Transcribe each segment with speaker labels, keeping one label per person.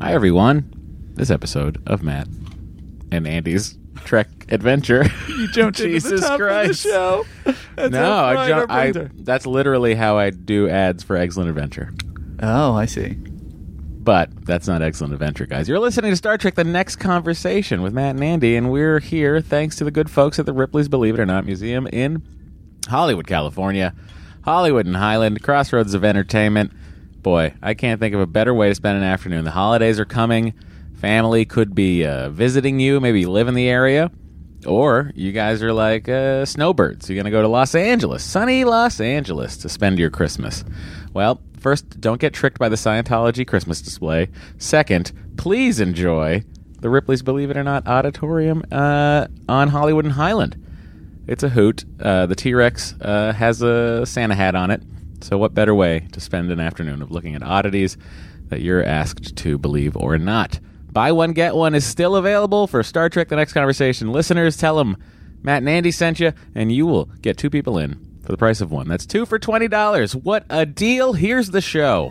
Speaker 1: Hi, everyone. This episode of Matt and Andy's Trek Adventure. you
Speaker 2: jumped into the top of the show. That's
Speaker 1: no,
Speaker 2: how
Speaker 1: I
Speaker 2: fried
Speaker 1: jump.
Speaker 2: our
Speaker 1: I,
Speaker 2: brains are.
Speaker 1: that's literally how I do ads for Excellent Adventure.
Speaker 2: Oh, I see.
Speaker 1: But that's not Excellent Adventure, guys. You're listening to Star Trek The Next Conversation with Matt and Andy, and we're here thanks to the good folks at the Ripley's Believe It or Not Museum in Hollywood, California. Hollywood and Highland, crossroads of entertainment. Boy, I can't think of a better way to spend an afternoon. The holidays are coming. Family could be uh, visiting you, maybe you live in the area. Or you guys are like uh, snowbirds. You're going to go to Los Angeles, sunny Los Angeles, to spend your Christmas. Well, first, don't get tricked by the Scientology Christmas display. Second, please enjoy the Ripley's Believe It or Not Auditorium uh, on Hollywood and Highland. It's a hoot. Uh, the T Rex uh, has a Santa hat on it. So, what better way to spend an afternoon of looking at oddities that you're asked to believe or not? Buy one, get one is still available for Star Trek The Next Conversation. Listeners, tell them Matt and Andy sent you, and you will get two people in for the price of one. That's two for $20. What a deal! Here's the show.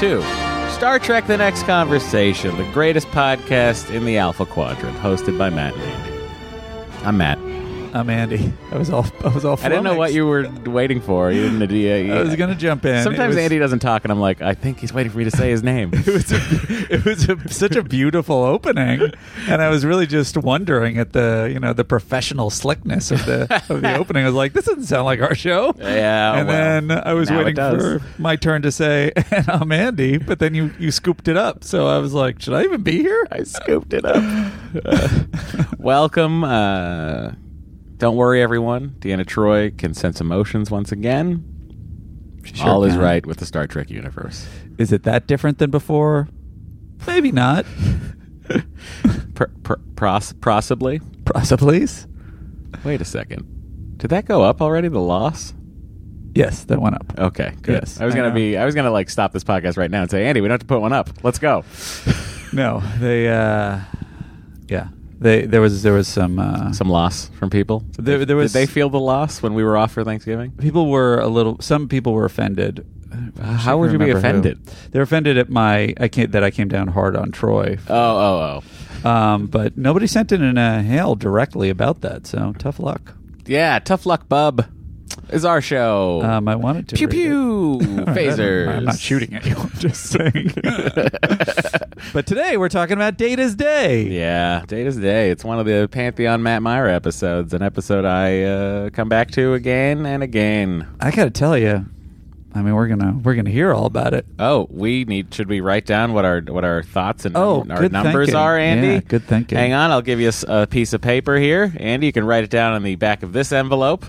Speaker 1: to Star Trek The Next Conversation, the greatest podcast in the Alpha Quadrant, hosted by Matt and Andy. I'm Matt.
Speaker 2: I'm Andy. I was all. I was all.
Speaker 1: I didn't know what
Speaker 2: flummoxed.
Speaker 1: you were waiting for. You didn't. You, you-
Speaker 2: Oh, I was gonna jump in.
Speaker 1: Sometimes
Speaker 2: it was,
Speaker 1: Andy doesn't talk, and I'm like, I think he's waiting for me to say his name.
Speaker 2: It was. A, it was a, such a beautiful opening, and I was really just wondering at the you know the professional slickness of the of the opening. I was like, this doesn't sound like our show.
Speaker 1: Yeah,
Speaker 2: And
Speaker 1: well,
Speaker 2: then I was
Speaker 1: now it
Speaker 2: waiting
Speaker 1: does.
Speaker 2: for my turn to say, and I'm Andy, but then you you scooped it up. So I was like, should I even be here?
Speaker 1: I scooped it up. Uh, welcome. Uh, don't worry, everyone. Deanna Troy can sense emotions once again. All is right with the Star Trek universe.
Speaker 2: Is it that different than before? Maybe not.
Speaker 1: Per, per, pros, possibly.
Speaker 2: Possibly.
Speaker 1: Wait a second. Did that go up already? The loss.
Speaker 2: Yes, that went up.
Speaker 1: Okay, good.
Speaker 2: Yes,
Speaker 1: I was
Speaker 2: I
Speaker 1: gonna
Speaker 2: know.
Speaker 1: be. I was gonna like stop this podcast right now and say, Andy, we don't have to put one up. Let's go.
Speaker 2: No, they. uh Yeah, they. There was there was some. Uh,
Speaker 1: Some loss from people. Did
Speaker 2: There-
Speaker 1: they-
Speaker 2: there was-
Speaker 1: Did they feel the loss when we were off for Thanksgiving?
Speaker 2: people were a little. Some people were offended. I
Speaker 1: how would you
Speaker 2: can't
Speaker 1: be
Speaker 2: remember who.
Speaker 1: offended?
Speaker 2: They're offended at my. I can't that I came down hard on Troy.
Speaker 1: Oh, oh, oh.
Speaker 2: Um, but nobody sent in a hail directly about that. So tough luck.
Speaker 1: Yeah, tough luck, bub. Is our show.
Speaker 2: Um, I wanted to
Speaker 1: pew
Speaker 2: read
Speaker 1: pew
Speaker 2: it.
Speaker 1: phasers.
Speaker 2: I'm not shooting at you. I'm just saying. but today we're talking about Data's Day.
Speaker 1: Yeah, Data's Day. It's one of the Pantheon Matt Myra episodes, an episode I uh, come back to again and again.
Speaker 2: I gotta tell you, I mean, we're gonna we're gonna hear all about it.
Speaker 1: Oh, we need. Should we write down what our what our thoughts and
Speaker 2: Oh,
Speaker 1: our
Speaker 2: good
Speaker 1: numbers
Speaker 2: thinking.
Speaker 1: are, Andy?
Speaker 2: Yeah, good thinking.
Speaker 1: Hang on, I'll give you a s- a, piece of paper here, Andy. You can write it down on the back of this envelope,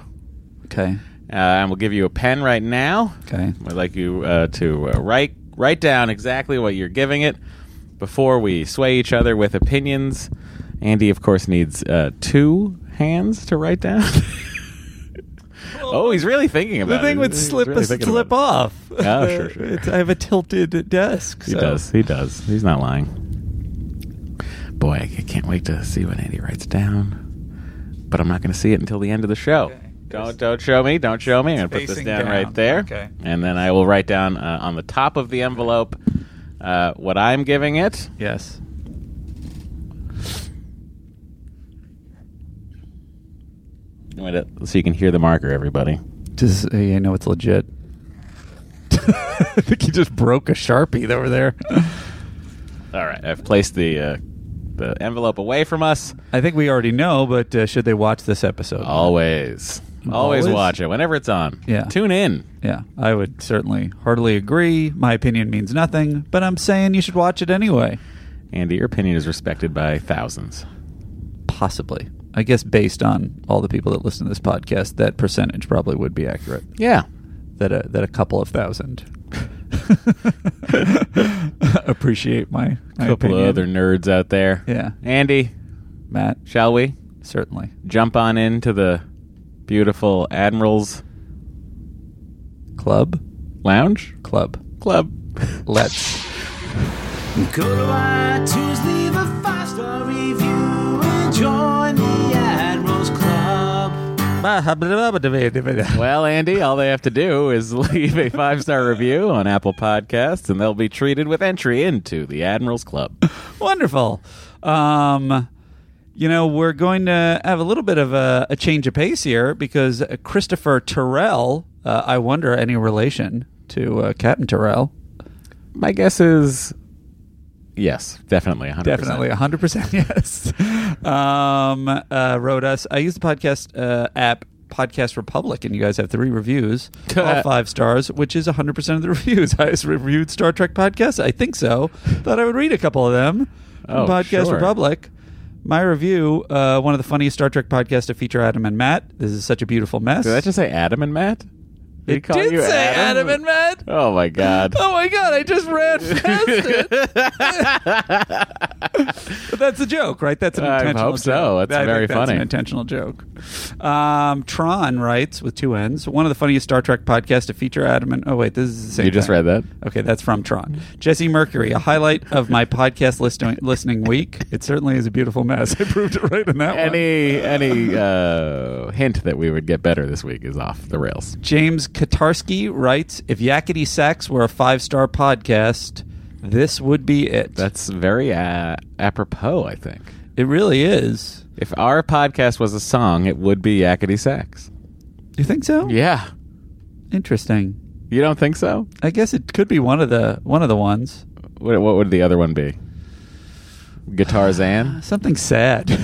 Speaker 2: Okay,
Speaker 1: uh, and we'll give you a pen right now.
Speaker 2: okay.
Speaker 1: I'd like you uh, to uh, write write down exactly what you're giving it before we sway each other with opinions. Andy, of course, needs uh, two hands to write down. oh, he's really thinking
Speaker 2: The
Speaker 1: about it.
Speaker 2: thing would
Speaker 1: He's
Speaker 2: slip
Speaker 1: really thinking
Speaker 2: slip
Speaker 1: about
Speaker 2: off.
Speaker 1: Oh, sure, sure.
Speaker 2: It's- I have a tilted desk.
Speaker 1: it. He
Speaker 2: so-
Speaker 1: does. He does. He's not lying. Boy, I can't wait to see what Andy writes down. But I'm not going to see it until the end of the show.
Speaker 2: Okay.
Speaker 1: Don't don't show me. Don't show me. I'm going to put this
Speaker 2: Spacing
Speaker 1: down,
Speaker 2: down.
Speaker 1: right there.
Speaker 2: Okay.
Speaker 1: And then I will write down uh, on the top of the envelope uh, what I'm giving it.
Speaker 2: Yes.
Speaker 1: Wait a- so you can hear the marker, everybody.
Speaker 2: Does uh, you know it's legit? I think he just broke a sharpie over there.
Speaker 1: All right, I've placed the uh, the envelope away from us.
Speaker 2: I think we already know, but uh, should they watch this episode?
Speaker 1: Always. Always
Speaker 2: Always?
Speaker 1: watch it whenever it's on.
Speaker 2: Yeah.
Speaker 1: Tune in.
Speaker 2: Yeah, I would certainly heartily agree. My opinion means nothing, but I'm saying you should watch it anyway.
Speaker 1: Andy, your opinion is respected by thousands.
Speaker 2: Possibly. I guess based on all the people that listen to this podcast, that percentage probably would be accurate.
Speaker 1: Yeah.
Speaker 2: That a, that a couple of thousand appreciate my, my
Speaker 1: couple
Speaker 2: opinion.
Speaker 1: of other nerds out there.
Speaker 2: Yeah.
Speaker 1: Andy,
Speaker 2: Matt,
Speaker 1: shall we
Speaker 2: certainly.
Speaker 1: jump on into the beautiful Admiral's
Speaker 2: Club,
Speaker 1: Lounge
Speaker 2: club.
Speaker 1: Club?
Speaker 2: Let's.
Speaker 3: Could I choose leave a five star review and join the Admirals Club?
Speaker 1: Well, Andy, all they have to do is leave a five star review on Apple Podcasts, and they'll be treated with entry into the Admirals Club.
Speaker 2: Wonderful. Um, you know, we're going to have a little bit of a, a change of pace here because uh, Christopher Terrell, uh, I wonder any relation to uh, Captain Terrell.
Speaker 1: My guess is yes, definitely, 100%.
Speaker 2: Definitely, 100% yes. Um, uh, wrote us. I use the podcast uh, app Podcast Republic, and you guys have three reviews, all five stars, which is 100% of the reviews. Highest reviewed Star Trek podcast? I think so. Thought I would read a couple of them. from
Speaker 1: Oh,
Speaker 2: podcast
Speaker 1: sure.
Speaker 2: Republic. My review, uh, one of the funniest Star Trek podcasts to feature Adam and Matt. This is such a beautiful mess.
Speaker 1: Did that just say Adam and Matt? Did he
Speaker 2: it did say Adam? and Matt.
Speaker 1: Oh my God!
Speaker 2: Oh my god! I just read past it. but that's a joke, right? That's an
Speaker 1: I
Speaker 2: intentional.
Speaker 1: hope
Speaker 2: joke.
Speaker 1: so. That's
Speaker 2: I think
Speaker 1: very
Speaker 2: That's
Speaker 1: funny.
Speaker 2: an intentional joke. Um, Tron writes with two N's. One of the funniest Star Trek podcasts to feature Adam and. Oh wait, this is the same.
Speaker 1: You just
Speaker 2: thing.
Speaker 1: read that?
Speaker 2: Okay, that's from Tron. Jesse Mercury, a highlight of my podcast listening listening week. It certainly is a beautiful mess. I proved it right in that one.
Speaker 1: Any any uh, hint that we would get better this week is off the rails.
Speaker 2: James Katarski writes, "If Yakety Sax were a five star podcast, this would be it.
Speaker 1: That's very uh, apropos, I think.
Speaker 2: it really is.
Speaker 1: If our podcast was a song, it would be Yakety Sax.
Speaker 2: You think so?
Speaker 1: Yeah,
Speaker 2: Interesting.
Speaker 1: you don't think so?
Speaker 2: I guess it could be one of the one of the ones.
Speaker 1: What, what would the other one be? Guitar Zan?
Speaker 2: Something sad.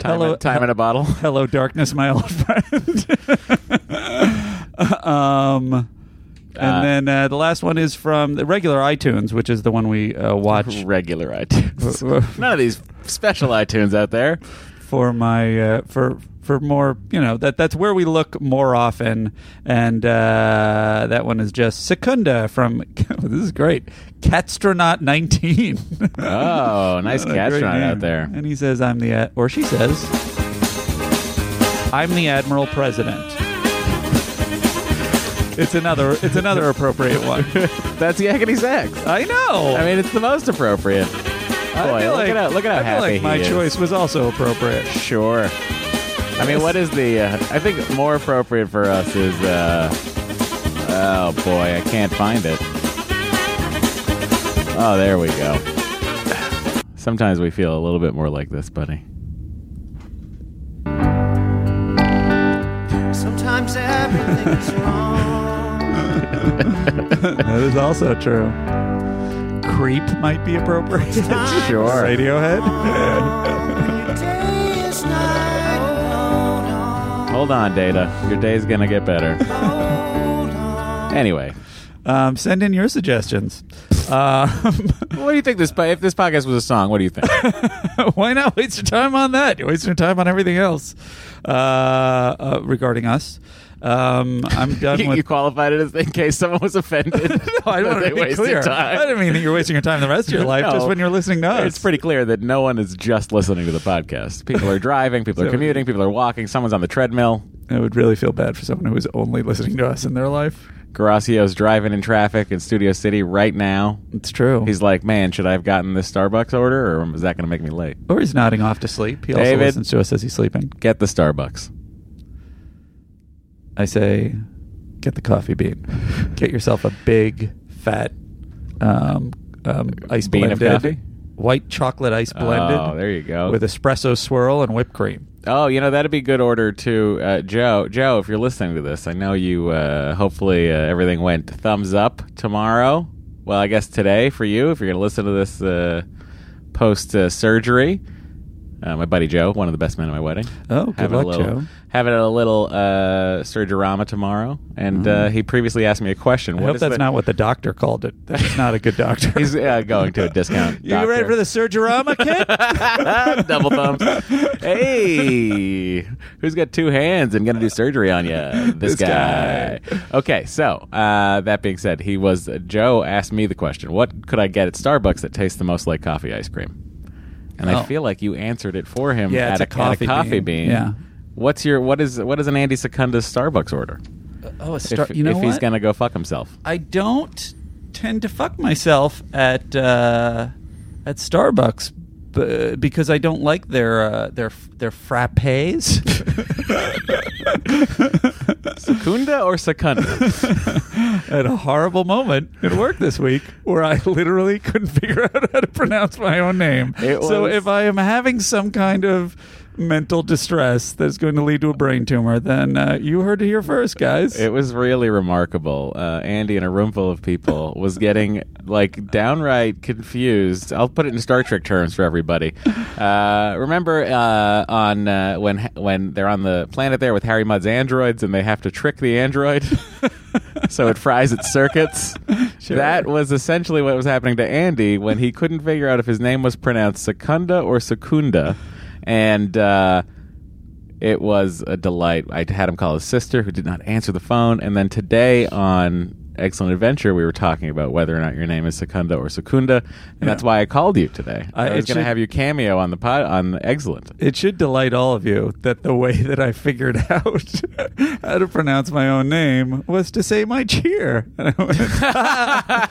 Speaker 1: Time, in, time in a bottle?
Speaker 2: Hello, darkness, my old friend. um, and
Speaker 1: Uh,
Speaker 2: then uh, the last one is from the regular iTunes, which is the one we uh, watch
Speaker 1: Regular iTunes. None of these special iTunes out there.
Speaker 2: for my uh, for for more you know that that's where we look more often and uh, that one is just secunda from this is great catstronaut 19
Speaker 1: Oh, nice
Speaker 2: What a great
Speaker 1: Catstronaut out
Speaker 2: name.
Speaker 1: there.
Speaker 2: and he says i'm the ad-" or she says i'm the admiral president it's another it's another appropriate one
Speaker 1: That's Yakety Sax.
Speaker 2: i know
Speaker 1: I mean, it's the most appropriate. Boy,
Speaker 2: feel
Speaker 1: look
Speaker 2: like-
Speaker 1: at how, look at how
Speaker 2: I feel
Speaker 1: happy
Speaker 2: like
Speaker 1: he
Speaker 2: my
Speaker 1: is.
Speaker 2: choice was also appropriate
Speaker 1: Sure. I mean, what is the? Uh, I think more appropriate for us is. Uh, oh boy, I can't find it. Oh, there we go. Sometimes we feel a little bit more like this, buddy.
Speaker 3: Sometimes everything's wrong.
Speaker 2: That is also true. Creep might be appropriate.
Speaker 1: Sure.
Speaker 2: Radiohead.
Speaker 3: Day is night. Hold on,
Speaker 1: Hold on, Data. Your day's gonna get better.
Speaker 3: hold on.
Speaker 1: Anyway,
Speaker 2: Um, send in your suggestions. Um,
Speaker 1: what do you think this? po- If this podcast was a song, what do you think?
Speaker 2: why not waste your time on that? You're wasting your time on everything else uh, uh, regarding us. Um, I'm done
Speaker 1: you,
Speaker 2: with.
Speaker 1: you qualified it as in case someone was offended.
Speaker 2: No, I
Speaker 1: that
Speaker 2: don't
Speaker 1: they
Speaker 2: want to be
Speaker 1: wasted
Speaker 2: clear.
Speaker 1: time.
Speaker 2: I didn't mean that you're wasting your time the rest of your life,
Speaker 1: No.
Speaker 2: just when you're listening to us.
Speaker 1: It's pretty clear that no one is just listening to the podcast. People are driving, people are
Speaker 2: So-
Speaker 1: commuting, people are walking, someone's on the treadmill.
Speaker 2: I would really feel bad for someone who is only listening to us in their life.
Speaker 1: Garacio's driving in traffic in Studio City right now.
Speaker 2: It's true.
Speaker 1: He's like, man, should I have gotten this Starbucks order or is that going to make me late?
Speaker 2: or he's nodding off to sleep. He also
Speaker 1: David.
Speaker 2: listens to us as he's sleeping.
Speaker 1: Get the Starbucks.
Speaker 2: I say, get the coffee bean. Get yourself a big, fat, um, um, ice
Speaker 1: Bean of
Speaker 2: blended
Speaker 1: coffee?
Speaker 2: white chocolate ice blended.
Speaker 1: Oh, there you go.
Speaker 2: With espresso swirl and whipped cream.
Speaker 1: Oh, you know, that'd be good order to uh, Joe. Joe, if you're listening to this, I know you, uh, hopefully uh, everything went thumbs up tomorrow. Well, I guess today for you, if you're going to listen to this uh, post uh, surgery. Uh, my buddy Joe, one of the best men at my wedding.
Speaker 2: Oh, good
Speaker 1: having a
Speaker 2: luck,
Speaker 1: little,
Speaker 2: Joe.
Speaker 1: Having a little uh, surgerama tomorrow, and uh, he previously asked me a question.
Speaker 2: Mm. I
Speaker 1: What
Speaker 2: hope
Speaker 1: is
Speaker 2: that's
Speaker 1: the-
Speaker 2: not what the doctor called it. That's not a good doctor.
Speaker 1: He's uh, going to a discount.
Speaker 2: you ready for the Surgerama kid?
Speaker 1: Double thumbs. Hey, who's got two hands and gonna do surgery on you? This,
Speaker 2: This guy.
Speaker 1: Okay, so uh, that being said, he was Joe asked me the question: What could I get at Starbucks that tastes the most like coffee ice cream? And
Speaker 2: Oh.
Speaker 1: I feel like you answered it for him
Speaker 2: Yeah,
Speaker 1: at,
Speaker 2: it's
Speaker 1: a,
Speaker 2: a coffee
Speaker 1: at a coffee
Speaker 2: bean.
Speaker 1: bean.
Speaker 2: Yeah.
Speaker 1: What's your what is what is an Andy Secunda's Starbucks order?
Speaker 2: oh, a
Speaker 1: If,
Speaker 2: star. you know
Speaker 1: if
Speaker 2: what?
Speaker 1: he's gonna go fuck himself.
Speaker 2: I don't tend to fuck myself at uh, at Starbucks b- because I don't like their uh, their their frappes.
Speaker 1: Secunda or Secunda?
Speaker 2: At a horrible moment at work this week, where I literally couldn't figure out how to pronounce my own name.
Speaker 1: It
Speaker 2: So
Speaker 1: was-
Speaker 2: if I am having some kind of mental distress that's going to lead to a brain tumor, then uh, you heard it here first, guys.
Speaker 1: It was really remarkable. Uh, Andy, in a room full of people, was getting like downright confused. I'll put it in Star Trek terms for everybody. Uh, remember uh, on uh, when when they're on the planet there with Harry Mudd's androids and they have to trick the android, so it fries its circuits.
Speaker 2: Sure.
Speaker 1: That was essentially what was happening to Andy when he couldn't figure out if his name was pronounced Secunda or Secunda, and. Uh, it was a delight. I had him call his sister, who did not answer the phone. And then today on Excellent Adventure, we were talking about whether or not your name is Secunda or Secunda, and that's why I called you today.
Speaker 2: I-
Speaker 1: I, was
Speaker 2: it
Speaker 1: going to
Speaker 2: should-
Speaker 1: have you cameo on the pod on Excellent.
Speaker 2: It should delight all of you that the way that I figured out how to pronounce my own name was to say my cheer. And I went, "Ha, ha, ha,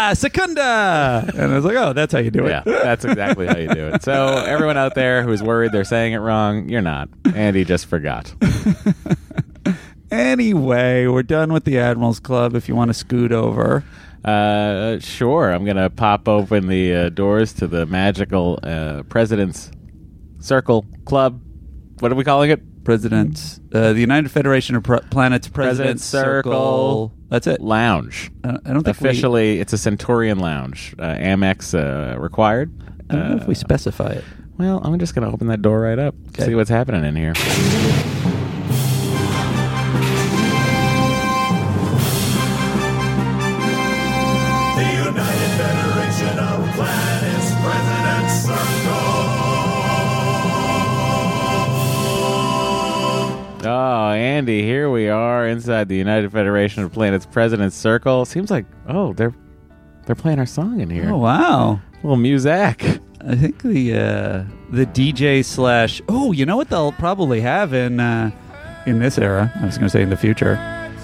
Speaker 2: Ah, Secunda! And I was like, oh, that's how you do it.
Speaker 1: Yeah, that's exactly how you do it. So everyone out there who's worried they're saying it wrong, you're not. Andy just forgot.
Speaker 2: Anyway, we're done with the Admirals Club if you want to scoot over.
Speaker 1: Uh, sure, I'm going to pop open the uh, doors to the magical uh, President's Circle Club. What are we calling it?
Speaker 2: President's, uh, the United Federation of Pro- Planets President's
Speaker 1: Circle.
Speaker 2: That's it.
Speaker 1: Lounge.
Speaker 2: I don't- I don't think we-
Speaker 1: officially it's a Centurion Lounge, uh, Amex uh, required.
Speaker 2: I don't know if we
Speaker 1: Uh,
Speaker 2: specify it.
Speaker 1: well, I'm just gonna open that door right up.
Speaker 2: Okay.
Speaker 1: See what's happening in here.
Speaker 4: The United Federation of Planets President's Circle.
Speaker 1: Oh, Andy, here we are inside the United Federation of Planets President's Circle. Seems like oh, they're they're playing our song in here.
Speaker 2: Oh, wow.
Speaker 1: little music.
Speaker 2: I think the uh, the DJ slash oh, you know what they'll probably have in uh, in this era. I was going to say in the future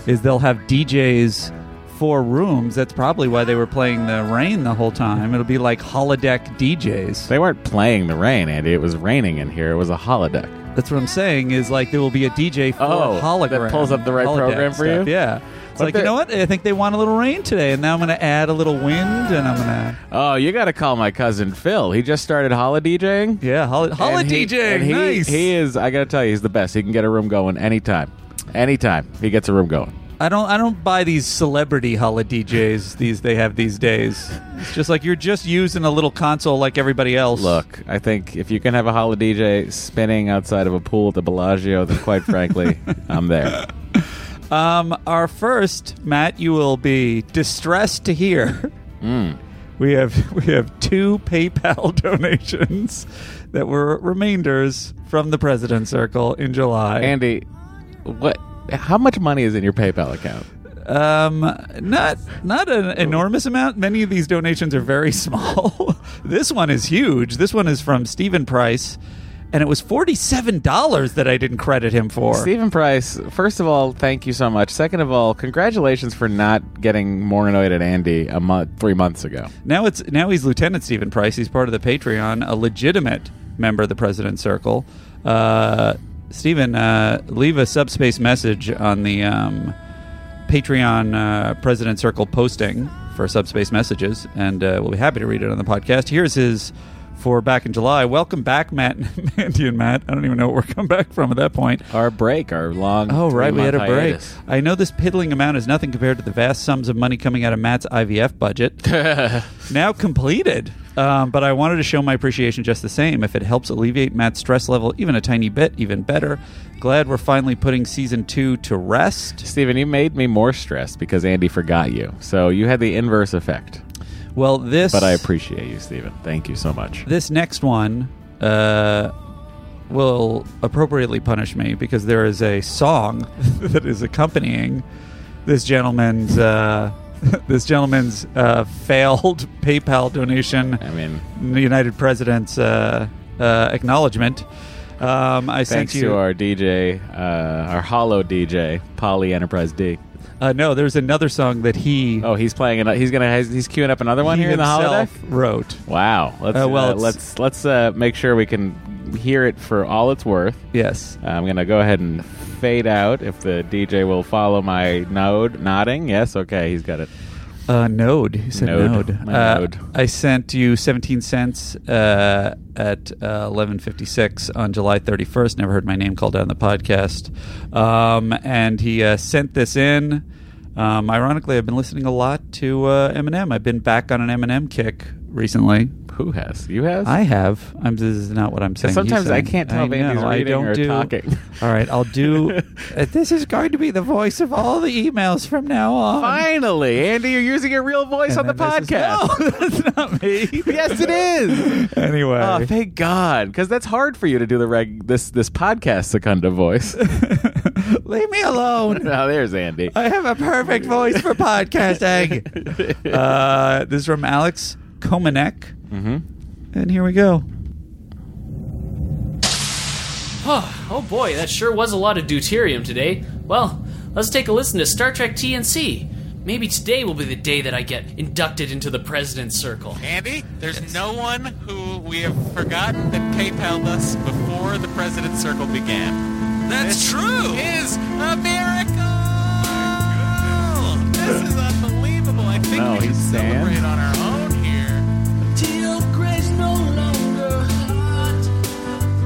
Speaker 2: is they'll have DJs for rooms. That's probably why they were playing the rain the whole time. It'll be like holodeck DJs.
Speaker 1: They weren't playing the rain, Andy. It was raining in here. It was a holodeck.
Speaker 2: That's what I'm saying is like there will be a DJ for
Speaker 1: Oh,
Speaker 2: hologram.
Speaker 1: that pulls up the right
Speaker 2: holodeck
Speaker 1: program for
Speaker 2: stuff.
Speaker 1: you?
Speaker 2: Yeah. It's
Speaker 1: But
Speaker 2: like you
Speaker 1: they-
Speaker 2: know what? I think they want a little rain today, and now I'm going to add a little wind, and I'm going to
Speaker 1: Oh, you got to call my cousin Phil. He just started holo DJing.
Speaker 2: yeah, holo, holo
Speaker 1: And he-
Speaker 2: DJing.
Speaker 1: and he,
Speaker 2: nice.
Speaker 1: He is. I gotta tell you, he's the best. He can get a room going anytime. Anytime he gets a room going.
Speaker 2: I don't I don't buy these celebrity holiday DJs these they have these days. It's just like you're just using a little console like everybody else.
Speaker 1: Look, I think if you can have a holo DJ spinning outside of a pool at the Bellagio, then quite frankly, I'm there.
Speaker 2: Um our first, Matt, you will be distressed to hear.
Speaker 1: Hmm.
Speaker 2: We have we have two PayPal donations that were remainders from the President's Circle in July.
Speaker 1: Andy, what? How much money is in your PayPal account?
Speaker 2: Um, not not an enormous amount. Many of these donations are very small. this one is huge. This one is from Stephen Price, and it was forty-seven dollars that I didn't credit him for.
Speaker 1: Stephen Price, first of all, thank you so much. Second of all, congratulations for not getting more annoyed at Andy a month, three months ago.
Speaker 2: Now it's now he's Lieutenant Stephen Price. He's part of the Patreon, a legitimate member of the President's Circle. Uh, Stephen, uh, leave a subspace message on the um, Patreon uh, President's Circle posting for subspace messages, and uh, we'll be happy to read it on the podcast. Here's his for Back in July. Welcome back, Matt, Mandy, and Matt. I don't even know what we're coming back from at that point.
Speaker 1: Our break, our long.
Speaker 2: Oh, right. We had a
Speaker 1: three-month
Speaker 2: break.
Speaker 1: hiatus.
Speaker 2: I know this piddling amount is nothing compared to the vast sums of money coming out of Matt's IVF budget. now completed. Um, but I wanted to show my appreciation just the same. If it helps alleviate Matt's stress level even a tiny bit, even better. Glad we're finally putting season two to rest.
Speaker 1: Steven, you made me more stressed because Andy forgot you. So you had the inverse effect.
Speaker 2: Well, this.
Speaker 1: But I appreciate you, Steven. Thank you so much.
Speaker 2: This next one uh, will appropriately punish me because there is a song that is accompanying this gentleman's uh, this gentleman's uh, failed PayPal donation.
Speaker 1: I mean,
Speaker 2: United President's uh, uh, acknowledgement. Um, I
Speaker 1: thanks
Speaker 2: sent you.
Speaker 1: to our DJ, uh, our hollow DJ, Polly Enterprise D.
Speaker 2: uh, no, there's another song that he
Speaker 1: Oh, he's playing. An, he's gonna. He's queuing up another one
Speaker 2: he
Speaker 1: here in the holodeck.
Speaker 2: himself wrote.
Speaker 1: Wow. Let's
Speaker 2: Uh, well,
Speaker 1: well,
Speaker 2: it's-
Speaker 1: let's let's uh, make sure we can hear it for all it's worth. Uh,
Speaker 2: Yes.
Speaker 1: I'm gonna go ahead and fade out if the DJ will follow my node nodding. Yes. Okay. He's got it.
Speaker 2: Uh, node. He said node.
Speaker 1: Node. My
Speaker 2: Uh,
Speaker 1: node.
Speaker 2: I sent you 17 cents uh, at uh, 11.56 on July 31st. Never heard my name called out on the podcast. Um, and he uh, sent this in. Um, ironically, I've been listening a lot to uh, Eminem. I've been back on an Eminem kick recently.
Speaker 1: Who has? You has?
Speaker 2: I have. I'm, this is not what I'm saying.
Speaker 1: sometimes
Speaker 2: He's saying-
Speaker 1: I can't tell if Andy's
Speaker 2: know, I
Speaker 1: reading
Speaker 2: don't
Speaker 1: or
Speaker 2: do-
Speaker 1: talking.
Speaker 2: All right, I'll do. uh, this is going to be the voice of all the emails from now on.
Speaker 1: Finally, Andy, you're using your real voice on
Speaker 2: And
Speaker 1: the
Speaker 2: then this is-
Speaker 1: podcast.
Speaker 2: no, that's not me.
Speaker 1: yes, it is.
Speaker 2: Anyway.
Speaker 1: Oh, thank God, because that's hard for you to do the reg this this podcast Secunda voice.
Speaker 2: Leave me alone.
Speaker 1: now there's Andy.
Speaker 2: Oh, I have a perfect voice for podcasting. uh, this is from Alex Komanek.
Speaker 1: Mm-hmm.
Speaker 2: And here we go.
Speaker 5: Oh boy, that sure was a lot of deuterium today. Well, let's take a listen to Star Trek TNC. Maybe today will be the day that I get inducted into the President's Circle.
Speaker 6: Andy, there's no one who we have forgotten that PayPal'd us before the President's Circle began. That's true! Is a miracle! This is unbelievable. I think
Speaker 1: No,
Speaker 6: we should
Speaker 1: he's Sam.
Speaker 6: celebrate on our own here.
Speaker 3: Till grace no longer hot.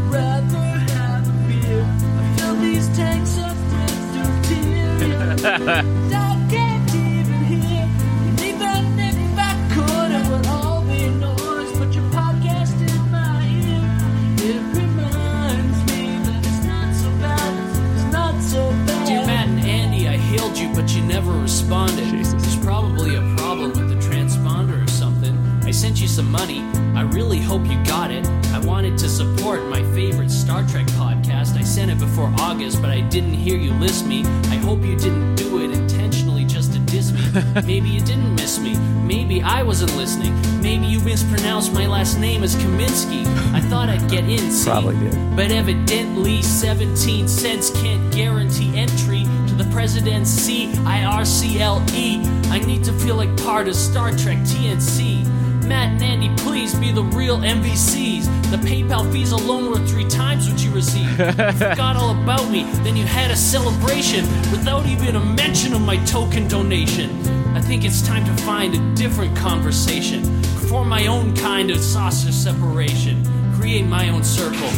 Speaker 3: Rather have a beer. I fill these tanks up with deuterium. I can't even hear. You leave that nigga back could it would all be noise, but your podcast in my ear. It reminds me that it's not so bad. It's not so bad.
Speaker 5: Dear Matt and Andy, I hailed you, but you never responded. There's probably a problem with the transponder or something. I sent you some money. I really hope you got it. I wanted to support my favorite Star Trek podcast. I sent it before August, but I didn't hear you list me. I hope you didn't do it intentionally just to diss me. Maybe you didn't miss me. Maybe I wasn't listening. Maybe you mispronounced my last name as Kaminsky. I thought I'd get in. see?
Speaker 2: Probably did.
Speaker 5: But evidently, 17 cents can't guarantee entry to the presidency IRCLE. E. I need to feel like part of Star Trek TNC. Matt and Andy, please be the real MVCs. The PayPal fees alone were three times what you received. You forgot all about me, then you had a celebration without even a mention of my token donation. I think it's time to find a different conversation, perform my own kind of saucer separation create my own circle.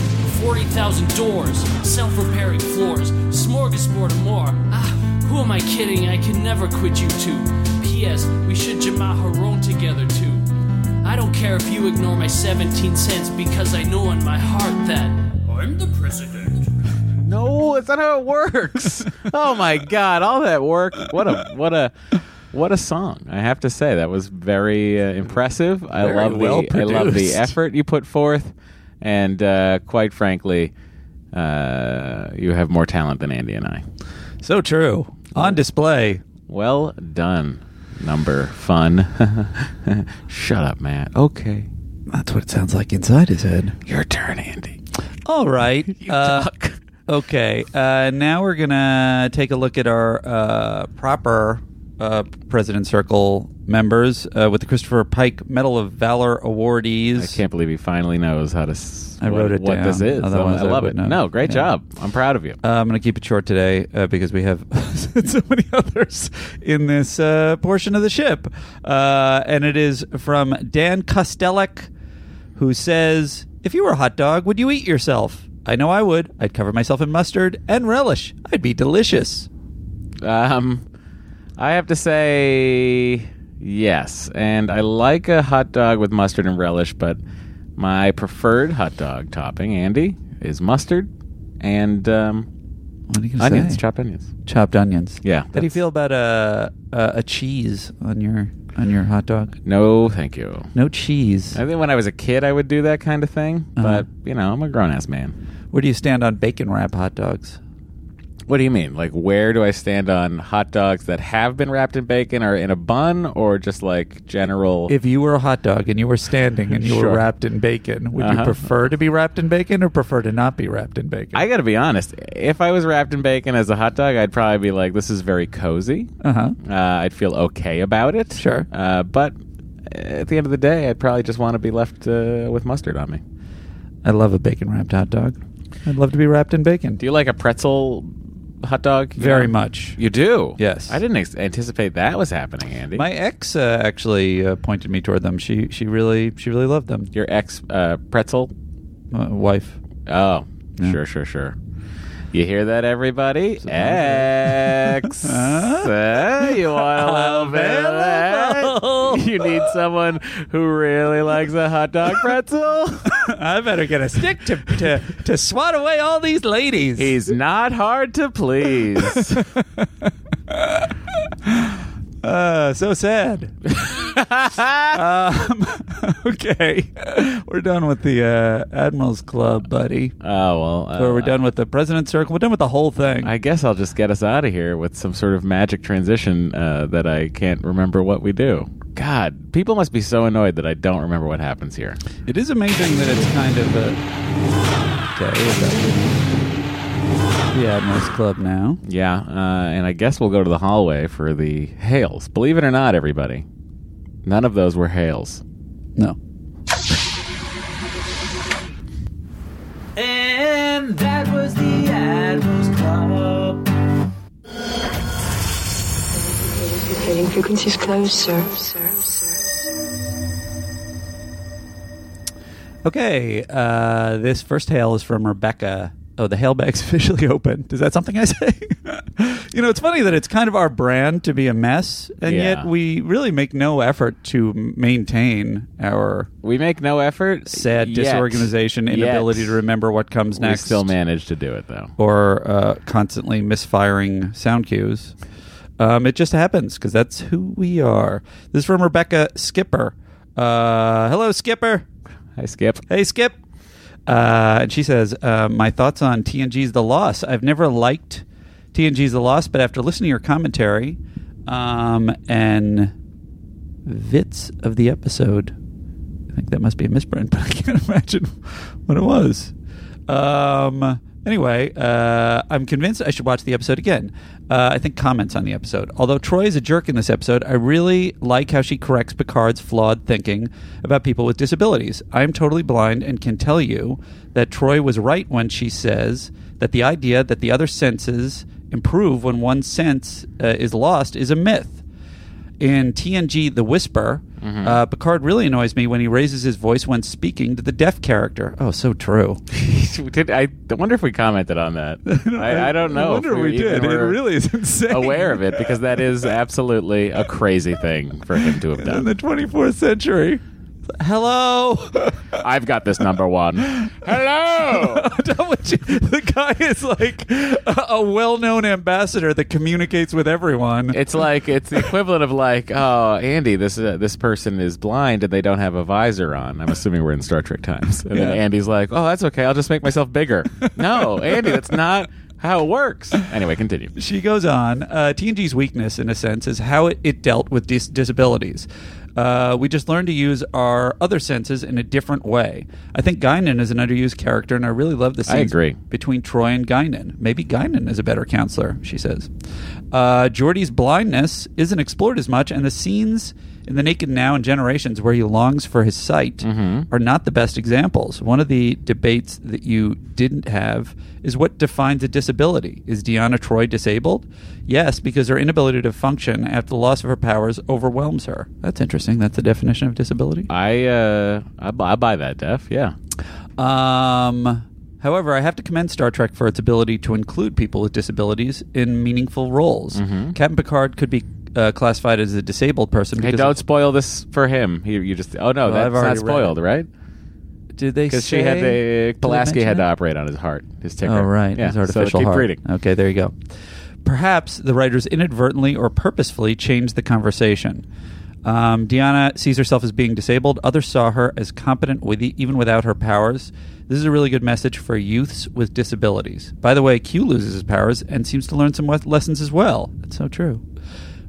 Speaker 5: 40,000 doors, self repairing floors, smorgasbord and more. Ah, who am I kidding? I can never quit you two. P.S. We should Jama Haron together too. I don't care if you ignore my 17 cents because I know in my heart that.
Speaker 4: I'm the president.
Speaker 1: No, it's not how it works. oh my god, all that work. What a what a what a song. I have to say that was very uh, impressive. I
Speaker 2: Very
Speaker 1: love the
Speaker 2: well
Speaker 1: I love the
Speaker 2: produced.
Speaker 1: effort you put forth and uh, quite frankly uh, you have more talent than Andy and I.
Speaker 2: So true. On display.
Speaker 1: Well done. Number fun. Shut up, Matt. Okay.
Speaker 2: That's what it sounds like inside his head.
Speaker 1: Your turn, Andy.
Speaker 2: All right. Uh, okay. Uh, now we're going to take a look at our uh, proper uh, President Circle members uh, with the Christopher Pike Medal of Valor awardees.
Speaker 1: I can't believe he finally knows how to. s-
Speaker 2: I
Speaker 1: what,
Speaker 2: wrote it
Speaker 1: what
Speaker 2: down.
Speaker 1: this is.
Speaker 2: Otherwise
Speaker 1: I
Speaker 2: I
Speaker 1: love it.
Speaker 2: wouldn't have.
Speaker 1: No, great
Speaker 2: Yeah.
Speaker 1: job. I'm proud of you.
Speaker 2: Uh, I'm going to keep it short today uh, because we have so many others in this uh, portion of the ship. Uh, and it is from Dan Kostelek, who says, If you were a hot dog, would you eat yourself? I know I would. I'd cover myself in mustard and relish. I'd be delicious.
Speaker 1: Um, I have to say yes, and I like a hot dog with mustard and relish, but my preferred hot dog topping, Andy, is mustard and um,
Speaker 2: What are you gonna
Speaker 1: onions,
Speaker 2: say?
Speaker 1: chopped onions.
Speaker 2: chopped onions.
Speaker 1: Yeah,
Speaker 2: How do you
Speaker 1: that's-
Speaker 2: feel about a, a a cheese on your on your hot dog?
Speaker 1: No, thank you.
Speaker 2: No cheese.
Speaker 1: I think when I was a kid, I would do that kind of thing,
Speaker 2: Uh-huh.
Speaker 1: but you know, I'm a grown ass man.
Speaker 2: Where do you stand on bacon wrap hot dogs?
Speaker 1: What do you mean? Like, where do I stand on hot dogs that have been wrapped in bacon or in a bun, or just like general?
Speaker 2: If you were a hot dog and you were standing and you
Speaker 1: Sure.
Speaker 2: were wrapped in bacon, would
Speaker 1: Uh-huh.
Speaker 2: you prefer to be wrapped in bacon or prefer to not be wrapped in bacon?
Speaker 1: I got to be honest. If I was wrapped in bacon as a hot dog, I'd probably be like, "This is very cozy."
Speaker 2: uh huh.
Speaker 1: Uh, I'd feel okay about it.
Speaker 2: Sure.
Speaker 1: Uh, but at the end of the day, I'd probably just want to be left uh, with mustard on me.
Speaker 2: I love a bacon wrapped hot dog. I'd love to be wrapped in bacon.
Speaker 1: Do you like a pretzel hot dog? You
Speaker 2: Very
Speaker 1: know?
Speaker 2: much.
Speaker 1: You do?
Speaker 2: Yes.
Speaker 1: I didn't ex- anticipate that was happening, Andy.
Speaker 2: My ex uh, actually uh, pointed me toward them. She she really she really loved them.
Speaker 1: Your ex uh, pretzel?
Speaker 2: uh, wife.
Speaker 1: Oh,
Speaker 2: Yeah.
Speaker 1: sure, sure, sure. You hear that, everybody? Ex. Eh, you want a little bit of that? You need someone who really likes a hot dog pretzel?
Speaker 2: I better get a stick to, to to swat away all these ladies.
Speaker 1: He's not hard to please.
Speaker 2: Uh, so sad. um, okay, we're done with the uh, Admirals Club, buddy.
Speaker 1: Oh well, uh,
Speaker 2: Or we're done with the President's Circle. We're done with the whole thing.
Speaker 1: I guess I'll just get us out of here with some sort of magic transition uh, that I can't remember what we do. God, people must be so annoyed that I don't remember what happens here.
Speaker 2: it is amazing that it's kind of a. Okay, we're done. the Admirals Club now.
Speaker 1: Yeah, uh, and I guess we'll go to the hallway for the hails. Believe it or not, everybody, none of those were hails.
Speaker 2: No.
Speaker 3: And that was the Admiral's Club.
Speaker 7: Trading frequencies closed, sir. Sir, sir.
Speaker 2: Okay, uh, this first hail is from Rebecca. Oh, the hail bag's officially open. Is that something I say? you know, it's funny that it's kind of our brand to be a mess, and
Speaker 1: Yeah.
Speaker 2: yet we really make no effort to m- maintain our
Speaker 1: We make no effort.
Speaker 2: sad
Speaker 1: yet.
Speaker 2: disorganization,
Speaker 1: Yet.
Speaker 2: inability to remember what comes
Speaker 1: We
Speaker 2: next,
Speaker 1: still manage to do it though.
Speaker 2: or uh, constantly misfiring sound cues. Um, it just happens because that's who we are. This is from Rebecca Skipper. Uh, hello, Skipper.
Speaker 1: Hi, Skip.
Speaker 2: Hey, Skip. Uh, and she says, uh, My thoughts on TNG's The Loss. I've never liked TNG's The Loss, but after listening to your commentary um, and Vits of the episode, I think that must be a misprint, but I can't imagine what it was. Um, anyway, uh, I'm convinced I should watch the episode again. Uh, I think comments on the episode. Although Troy is a jerk in this episode, I really like how she corrects Picard's flawed thinking about people with disabilities. I'm totally blind and can tell you that Troy was right when she says that the idea that the other senses improve when one sense uh, is lost is a myth. In TNG The Whisper, uh, Picard really annoys me when he raises his voice when speaking to the deaf character. Oh, so true.
Speaker 1: did I I wonder if we commented on that? I, I don't know.
Speaker 2: I
Speaker 1: if
Speaker 2: wonder we,
Speaker 1: even
Speaker 2: did. It
Speaker 1: were
Speaker 2: really is insane.
Speaker 1: aware of it because that is absolutely a crazy thing for him to have
Speaker 2: in the
Speaker 1: done.
Speaker 2: 24th century. Hello.
Speaker 1: I've got this number one. Hello.
Speaker 2: Don't would you- the guy is like a, a well-known ambassador that communicates with everyone.
Speaker 1: It's like it's the equivalent of like, oh, Andy, this uh, this person is blind and they don't have a visor on. I'm assuming we're in Star Trek times. And then
Speaker 2: Yeah.
Speaker 1: Andy's like, oh, that's okay. I'll just make myself bigger. no, Andy, that's not how it works. Anyway, continue.
Speaker 2: she goes on uh, TNG's weakness, in a sense, is how it, it dealt with dis- disabilities. Uh, we just learned to use our other senses in a different way. I think Guinan is an underused character, and I really love the
Speaker 1: I
Speaker 2: scenes
Speaker 1: agree.
Speaker 2: between Troy and Guinan. Maybe Guinan is a better counselor, she says. Uh, Geordie's blindness isn't explored as much, and the scenes in The Naked Now and Generations, where he longs for his sight, are not the best examples. One of the debates that you didn't have is what defines a disability. Is Deanna Troy disabled? Yes, because her inability to function after the loss of her powers overwhelms her. That's interesting. That's the definition of disability.
Speaker 1: I uh, I, bu- I buy that, Def. Yeah.
Speaker 2: Um, however, I have to commend Star Trek for its ability to include people with disabilities in meaningful roles. Captain Picard could be uh, classified as a disabled person.
Speaker 1: Mm-hmm. Hey,
Speaker 2: because
Speaker 1: don't spoil this for him. He, you just. Oh no,
Speaker 2: Well,
Speaker 1: that's
Speaker 2: I've
Speaker 1: not
Speaker 2: already read
Speaker 1: spoiled,
Speaker 2: it.
Speaker 1: right?
Speaker 2: did they?
Speaker 1: Because she had
Speaker 2: say-
Speaker 1: the
Speaker 2: did they
Speaker 1: Pulaski
Speaker 2: mention
Speaker 1: had to
Speaker 2: it?
Speaker 1: operate on his heart, his ticker.
Speaker 2: Oh, right.
Speaker 1: Yeah.
Speaker 2: His artificial
Speaker 1: so keep
Speaker 2: heart.
Speaker 1: reading.
Speaker 2: Okay, there you go. Perhaps the writers inadvertently or purposefully changed the conversation. Um, Deanna sees herself as being disabled. Others saw her as competent, with e, even without her powers. This is a really good message for youths with disabilities. By the way, Q loses his powers and seems to learn some wes- lessons as well. That's so true.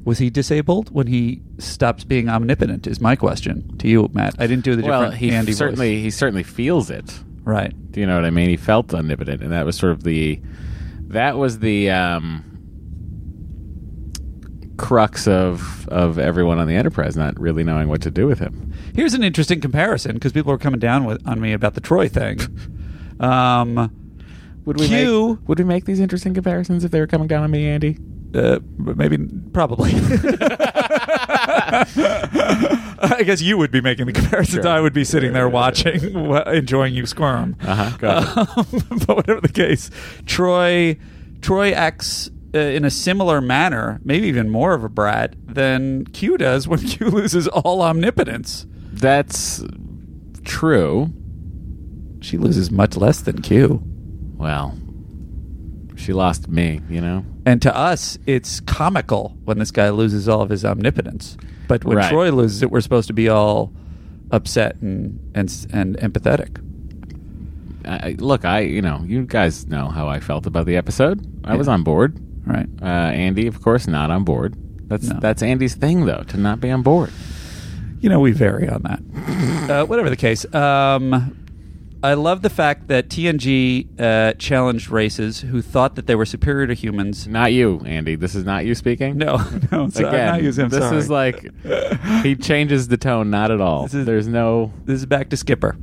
Speaker 2: Was he disabled when he stops being omnipotent? Is my question to you, Matt. I didn't do the
Speaker 1: Well,
Speaker 2: different
Speaker 1: he
Speaker 2: Andy voice.
Speaker 1: certainly he certainly feels it.
Speaker 2: right.
Speaker 1: Do you know what I mean? He felt omnipotent, and that was sort of the that was the um, crux of of everyone on the Enterprise not really knowing what to do with him.
Speaker 2: Here's an interesting comparison because people are coming down with, on me about the Troy thing. um,
Speaker 1: Would we
Speaker 2: Q-
Speaker 1: make, would we make these interesting comparisons if they were coming down on me, Andy?
Speaker 2: uh, but maybe, probably. I guess you would be making the comparisons.
Speaker 1: Sure.
Speaker 2: I would be sitting there watching, wa- enjoying you squirm.
Speaker 1: Uh-huh, got
Speaker 2: Um, but whatever the case, Troy, Troy acts uh, in a similar manner, maybe even more of a brat than Q does when Q loses all omnipotence.
Speaker 1: That's true.
Speaker 2: She loses much less than Q.
Speaker 1: Well, she lost me, you know.
Speaker 2: And to us, it's comical when this guy loses all of his omnipotence. But when
Speaker 1: Right.
Speaker 2: Troy loses it, we're supposed to be all upset and and and empathetic.
Speaker 1: I, I- look, I you know you guys know how I felt about the episode. I was on board.
Speaker 2: Right.
Speaker 1: Uh, Andy, of course, not on board. That's
Speaker 2: No.
Speaker 1: that's Andy's thing though to not be on board.
Speaker 2: You know, we vary on that. uh, whatever the case. Um, I love the fact that TNG uh, challenged races who thought that they were superior to humans.
Speaker 1: Not you, Andy. This is not you speaking.
Speaker 2: No, no, so
Speaker 1: Again,
Speaker 2: I'm not using. I'm
Speaker 1: this
Speaker 2: sorry.
Speaker 1: is like he changes the tone not at all.
Speaker 2: This is-
Speaker 1: There's no
Speaker 2: This is back to Skipper.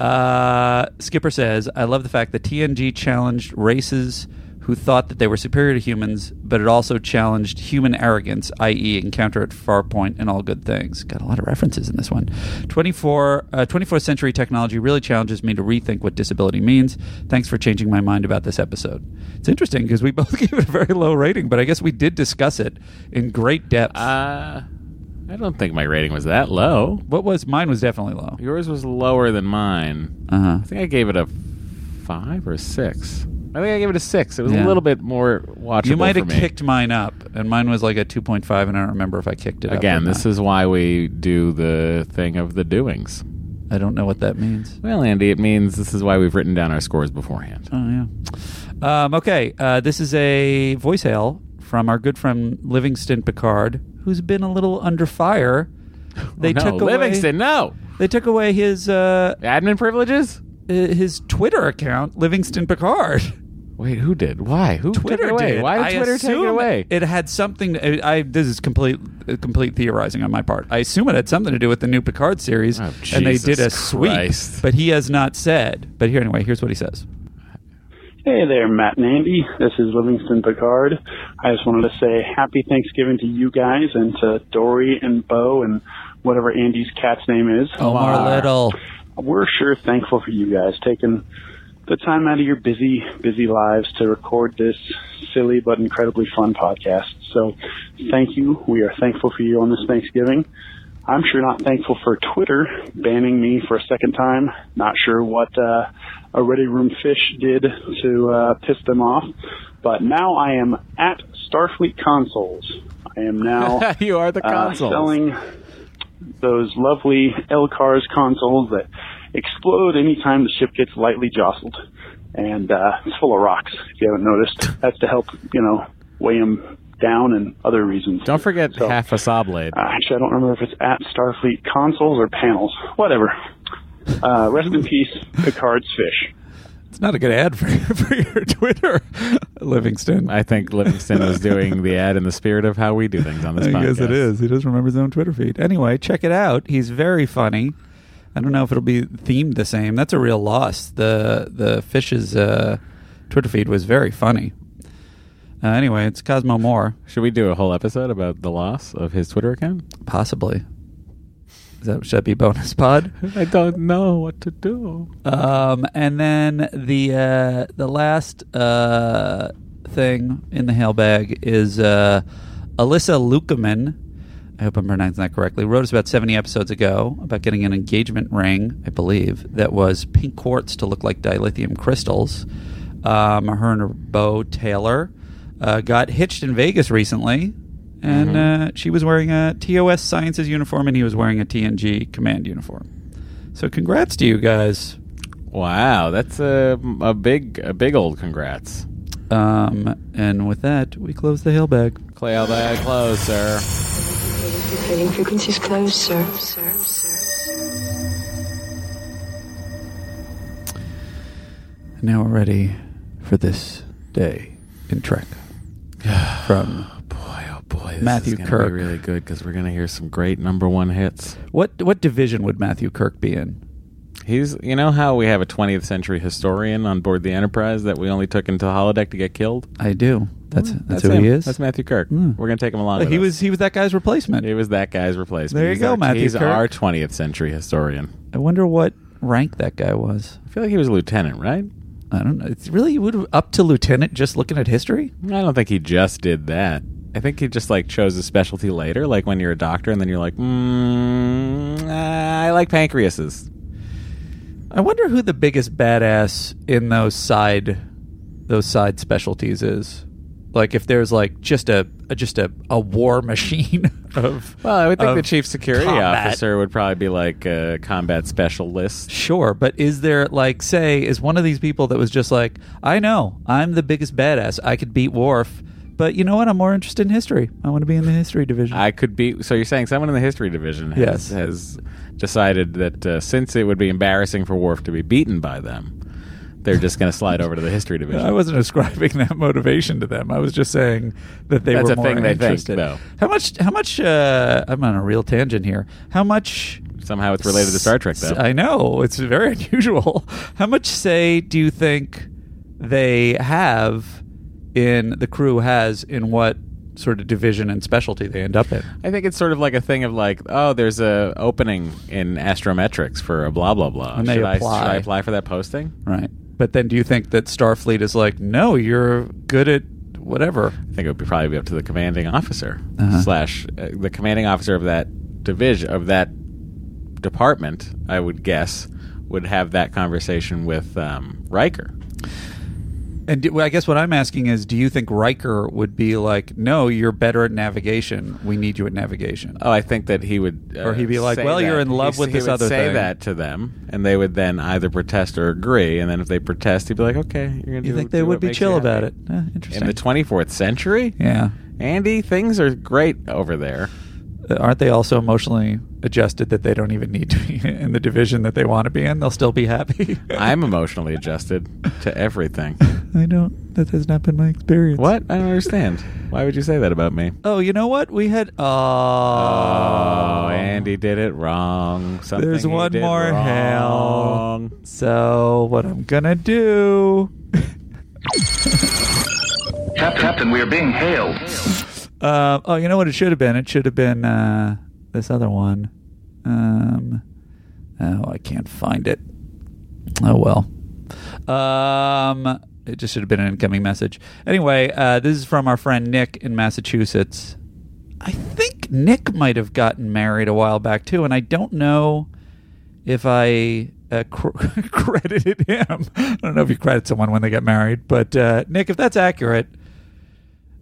Speaker 2: Uh, Skipper says, I love the fact that TNG challenged races who thought that they were superior to humans, but it also challenged human arrogance, i.e., encounter at Farpoint and all good things. Got a lot of references in this one. 24, uh, 24th century technology really challenges me to rethink what disability means. Thanks for changing my mind about this episode. It's interesting because we both gave it a very low rating, but I guess we did discuss it in great depth.
Speaker 1: uh I don't think my rating was that low.
Speaker 2: what was mine was definitely low.
Speaker 1: Yours was lower than mine.
Speaker 2: Uh-huh.
Speaker 1: I think I gave it a 5 or a 6. I think I gave it a 6. It was
Speaker 2: Yeah.
Speaker 1: a little bit more watchable
Speaker 2: You might
Speaker 1: for
Speaker 2: have
Speaker 1: me.
Speaker 2: kicked mine up, and mine was like a 2.5, and I don't remember if I kicked it up
Speaker 1: Again,
Speaker 2: or
Speaker 1: this
Speaker 2: not.
Speaker 1: is why we do the thing of the doings.
Speaker 2: I don't know what that means.
Speaker 1: Well, Andy, it means this is why we've written down our scores beforehand.
Speaker 2: Oh, yeah. Um, okay, uh, this is a voice hail from our good friend Livingston Picard, who's been a little under fire. They
Speaker 1: Oh, no.
Speaker 2: took away
Speaker 1: Livingston, no.
Speaker 2: They took away his uh,
Speaker 1: Admin privileges?
Speaker 2: uh, his Twitter account, Livingston Picard.
Speaker 1: Wait, who did? Why? Who
Speaker 2: Twitter
Speaker 1: took it away?
Speaker 2: did.
Speaker 1: Why did
Speaker 2: I
Speaker 1: Twitter take
Speaker 2: assume
Speaker 1: it away?
Speaker 2: It had something. I, I this is complete uh, complete theorizing on my part. I assume it had something to do with the new Picard series,
Speaker 1: Oh,
Speaker 2: and they
Speaker 1: Jesus
Speaker 2: did a sweep.
Speaker 1: Christ.
Speaker 2: But he has not said. But here anyway, here's what he says.
Speaker 8: Hey there, Matt and Andy. This is Livingston Picard. I just wanted to say happy Thanksgiving to you guys and to Dory and Bo and whatever Andy's cat's name is.
Speaker 5: Oh,
Speaker 2: Omar, Little.
Speaker 8: We're sure thankful for you guys taking the time out of your busy, busy lives to record this silly but incredibly fun podcast. So thank you. We are thankful for you on this Thanksgiving. I'm sure not thankful for Twitter banning me for a second time. Not sure what uh, a Ready Room Fish did to uh, piss them off. But now I am at Starfleet Consoles. I am now
Speaker 1: you are the
Speaker 8: uh,
Speaker 1: consoles.
Speaker 8: selling those lovely L cars consoles that explode anytime the ship gets lightly jostled, and uh, it's full of rocks. If you haven't noticed, that's to help you know weigh them down and other reasons.
Speaker 1: Don't forget
Speaker 8: So-
Speaker 1: half a saw blade.
Speaker 8: Uh, actually, I don't remember if it's at Starfleet consoles or panels. Whatever. Uh, rest in peace, Picard's fish.
Speaker 2: It's not a good ad for, for your Twitter, Livingston.
Speaker 1: I think Livingston was doing the ad in the spirit of how we do things on this
Speaker 2: I
Speaker 1: podcast.
Speaker 2: guess it is. He doesn't remember his own Twitter feed. Anyway, check it out. He's very funny. I don't know if it'll be themed the same. That's a real loss. The the fish's uh, Twitter feed was very funny. Uh, anyway, it's Cosmo Moore,
Speaker 1: Should we do a whole episode about the loss of his Twitter account?
Speaker 2: possibly. Is that should that be bonus pod?
Speaker 1: I don't know what to do.
Speaker 2: Um, and then the uh, the last uh, thing in the hail bag is uh, Alyssa Lukeman. I hope I'm pronouncing that correctly. Wrote us about 70 episodes ago about getting an engagement ring, I believe, that was pink quartz to look like dilithium crystals. Um, her and her beau Taylor uh, got hitched in Vegas recently, and uh, she was wearing a TOS Sciences uniform, and he was wearing a TNG Command uniform. So congrats to you guys.
Speaker 1: Wow, that's a, a big a big old congrats.
Speaker 2: Um, and with that, we close the hail bag.
Speaker 1: Clay all that close, sir.
Speaker 7: Fading frequencies close, sir. sir, sir.
Speaker 2: And now we're ready for this day in Trek. From
Speaker 1: Boy, oh boy, this
Speaker 2: Matthew
Speaker 1: is gonna
Speaker 2: Kirk.
Speaker 1: be really good because we're gonna hear some great number one hits.
Speaker 2: what what division would Matthew Kirk be in?
Speaker 1: He's you know how we have a 20th century historian on board the Enterprise that we only took into the holodeck to get killed.
Speaker 2: I do. That's that's, who
Speaker 1: him.
Speaker 2: he is.
Speaker 1: Mm,
Speaker 2: Hmm.
Speaker 1: That's Matthew Kirk. We're gonna take him along. with
Speaker 2: he
Speaker 1: us.
Speaker 2: was he was that guy's replacement.
Speaker 1: He was that guy's replacement.
Speaker 2: There you
Speaker 1: He's
Speaker 2: go,
Speaker 1: our,
Speaker 2: Matthew
Speaker 1: He's
Speaker 2: Kirk.
Speaker 1: our 20th century historian.
Speaker 2: I wonder what rank that guy was.
Speaker 1: I feel like he was a lieutenant, right?
Speaker 2: I don't know. It's really would up to lieutenant just looking at history.
Speaker 1: I don't think he just did that. I think he just like chose a specialty later, like when you're a doctor and then you're like, mm, uh, I like pancreases.
Speaker 2: I wonder who the biggest badass in those side those side specialties is. Like if there's like just a, a just a, a war machine of
Speaker 1: Well, I would think
Speaker 2: of
Speaker 1: the chief security
Speaker 2: combat.
Speaker 1: officer would probably be like a combat specialist.
Speaker 2: Sure, but is there like say is one of these people that was just like, I know, I'm the biggest badass. I could beat Worf, but you know what? I'm more interested in history. I want to be in the history division.
Speaker 1: I could be. So you're saying someone in the history division has,
Speaker 2: Yes.
Speaker 1: has decided that uh, since it would be embarrassing for Worf to be beaten by them, they're just going to slide over to the history division.
Speaker 2: I wasn't ascribing that motivation to them. I was just saying that they
Speaker 1: That's
Speaker 2: were
Speaker 1: a
Speaker 2: more
Speaker 1: thing they think,
Speaker 2: interested.
Speaker 1: though.
Speaker 2: How much? How much? Uh, I'm on a real tangent here. How much?
Speaker 1: Somehow it's related to Star Trek, though.
Speaker 2: I know it's very unusual. How much say do you think they have in the crew has in what sort of division and specialty they end up in?
Speaker 1: I think it's sort of like a thing of like, oh, there's a opening in astrometrics for a blah blah blah.
Speaker 2: And they
Speaker 1: should, I, should
Speaker 2: apply.
Speaker 1: I apply for that posting?
Speaker 2: Right. But then do you think that Starfleet is like, no, you're good at whatever?
Speaker 1: I think it would be probably be up to the commanding officer
Speaker 2: Uh-huh.
Speaker 1: slash uh, the commanding officer of that division of that department. I would guess would have that conversation with um, Riker.
Speaker 2: And do, well, I guess what I'm asking is, do you think Riker would be like, no, you're better at navigation. We need you at navigation.
Speaker 1: Oh, I think that he would, uh,
Speaker 2: Or he'd be like,
Speaker 1: say
Speaker 2: "Well,
Speaker 1: that.
Speaker 2: you're in love
Speaker 1: He-
Speaker 2: with
Speaker 1: he
Speaker 2: this
Speaker 1: would
Speaker 2: other
Speaker 1: say
Speaker 2: thing."
Speaker 1: that to them, and they would then either protest or agree. And then if they protest, he'd be like, "Okay, you're gonna."
Speaker 2: you
Speaker 1: do,
Speaker 2: think they
Speaker 1: do
Speaker 2: would
Speaker 1: what
Speaker 2: be
Speaker 1: makes you
Speaker 2: chill about it?
Speaker 1: happy."
Speaker 2: Eh, interesting.
Speaker 1: In the 24th century,
Speaker 2: yeah.
Speaker 1: Andy, things are great over there.
Speaker 2: Uh, Aren't they also emotionally adjusted that they don't even need to be in the division that they want to be in? They'll still be happy.
Speaker 1: I'm emotionally adjusted to everything.
Speaker 2: I don't. That has not been my experience.
Speaker 1: What? I don't understand. Why would you say that about me?
Speaker 2: Oh, you know what? We had. Oh,
Speaker 1: Oh, Andy did it wrong. Something
Speaker 2: There's
Speaker 1: he
Speaker 2: one
Speaker 1: did
Speaker 2: more
Speaker 1: wrong.
Speaker 2: hell. So what I'm gonna do?
Speaker 9: Captain, we are being hailed.
Speaker 2: Uh, oh, you know what? It should have been. It should have been uh, this other one. Um, oh, I can't find it. Oh well. Um, it just should have been an incoming message. Anyway, uh, this is from our friend Nick in Massachusetts. I think Nick might have gotten married a while back too, and I don't know if I uh, cr- credited him. I don't know if you credit someone when they get married, but uh, Nick, if that's accurate,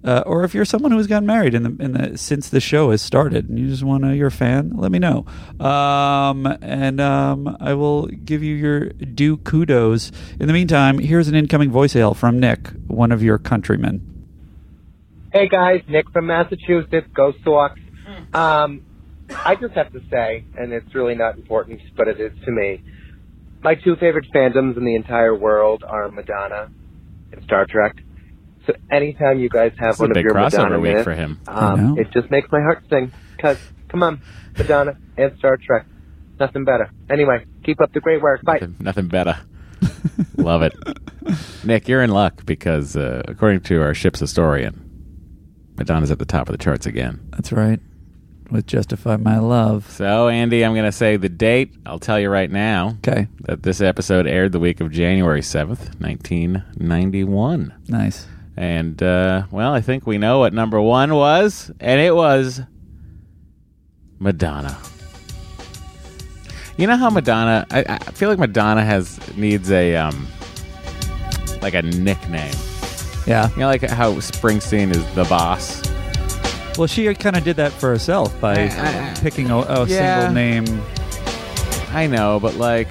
Speaker 2: uh, or if you're someone who's gotten married in the in the since the show has started and you just want to you're a fan, let me know, um, and um, I will give you your due kudos. In the meantime, here's an incoming voicemail from Nick, one of your countrymen.
Speaker 10: Hey guys, Nick from Massachusetts, go Sox. Um, I just have to say, and it's really not important, but it is to me. My two favorite fandoms in the entire world are Madonna and Star Trek. So anytime you guys have
Speaker 1: This is
Speaker 10: one
Speaker 1: a
Speaker 10: of
Speaker 1: big
Speaker 10: your Madonna
Speaker 1: crossover week
Speaker 10: minutes,
Speaker 1: for him. I
Speaker 10: Um,
Speaker 1: know.
Speaker 10: it just makes my heart sing. Cause come on, Madonna and Star Trek, nothing better. Anyway, keep up the great work. Bye.
Speaker 1: Nothing better. Love it. Nick, you're in luck because uh, according to our ship's historian, Madonna's at the top of the charts again.
Speaker 2: That's right. With Justify My Love.
Speaker 1: So, Andy, I'm going to say the date. I'll tell you right now.
Speaker 2: Okay.
Speaker 1: That this episode aired the week of January 7th, 1991.
Speaker 2: Nice.
Speaker 1: And, uh, well, I think we know what number one was, and it was Madonna. You know how Madonna? I, I feel like Madonna has needs a um, like a nickname.
Speaker 2: Yeah.
Speaker 1: You know, like how Springsteen is the boss.
Speaker 2: Well, she kind of did that for herself by picking a, a
Speaker 1: Yeah.
Speaker 2: single name.
Speaker 1: I know, but like,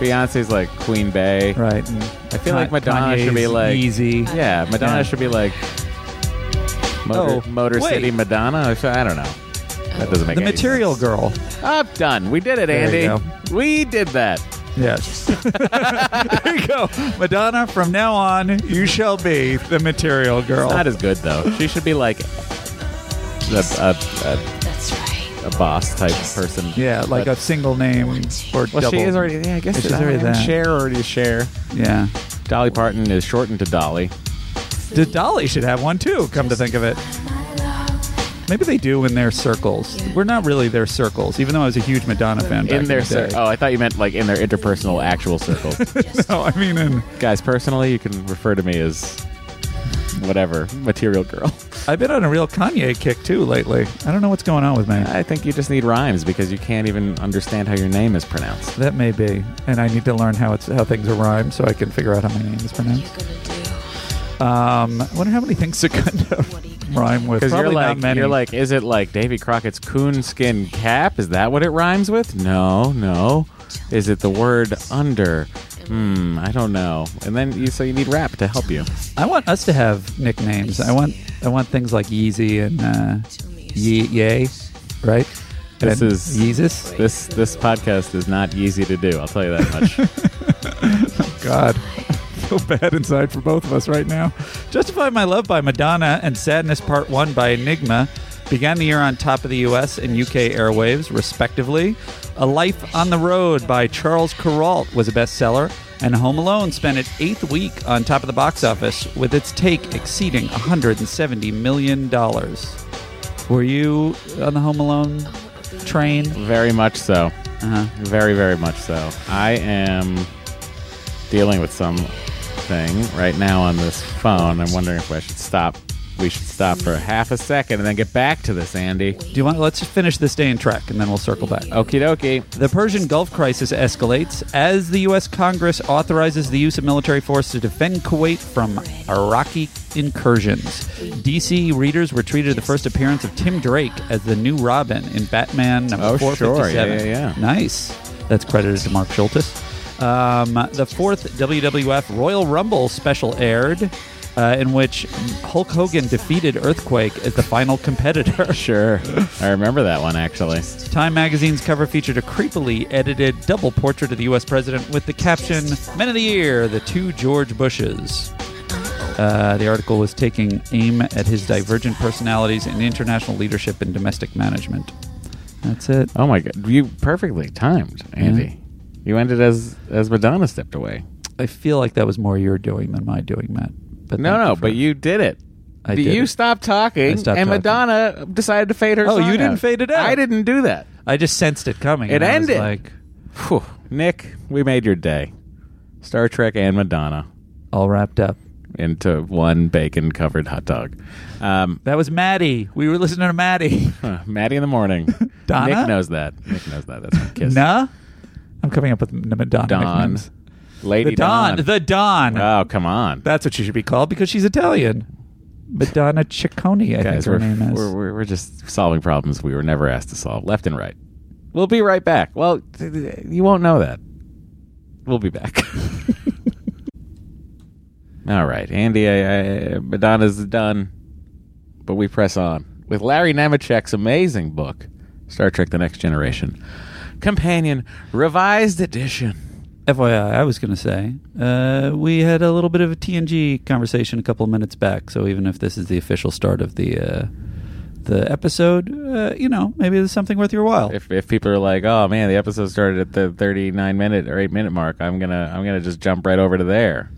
Speaker 1: Beyonce's like Queen Bay,
Speaker 2: right?
Speaker 1: I feel
Speaker 2: Ka-
Speaker 1: like Madonna should be
Speaker 2: Kanye's
Speaker 1: like
Speaker 2: Yeezy.
Speaker 1: Yeah, Madonna
Speaker 2: Yeah.
Speaker 1: should be like Motor,
Speaker 2: Oh,
Speaker 1: Motor
Speaker 2: wait.
Speaker 1: City Madonna. Or so, I don't know. That doesn't make
Speaker 2: The
Speaker 1: any
Speaker 2: Material
Speaker 1: sense.
Speaker 2: Girl.
Speaker 1: Up, done. We did it,
Speaker 2: There you
Speaker 1: Andy. We did that.
Speaker 2: Yes. there you go. Madonna, from now on, you shall be the Material Girl.
Speaker 1: It's not as good though. She should be like a, a, a, That's right. a boss type person.
Speaker 2: Yeah, like
Speaker 1: But-
Speaker 2: a single name or
Speaker 1: Well,
Speaker 2: double.
Speaker 1: she is already. Yeah, I guess
Speaker 2: she's already that.
Speaker 1: Share already share.
Speaker 2: Yeah.
Speaker 1: Dolly Parton is shortened to Dolly.
Speaker 2: D- Dolly should have one too. Come to think of it, maybe they do in their circles. We're not really their circles, even though I was a huge Madonna fan. back
Speaker 1: in their
Speaker 2: the
Speaker 1: cir-
Speaker 2: day.
Speaker 1: oh, I thought you meant like in their interpersonal actual circles.
Speaker 2: no, I mean in.
Speaker 1: Guys, personally, you can refer to me as whatever material girl.
Speaker 2: I've been on a real Kanye kick too lately. I don't know what's going on with me.
Speaker 1: I think you just need rhymes because you can't even understand how your name is pronounced.
Speaker 2: That may be, and I need to learn how it's how things are rhymed so I can figure out how my name is pronounced. Um, I wonder how many things it could rhyme with.
Speaker 1: Because you're
Speaker 2: Probably
Speaker 1: like,
Speaker 2: not many.
Speaker 1: you're like, is it like Davy Crockett's coonskin cap? Is that what it rhymes with? No, no. Is it the word under? Hmm, I don't know. And then you, so you need rap to help you.
Speaker 2: I want us to have nicknames. I want I want things like Yeezy and uh, Ye Yay, right?
Speaker 1: This
Speaker 2: And
Speaker 1: is
Speaker 2: Yeezus.
Speaker 1: This this podcast is not easy to do. I'll tell you that much.
Speaker 2: God, I feel bad inside for both of us right now. Justify My Love by Madonna and Sadness Part 1 by Enigma began the year on top of the US and UK airwaves, respectively. A Life on the Road by Charles Kuralt was a bestseller, and Home Alone spent its eighth week on top of the box office, with its take exceeding $170 million. Were you on the Home Alone train? Uh-huh.
Speaker 1: Very much so. Very, very much so. I am dealing with something right now on this phone. I'm wondering if I should stop. We should stop for half a second and then get back to this, Andy.
Speaker 2: Do you want? Let's finish this day in track, and then we'll circle back.
Speaker 1: Okie dokie.
Speaker 2: The Persian Gulf crisis escalates as the U.S. Congress authorizes the use of military force to defend Kuwait from Iraqi incursions. DC readers were treated to the first appearance of Tim Drake as the new Robin in Batman number
Speaker 1: Oh, sure.
Speaker 2: 457.
Speaker 1: Yeah, yeah, yeah.
Speaker 2: Nice. That's credited to Mark Schultes. Um, the fourth WWF Royal Rumble special aired, uh, in which Hulk Hogan defeated Earthquake as the final competitor.
Speaker 1: Sure. I remember that one, actually.
Speaker 2: Time magazine's cover featured a creepily edited double portrait of the U.S. president with the caption "Men of the Year: The Two George Bushes." Uh, the article was taking aim at his divergent personalities in international leadership and domestic management. That's it.
Speaker 1: Oh, my God. You perfectly timed, Andy. You ended as, as Madonna stepped away.
Speaker 2: I feel like that was more your doing than my doing, Matt. But
Speaker 1: No,
Speaker 2: thank
Speaker 1: no,
Speaker 2: for
Speaker 1: but
Speaker 2: it.
Speaker 1: you did it.
Speaker 2: I
Speaker 1: But
Speaker 2: did
Speaker 1: you
Speaker 2: it.
Speaker 1: stopped
Speaker 2: I
Speaker 1: talking,
Speaker 2: stopped
Speaker 1: and
Speaker 2: talking.
Speaker 1: Madonna decided to fade her
Speaker 2: Oh,
Speaker 1: song
Speaker 2: you didn't
Speaker 1: out.
Speaker 2: fade it out.
Speaker 1: I didn't do that.
Speaker 2: I just sensed it coming.
Speaker 1: It
Speaker 2: and I was
Speaker 1: ended.
Speaker 2: like
Speaker 1: Whew. Nick, we made your day. Star Trek and Madonna
Speaker 2: all wrapped up.
Speaker 1: into one bacon covered hot dog. Um,
Speaker 2: That was Maddie. We were listening to Maddie.
Speaker 1: Maddie in the morning.
Speaker 2: Donna?
Speaker 1: Nick knows that. Nick knows that. That's my kiss.
Speaker 2: Nah, I'm coming up with Madonna.
Speaker 1: Don.
Speaker 2: nicknames.
Speaker 1: Lady
Speaker 2: the Don.
Speaker 1: Don.
Speaker 2: The Don.
Speaker 1: Oh, come on.
Speaker 2: That's what she should be called because she's Italian. Madonna Ciccone, I think
Speaker 1: Guys,
Speaker 2: her
Speaker 1: we're,
Speaker 2: name is.
Speaker 1: we're, we're, we're just solving problems we were never asked to solve, left and right. We'll be right back. Well, th- th- you won't know that. We'll be back. All right, Andy, I, I, Madonna's done, but we press on with Larry Nemechek's amazing book, Star Trek The Next Generation, Companion Revised Edition.
Speaker 2: FYI, I was going to say uh, we had a little bit of a TNG conversation a couple of minutes back. So even if this is the official start of the uh, the episode, uh, you know maybe there's something worth your while.
Speaker 1: If, if people are like, "Oh man, the episode started at the 39 minute or 8 minute mark," I'm gonna I'm gonna just jump right over to there.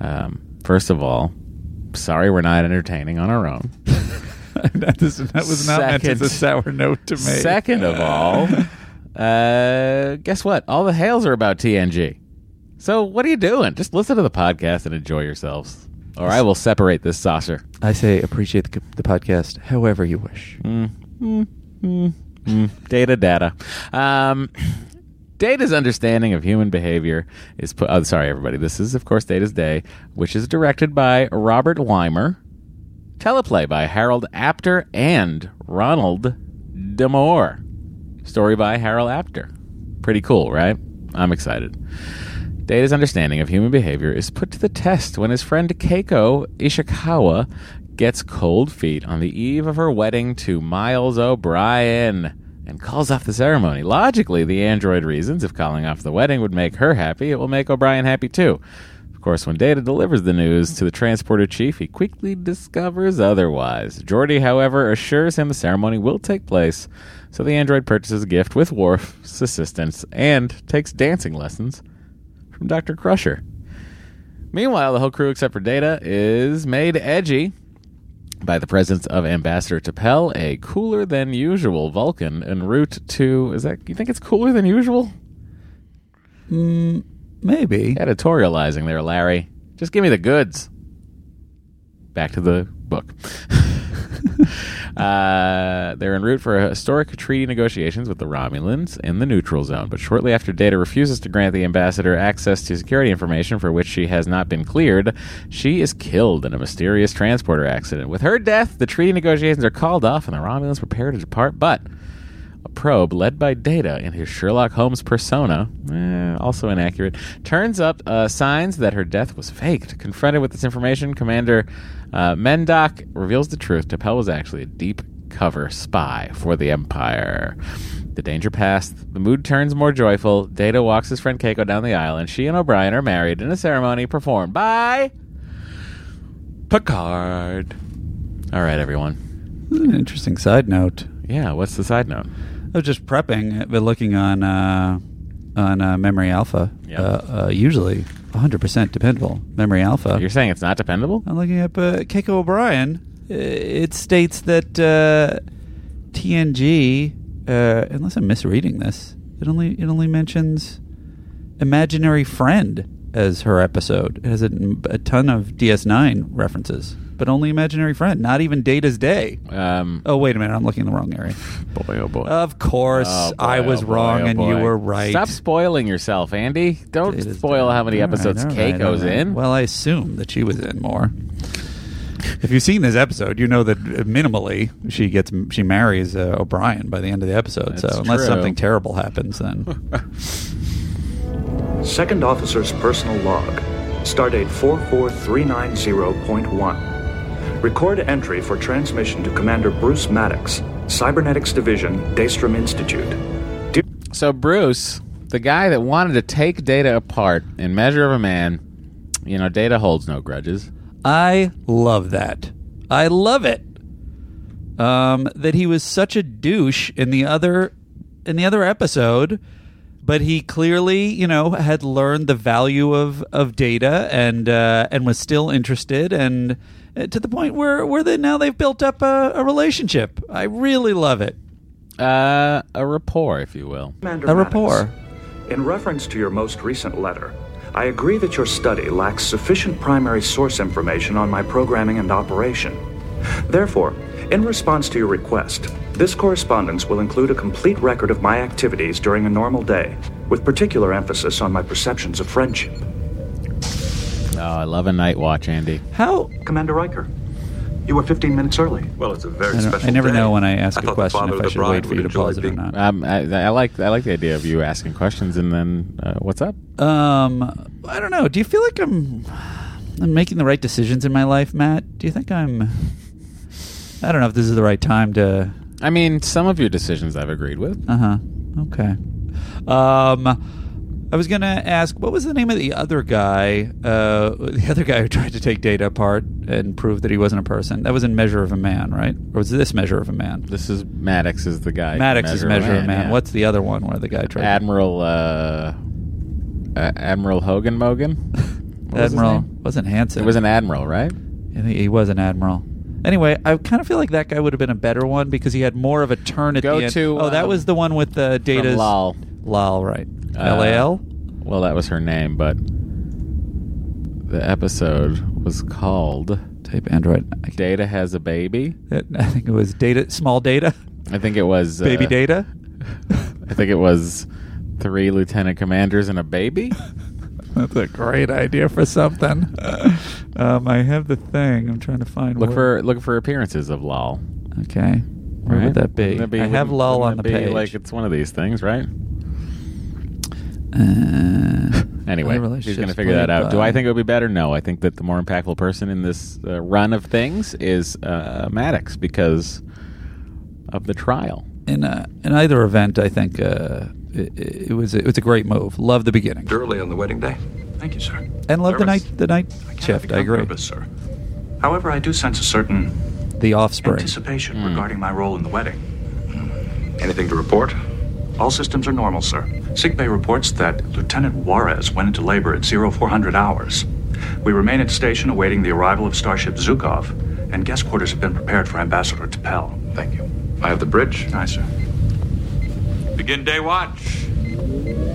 Speaker 1: Um, first of all, sorry we're not entertaining on our own.
Speaker 2: that, this, that was not meant as a sour note to make.
Speaker 1: Second of all, uh, guess what? All the hails are about TNG. So what are you doing? Just listen to the podcast and enjoy yourselves, or I will separate this saucer.
Speaker 2: I say appreciate the, the podcast however you wish.
Speaker 1: Mm, data, data. Um, data's understanding of human behavior is. Pu- oh, sorry, everybody. This is, of course, Data's Day, which is directed by Robert Weimer. Teleplay by Harold Apter and Ronald Demore. Story by Harold Apter. Pretty cool, right? I'm excited. Data's understanding of human behavior is put to the test when his friend Keiko Ishikawa gets cold feet on the eve of her wedding to Miles O'Brien and calls off the ceremony. Logically, the android reasons if calling off the wedding would make her happy, it will make O'Brien happy too. Of course, when Data delivers the news to the transporter chief, he quickly discovers otherwise. Geordi, however, assures him the ceremony will take place, so the android purchases a gift with Worf's assistance and takes dancing lessons from Dr. Crusher. Meanwhile, the whole crew except for Data is made edgy by the presence of Ambassador T'Pel, a cooler than usual Vulcan en route to is that you think it's cooler than usual?
Speaker 2: Mm, maybe.
Speaker 1: Editorializing there, Larry. Just give me the goods. Back to the book. Uh, they're en route for historic treaty negotiations with the Romulans in the neutral zone. But shortly after Data refuses to grant the ambassador access to security information for which she has not been cleared, she is killed in a mysterious transporter accident. With her death, the treaty negotiations are called off and the Romulans prepare to depart. But a probe led by Data in his Sherlock Holmes persona, eh, also inaccurate, turns up uh, signs that her death was faked. Confronted with this information, Commander uh, Mendoc reveals the truth. T'Pel was actually a deep cover spy for the Empire. The danger passed. The mood turns more joyful. Data walks his friend Keiko down the aisle, and she and O'Brien are married in a ceremony performed by Picard. All right, everyone.
Speaker 2: An Hmm, interesting side note.
Speaker 1: Yeah, what's the side note?
Speaker 2: I was just prepping, but looking on uh, on uh, Memory Alpha. Uh, uh, usually, 100% dependable. Memory Alpha.
Speaker 1: You're saying it's not dependable?
Speaker 2: I'm looking up uh, Keiko O'Brien. Uh, It states that uh, TNG, uh, unless I'm misreading this, it only it only mentions imaginary friend as her episode. It has a, a ton of DS9 references, but only imaginary friend. Not even Data's Day.
Speaker 1: Um,
Speaker 2: oh wait a minute, I'm looking in the wrong area.
Speaker 1: Boy, oh boy.
Speaker 2: Of course,
Speaker 1: Oh, boy,
Speaker 2: I was
Speaker 1: oh, boy,
Speaker 2: wrong
Speaker 1: oh,
Speaker 2: and you
Speaker 1: boy.
Speaker 2: were right.
Speaker 1: Stop spoiling yourself, Andy. Don't spoil how many
Speaker 2: All right,
Speaker 1: episodes
Speaker 2: all right, all
Speaker 1: Keiko's
Speaker 2: right.
Speaker 1: in.
Speaker 2: Well, I assume that she was in more. If you've seen this episode, you know that uh, minimally she gets she marries uh, O'Brien by the end of the episode.
Speaker 11: That's
Speaker 2: so unless
Speaker 11: true.
Speaker 2: something terrible happens, then
Speaker 11: Second Officer's Personal Log, Stardate 44390.1. Record entry for transmission to Commander Bruce Maddox, Cybernetics Division, Daystrom Institute.
Speaker 1: So Bruce, the guy that wanted to take Data apart in Measure of a Man, you know, Data holds no grudges.
Speaker 2: I love that. I love it. Um, that he was such a douche in the other in the other episode, but he clearly, you know, had learned the value of of data and uh, and was still interested and uh, to the point where where they now they've built up a, a relationship. I really love it.
Speaker 1: Uh, a rapport, if you will.
Speaker 11: Commander Maddox, In reference to your most recent letter, I agree that your study lacks sufficient primary source information on my programming and operation. Therefore, in response to your request, this correspondence will include a complete record of my activities during a normal day, with particular emphasis on my perceptions of friendship.
Speaker 1: Oh, I love a night watch, Andy.
Speaker 2: How?
Speaker 11: Commander Riker, you were 15 minutes early.
Speaker 12: Well, it's a very
Speaker 2: I don't- I
Speaker 12: special
Speaker 2: never
Speaker 12: day.
Speaker 2: know when I ask a
Speaker 12: thought the
Speaker 2: question
Speaker 12: father
Speaker 2: if
Speaker 12: of
Speaker 2: I
Speaker 12: the
Speaker 2: should
Speaker 12: bride
Speaker 2: wait for
Speaker 12: would
Speaker 2: you to
Speaker 12: enjoy
Speaker 2: pause it or
Speaker 12: being-
Speaker 2: not.
Speaker 1: Um, I, I like I like the idea of you asking questions and then uh, what's up?
Speaker 2: Um, I don't know. Do you feel like I'm I'm making the right decisions in my life, Matt? Do you think I'm? I don't know if this is the right time to.
Speaker 1: I mean, some of your decisions I've agreed with.
Speaker 2: Uh huh. Okay. Uh-huh. Um, I was going to ask, what was the name of the other guy? Uh, the other guy who tried to take data apart and prove that he wasn't a person. That was in Measure of a Man, right? Or was this Measure of a Man?
Speaker 1: This is Maddox is the guy.
Speaker 2: Maddox is Measure of a Man.
Speaker 1: yeah.
Speaker 2: What's the other one where the guy tried?
Speaker 1: Admiral uh, uh, Admiral Hogan Mogan? What was his
Speaker 2: Admiral
Speaker 1: name?
Speaker 2: wasn't Hanson.
Speaker 1: It was an admiral, right?
Speaker 2: I think he was an admiral. Anyway, I kind of feel like that guy would have been a better one because he had more of a turn at
Speaker 1: Go
Speaker 2: the end.
Speaker 1: to,
Speaker 2: oh, that
Speaker 1: um,
Speaker 2: was the one with the data.
Speaker 1: From Lal.
Speaker 2: Lal, right?
Speaker 1: Uh,
Speaker 2: Lal.
Speaker 1: Well, that was her name, but the episode was called
Speaker 2: Type Android.
Speaker 1: Data has a baby.
Speaker 2: I think it was data. Small data.
Speaker 1: I think it was uh,
Speaker 2: Baby data.
Speaker 1: I think it was three lieutenant commanders and a baby.
Speaker 2: That's a great idea for something. um, I have the thing. I'm trying to find.
Speaker 1: Look
Speaker 2: where-
Speaker 1: for look for appearances of Lal.
Speaker 2: Okay. Where would that be?
Speaker 1: Wouldn't that
Speaker 2: I have
Speaker 1: wouldn't-
Speaker 2: Lal
Speaker 1: wouldn't
Speaker 2: on the
Speaker 1: that be
Speaker 2: page.
Speaker 1: Like it's one of these things, right?
Speaker 2: Uh,
Speaker 1: anyway, he's going
Speaker 2: other
Speaker 1: to
Speaker 2: relationships
Speaker 1: figure that
Speaker 2: played
Speaker 1: out. Do
Speaker 2: by-
Speaker 1: I think it would be better? No, I think that the more impactful person in this uh, run of things is uh, Maddox because of the trial.
Speaker 2: in uh, in either event, I think uh, it, it was it was a great move. Love the beginning
Speaker 12: Early on the wedding day. Thank you, sir.
Speaker 2: and love the
Speaker 12: Nervous?
Speaker 2: night the night shift. I agree.
Speaker 12: Nervous, sir. However, I do sense a certain
Speaker 2: The offspring.
Speaker 12: anticipation regarding my role in the wedding. Anything to report? All systems are normal, sir. Sick bay reports that Lieutenant Juarez went into labor at 0400 hours. We remain at station awaiting the arrival of Starship Zukov, and guest quarters have been prepared for Ambassador Tapel. Thank you. I have the bridge. Aye, sir.
Speaker 13: Begin day watch.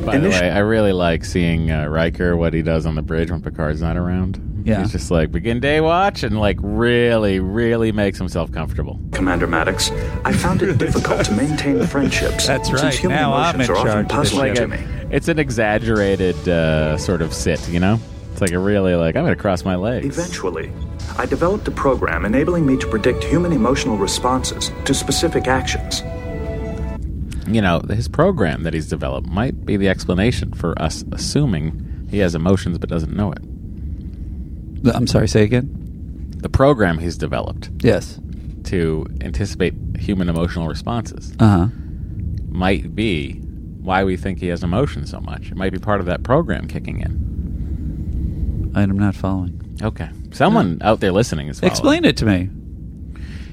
Speaker 1: By the way, I really like seeing uh, Riker what he does on the bridge when Picard's not around.
Speaker 2: Yeah.
Speaker 1: he's just like begin day watch and like really, really makes himself comfortable.
Speaker 12: Commander Maddox, I found it difficult to maintain friendships. Since human emotions are often puzzling
Speaker 1: Like
Speaker 12: to
Speaker 1: a-
Speaker 12: me.
Speaker 1: It's an exaggerated uh, sort of sit, you know. It's like a really like I'm going to cross my legs.
Speaker 12: Eventually, I developed a program enabling me to predict human emotional responses to specific actions.
Speaker 1: you know, his program that he's developed might be the explanation for us assuming he has emotions but doesn't know it.
Speaker 2: I'm sorry. Say again.
Speaker 1: The program he's developed
Speaker 2: Yes.
Speaker 1: to anticipate human emotional responses
Speaker 12: Uh-huh.
Speaker 2: Uh huh.
Speaker 1: might be why we think he has emotions so much. It might be part of that program kicking in.
Speaker 2: I'm not following.
Speaker 1: Okay. Someone out there listening is following.
Speaker 2: Explain it to me.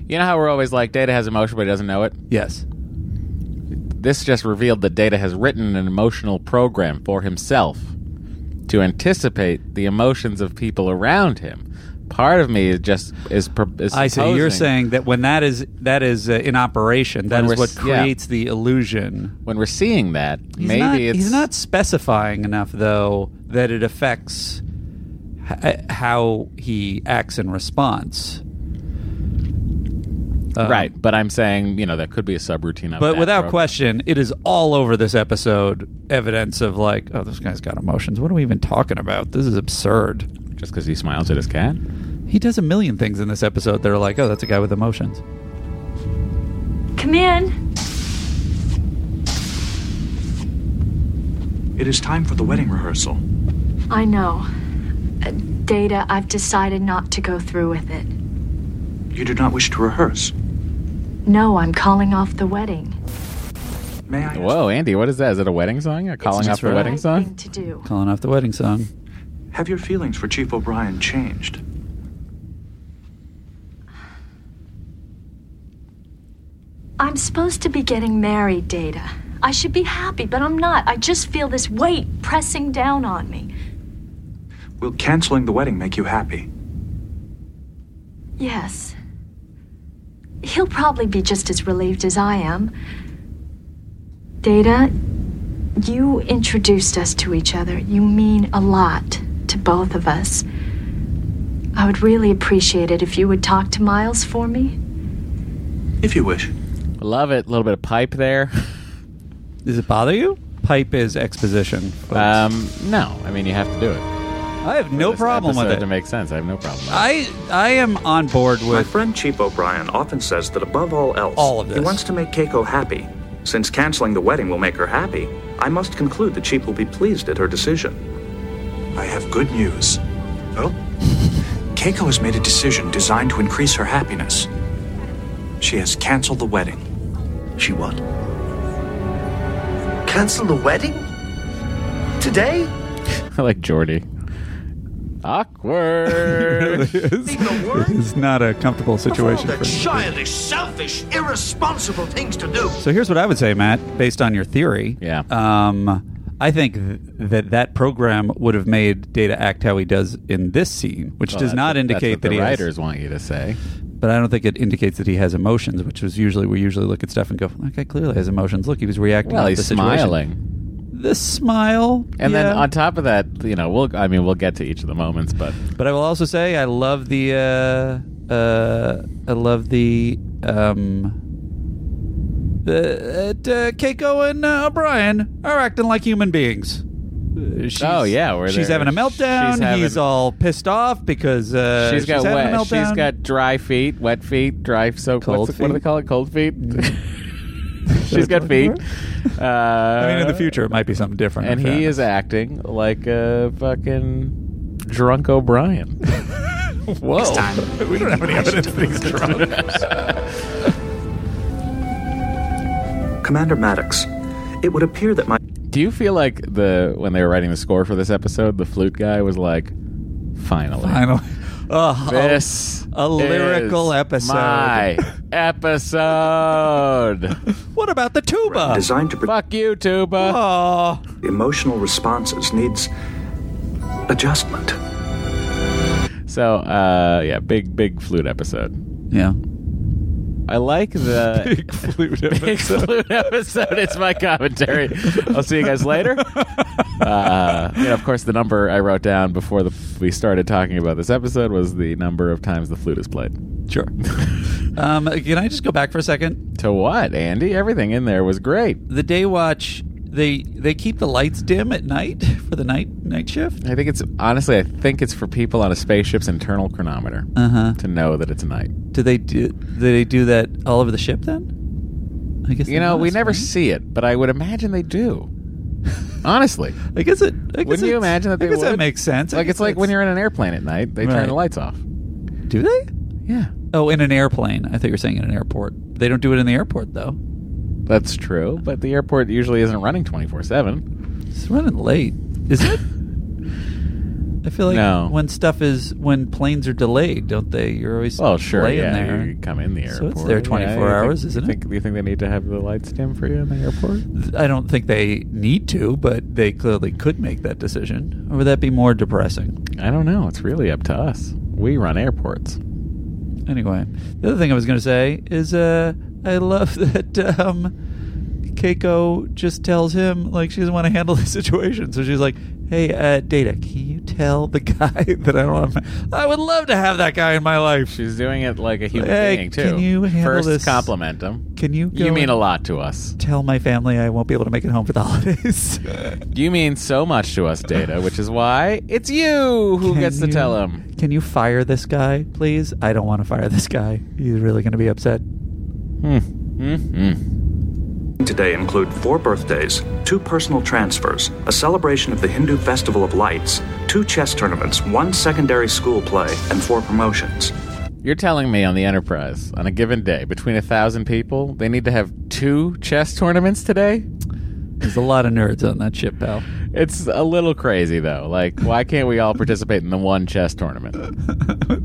Speaker 1: You know how we're always like data has emotion but he doesn't know it?
Speaker 2: Yes.
Speaker 1: This just revealed that data has written an emotional program for himself to anticipate the emotions of people around him. Part of me is just is, pro- is
Speaker 2: I see. You're
Speaker 1: supposing-
Speaker 2: saying that when that is that is uh, in operation, that
Speaker 1: When
Speaker 2: is
Speaker 1: we're
Speaker 2: what
Speaker 1: s- yeah.
Speaker 2: creates the illusion.
Speaker 1: When we're seeing that,
Speaker 2: he's
Speaker 1: maybe
Speaker 2: not,
Speaker 1: it's
Speaker 2: he's not specifying enough though that it affects h- uh, how he acts in response. Um,
Speaker 1: right. But I'm saying you know that could be a subroutine of.
Speaker 2: But
Speaker 1: that
Speaker 2: without
Speaker 1: program.
Speaker 2: question, it is all over this episode evidence of like, oh, this guy's got emotions. What are we even talking about? This is absurd.
Speaker 1: Just because he smiles at his cat?
Speaker 2: He does a million things in this episode that are like, oh, that's a guy with emotions.
Speaker 14: Come in.
Speaker 12: It is time for the wedding rehearsal.
Speaker 14: I know. Uh, Data, I've decided not to go through with it.
Speaker 12: You do not wish to rehearse.
Speaker 14: No, I'm calling off the wedding.
Speaker 12: May I?
Speaker 1: Whoa, Andy, what is that? Is it a wedding song? A calling off
Speaker 2: just
Speaker 1: the
Speaker 2: right.
Speaker 1: wedding song?
Speaker 14: To do.
Speaker 2: Calling off the wedding song.
Speaker 12: Have your feelings for Chief O'Brien changed?
Speaker 14: I'm supposed to be getting married, Data. I should be happy, but I'm not. I just feel this weight pressing down on me.
Speaker 12: Will canceling the wedding make you happy?
Speaker 14: Yes. He'll probably be just as relieved as I am. Data, you introduced us to each other. You mean a lot to both of us. I would really appreciate it if you would talk to Miles for me.
Speaker 12: If you wish.
Speaker 1: Love it. A little bit of pipe there.
Speaker 2: Does it bother you? Pipe is exposition.
Speaker 1: Um, no. I mean, you have to do it.
Speaker 2: I have no problem with it.
Speaker 1: To make sense, I have no problem. With
Speaker 2: I I am on board with.
Speaker 12: My friend Chief O'Brien often says that above all else,
Speaker 2: All of
Speaker 12: he
Speaker 2: this.
Speaker 12: wants to make Keiko happy. Since canceling the wedding will make her happy, I must conclude the Chief will be pleased at her decision. I have good news. Oh? Keiko has made a decision designed to increase her happiness. She has canceled the wedding. She what?
Speaker 15: Cancel the wedding?
Speaker 4: today?
Speaker 1: I like Jordy. Awkward.
Speaker 2: it's not a comfortable situation.
Speaker 4: The
Speaker 2: For me.
Speaker 4: childish, selfish, irresponsible things to do.
Speaker 2: So here's what I would say, Matt, based on your theory. Yeah. Um, I think th- that that program would have made Data act how he does in this scene, which
Speaker 1: Well,
Speaker 2: does
Speaker 1: that's
Speaker 2: not
Speaker 1: what- that's
Speaker 2: indicate
Speaker 1: what the
Speaker 2: that he has-
Speaker 1: writers want you to say.
Speaker 2: But I don't think it indicates that he has emotions, which was usually we usually look at stuff and go, "That guy clearly has emotions. Look, he was reacting."
Speaker 1: Well,
Speaker 2: to
Speaker 1: he's
Speaker 2: the situation."
Speaker 1: smiling.
Speaker 2: The smile,
Speaker 1: And then
Speaker 2: yeah.
Speaker 1: on top of that, you know, we'll I mean we'll get to each of the moments, but
Speaker 2: But I will also say I love the uh, uh, I love the um, the uh, uh, Keiko and uh, O'Brien are acting like human beings. Uh, she's-
Speaker 1: Oh, yeah, where
Speaker 2: she's
Speaker 1: they're-
Speaker 2: having a meltdown.
Speaker 1: she's having-
Speaker 2: He's all pissed off because uh,
Speaker 1: she's got
Speaker 2: having
Speaker 1: wet.
Speaker 2: a meltdown.
Speaker 1: She's got dry feet, wet feet, dry soap.
Speaker 2: Cold
Speaker 1: what's the- What do they
Speaker 2: feet. Mm.
Speaker 1: call it? Cold feet. she's got feet. Uh, I
Speaker 2: mean, in the future, it might be something different,
Speaker 1: And
Speaker 2: in
Speaker 1: he
Speaker 2: fairness.
Speaker 1: is acting like a fucking drunk O'Brien.
Speaker 2: Whoa! we don't have any evidence that he's
Speaker 11: Commander Maddox, it would appear that my.
Speaker 1: Do you feel like the when they were writing the score for this episode, the flute guy was like, finally,
Speaker 2: Finally. Oh,
Speaker 1: this
Speaker 2: a, lyrical
Speaker 1: is
Speaker 2: episode.
Speaker 1: my episode.
Speaker 2: What about the tuba?
Speaker 11: Designed to.
Speaker 1: Fuck you, tuba.
Speaker 11: Emotional responses needs adjustment.
Speaker 1: So, uh, yeah, big big flute episode.
Speaker 2: Yeah.
Speaker 1: I like the
Speaker 2: big flute
Speaker 1: Big
Speaker 2: episode.
Speaker 1: flute episode. It's my commentary. I'll see you guys later. Uh, you know, of course, the number I wrote down before the, we started talking about this episode was the number of times the flute is played.
Speaker 2: Sure. um, can I just go back for a second?
Speaker 1: To what, Andy? Everything in there was great.
Speaker 2: The day watch, they they keep the lights dim at night for the night night shift.
Speaker 1: I think it's honestly, I think it's for people on a spaceship's internal chronometer
Speaker 2: Uh-huh.
Speaker 1: to know that it's night.
Speaker 2: Do they do do they do that all over the ship then? I guess
Speaker 1: You know, we never see it, but I would imagine they do. Honestly,
Speaker 2: I guess it. I guess
Speaker 1: Wouldn't you
Speaker 2: it's-
Speaker 1: imagine that
Speaker 2: I
Speaker 1: they
Speaker 2: guess that
Speaker 1: would?
Speaker 2: makes sense. I
Speaker 1: Like
Speaker 2: guess
Speaker 1: it's like
Speaker 2: that's-
Speaker 1: when you're in an airplane at night, they
Speaker 2: Right.
Speaker 1: turn the lights off.
Speaker 2: Do they?
Speaker 1: Yeah.
Speaker 2: Oh, in an airplane. I thought you were saying in an airport. They don't do it in the airport though.
Speaker 1: That's true, but the airport usually isn't running twenty four seven.
Speaker 2: It's running late, is it? I feel like
Speaker 1: No.
Speaker 2: when stuff is when planes are delayed, don't they? You're always
Speaker 1: Well, sure,
Speaker 2: delayed
Speaker 1: yeah.
Speaker 2: in there.
Speaker 1: You come in the airport.
Speaker 2: So it's there 24
Speaker 1: Yeah, you
Speaker 2: hours,
Speaker 1: think,
Speaker 2: isn't
Speaker 1: you Think, do you think they need to have the lights dim for you in the airport?
Speaker 2: it? I don't think they need to, but they clearly could make that decision. Or would that be more depressing?
Speaker 1: I don't know. It's really up to us. We run airports.
Speaker 2: Anyway, the other thing I was going to say is uh, I love that um, Keiko just tells him, like, she doesn't want to handle the situation. So she's like, hey, uh, Data, can you tell the guy that I don't want I would love to have that guy in my life.
Speaker 1: She's doing it like a human
Speaker 2: Hey,
Speaker 1: being too.
Speaker 2: can you handle
Speaker 1: First,
Speaker 2: this?
Speaker 1: compliment him.
Speaker 2: Can you go
Speaker 1: You mean
Speaker 2: and-
Speaker 1: a lot to us.
Speaker 2: tell my family I won't be able to make it home for the holidays.
Speaker 1: You mean so much to us, Data, which is why it's you who
Speaker 2: Can
Speaker 1: gets to
Speaker 2: you-
Speaker 1: tell him.
Speaker 2: Can you fire this guy, please? I don't want to fire this guy. He's really going to be upset.
Speaker 1: Hmm.
Speaker 11: Hmm? Today include four birthdays, two personal transfers, a celebration of the Hindu Festival of Lights, two chess tournaments, one secondary school play, and four promotions.
Speaker 1: You're telling me on the Enterprise, on a given day, between a thousand people, they need to have two chess tournaments today?
Speaker 2: There's a lot of nerds on that ship, pal.
Speaker 1: It's a little crazy, though. Like, why can't we all participate in the one chess tournament?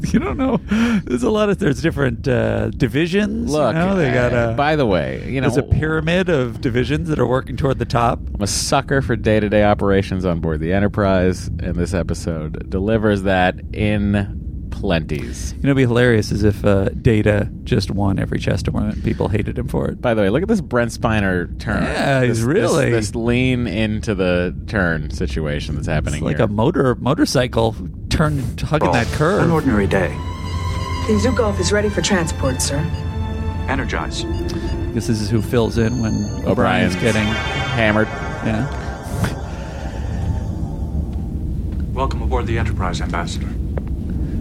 Speaker 2: you don't know. There's a lot of there's different uh, divisions.
Speaker 1: Look,
Speaker 2: you know? they got
Speaker 1: uh,
Speaker 2: a.
Speaker 1: by the way, you know,
Speaker 2: there's a pyramid of divisions that are working toward the top.
Speaker 1: I'm a sucker for day to day operations on board the Enterprise, and this episode delivers that in plenties.
Speaker 2: You know, it'd be hilarious is if uh, Data just won every chess tournament. People hated him for it.
Speaker 1: By the way, look at this Brent Spiner turn.
Speaker 2: Yeah, he's
Speaker 1: This-
Speaker 2: really-
Speaker 1: this, this lean into the turn situation that's happening
Speaker 2: It's like
Speaker 1: here.
Speaker 2: a motor motorcycle turn hugging
Speaker 12: Oh,
Speaker 2: that curve. An
Speaker 11: ordinary day.
Speaker 15: The Zukov is ready for transport, sir.
Speaker 11: Energize.
Speaker 2: This is who fills in when
Speaker 1: O'Brien's
Speaker 2: O'Brien's, getting
Speaker 1: hammered.
Speaker 2: Yeah.
Speaker 11: Welcome aboard the Enterprise, Ambassador.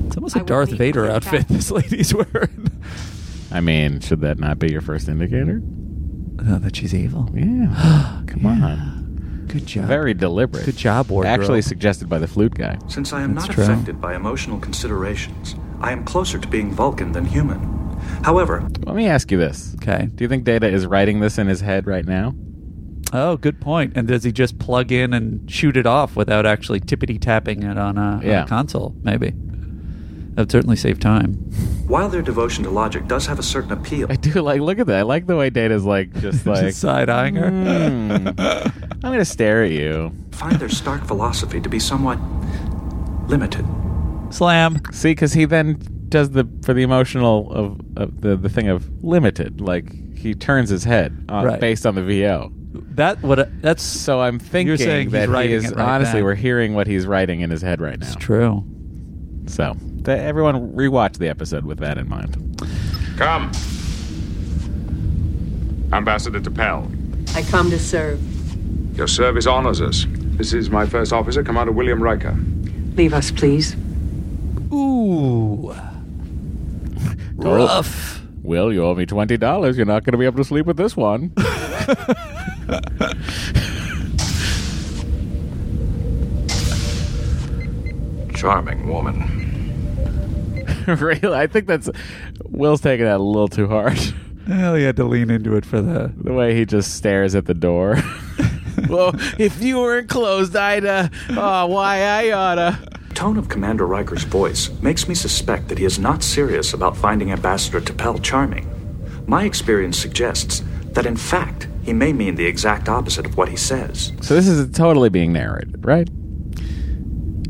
Speaker 2: It's almost a Darth Vader outfit this lady's wearing.
Speaker 1: I mean, should that not be your first indicator?
Speaker 2: Oh, that she's evil.
Speaker 1: Yeah. Come on.
Speaker 2: Good job.
Speaker 1: Very deliberate.
Speaker 2: Good job, wardrobe.
Speaker 1: Actually suggested by the flute guy.
Speaker 11: Since I am
Speaker 1: That's
Speaker 11: not
Speaker 1: true.
Speaker 11: affected by emotional considerations, I am closer to being Vulcan than human. However,
Speaker 1: Let me ask you this.
Speaker 2: Okay.
Speaker 1: Do you think Data is writing this in his head right now?
Speaker 2: Oh, good point. And does he just plug in and shoot it off without actually tippity tapping it on a, on a
Speaker 12: Yeah.
Speaker 2: console? Maybe. That would certainly save time.
Speaker 12: While their devotion to logic does have a certain appeal,
Speaker 1: I do like. Look at that. I like the way Data's like just like Hmm.
Speaker 2: side eyeing her.
Speaker 1: I'm gonna stare at you.
Speaker 12: find their stark philosophy to be somewhat limited.
Speaker 2: Slam.
Speaker 1: See, because he then does the for the emotional of, of the the thing of limited. Like he turns his head on,
Speaker 2: Right.
Speaker 1: based on the VO.
Speaker 2: That what that's
Speaker 1: so I'm thinking
Speaker 2: You're saying he's
Speaker 1: that he
Speaker 2: writing
Speaker 1: is
Speaker 2: it right
Speaker 1: honestly
Speaker 2: back.
Speaker 1: we're hearing what he's writing in his head right now. It's
Speaker 2: true.
Speaker 1: So th- everyone rewatch the episode with that in mind.
Speaker 16: Come. Ambassador to Pell.
Speaker 17: I come to serve.
Speaker 16: Your service honors us. This is my first officer, Commander William Riker.
Speaker 17: Leave us, please.
Speaker 2: Ooh.
Speaker 1: Rough. Well, you owe me twenty dollars. You're not going to be able to sleep with this one.
Speaker 12: Charming woman.
Speaker 1: really, I think that's Will's taking that a little too hard.
Speaker 2: Well, he had to lean into it for the
Speaker 1: the way he just stares at the door. well, if you weren't closed, I'd. Uh, oh, why I oughta.
Speaker 12: Tone of Commander Riker's voice makes me suspect that he is not serious about finding Ambassador T'Pel charming. My experience suggests that, in fact, he may mean the exact opposite of what he says.
Speaker 1: So this is totally being narrated, right?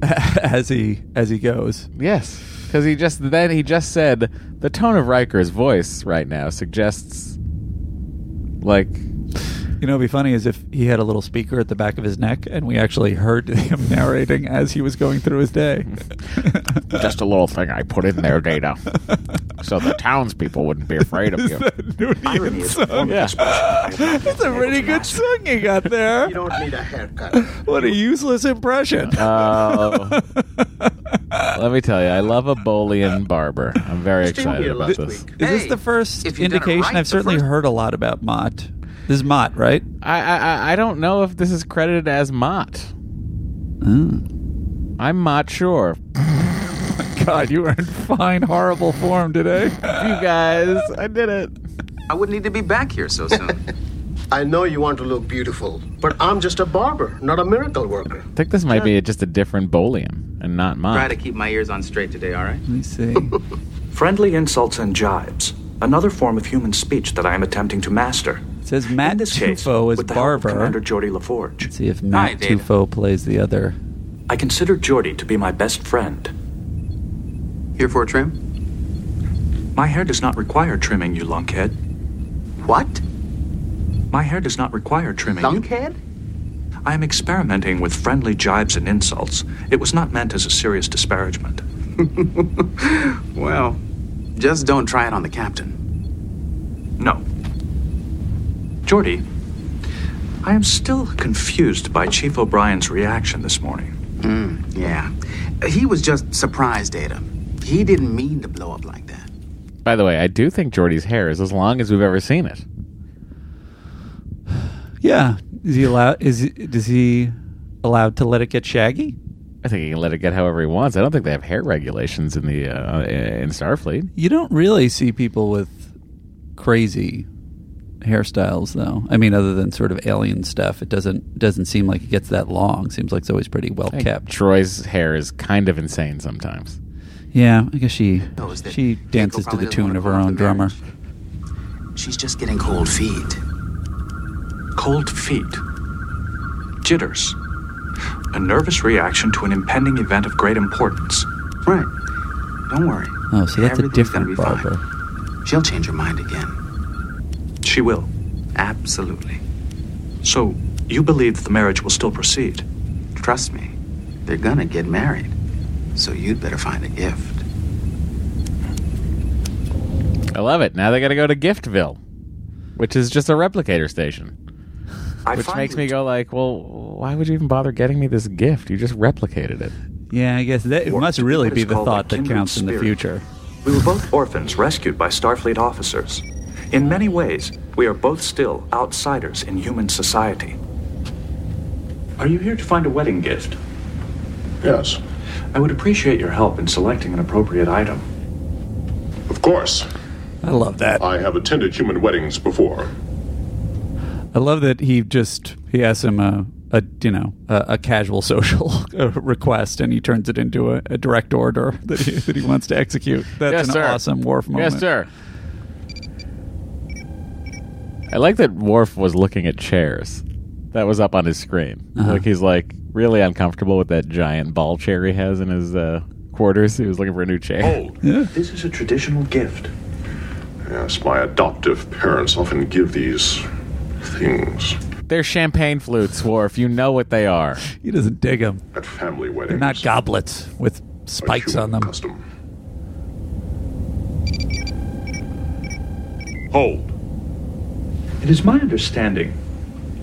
Speaker 2: as he as he goes.
Speaker 1: Yes, because he just then he just said the tone of Riker's voice right now suggests like
Speaker 2: You know, it'd be funny is if he had a little speaker at the back of his neck and we actually heard him narrating as he was going through his day.
Speaker 1: just a little thing I put in their data, so the townspeople wouldn't be afraid of you.
Speaker 12: Irony is a form of
Speaker 1: Yeah.
Speaker 12: expression.
Speaker 2: That's a pretty good song you got there. You
Speaker 12: don't need a haircut.
Speaker 2: What a useless impression.
Speaker 1: Oh. Let me tell you, I love a Bolian barber. I'm very excited about this.
Speaker 2: Is this the first indication? I've certainly heard a lot about Mott. This is Mott, right?
Speaker 1: I, I I- I don't know if this is credited as Mott. I'm not sure.
Speaker 2: Hmm. God, you were in fine, horrible form today. you
Speaker 1: guys, I did it.
Speaker 18: I wouldn't need to be back here so soon. I know you want to look beautiful, but I'm just a barber, not a miracle worker.
Speaker 1: I think this might be just a different Bolian and not Mott.
Speaker 18: to keep my ears on straight today, all right?
Speaker 2: Let me see.
Speaker 12: Friendly insults and jibes, another form of human speech that I am attempting to master.
Speaker 2: It says Matt Tufo is
Speaker 12: Commander
Speaker 2: Barber.
Speaker 12: Geordi LaForge.
Speaker 2: See if Matt
Speaker 12: Dave.
Speaker 2: Tufo plays the other.
Speaker 12: I consider Geordie to be my best friend. Here for a trim? My hair does not require trimming, you lunkhead. What? My hair does not require trimming. Lunkhead? I am experimenting with friendly jibes and insults. It was not meant as a serious disparagement.
Speaker 18: Well, just don't try it on the captain.
Speaker 12: No. Geordie, I am still confused by Chief O'Brien's reaction this morning.
Speaker 18: Mm, yeah. He was just surprised, Data. He didn't mean to blow up like that.
Speaker 1: By the way, I do think Jordy's hair is as long as we've ever seen it.
Speaker 2: Yeah. Is he allowed? Is he- does he allowed to let it get shaggy?
Speaker 1: I think he can let it get however he wants. I don't think they have hair regulations in the uh, in Starfleet.
Speaker 2: You don't really see people with crazy hairstyles, though. I mean, other than sort of alien stuff, it doesn't doesn't seem like it gets that long. Seems like it's always pretty well
Speaker 1: Hey,
Speaker 2: kept.
Speaker 1: Troy's hair is kind of insane sometimes.
Speaker 2: Yeah, I guess she
Speaker 18: Knows that
Speaker 2: she
Speaker 18: Keiko
Speaker 2: dances to
Speaker 18: probably
Speaker 2: the
Speaker 18: doesn't
Speaker 2: tune
Speaker 18: wanna
Speaker 2: of her
Speaker 18: call off
Speaker 2: own
Speaker 18: the
Speaker 2: drummer.
Speaker 18: She's just getting cold feet.
Speaker 12: Cold feet. Jitters. A nervous reaction to an impending event of great importance.
Speaker 18: Right. Don't worry.
Speaker 2: Oh, so that's a
Speaker 18: Everything's
Speaker 2: different
Speaker 18: gonna be fine.
Speaker 2: barber.
Speaker 18: She'll change her mind again.
Speaker 12: She will.
Speaker 18: Absolutely.
Speaker 12: So, you believe the marriage will still proceed?
Speaker 18: Trust me, they're gonna get married. So you'd better find a gift.
Speaker 1: I love it. Now they got to go to Giftville, which is just a replicator station.
Speaker 12: I
Speaker 1: which
Speaker 12: find
Speaker 1: makes
Speaker 12: that-
Speaker 1: me go like, well, why would you even bother getting me this gift? You just replicated it.
Speaker 2: Yeah, I guess that it must really be the thought that counts in the future.
Speaker 12: We were both orphans rescued by Starfleet officers. In many ways, we are both still outsiders in human society. Are you here to find a wedding gift? Yes. I would appreciate your help in selecting an appropriate item.
Speaker 19: Of course.
Speaker 2: I love that.
Speaker 19: I have attended human weddings before.
Speaker 2: I love that he just he asks him a, a you know a, a casual social uh, request, and he turns it into a, a direct order that he, that he wants to execute. That's
Speaker 1: Yes,
Speaker 2: an
Speaker 1: sir.
Speaker 2: awesome wharf moment.
Speaker 1: Yes, sir. I like that Worf was looking at chairs. That was up on his screen.
Speaker 2: Uh-huh.
Speaker 1: Like he's like really uncomfortable with that giant ball chair he has in his uh, quarters. He was looking for a new
Speaker 2: Eh.
Speaker 1: chair.
Speaker 20: Oh,
Speaker 16: This is a traditional gift. Yes, my adoptive parents often give these things
Speaker 1: They're champagne flutes, Worf. You know what they are.
Speaker 2: He doesn't dig them.
Speaker 16: at family weddings.
Speaker 2: They're not goblets with spikes on them.
Speaker 12: Hold. It is my understanding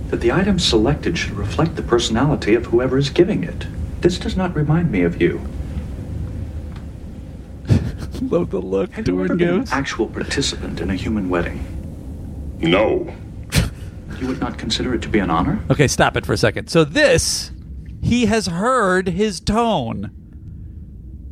Speaker 12: that the item selected should reflect the personality of whoever is giving it. This does not remind me of you.
Speaker 2: Love the look
Speaker 12: Have you ever been an actual participant in a human wedding?
Speaker 16: No.
Speaker 12: You would not consider it to be an honor?
Speaker 2: Okay, stop it for a second. So this, he has heard his tone.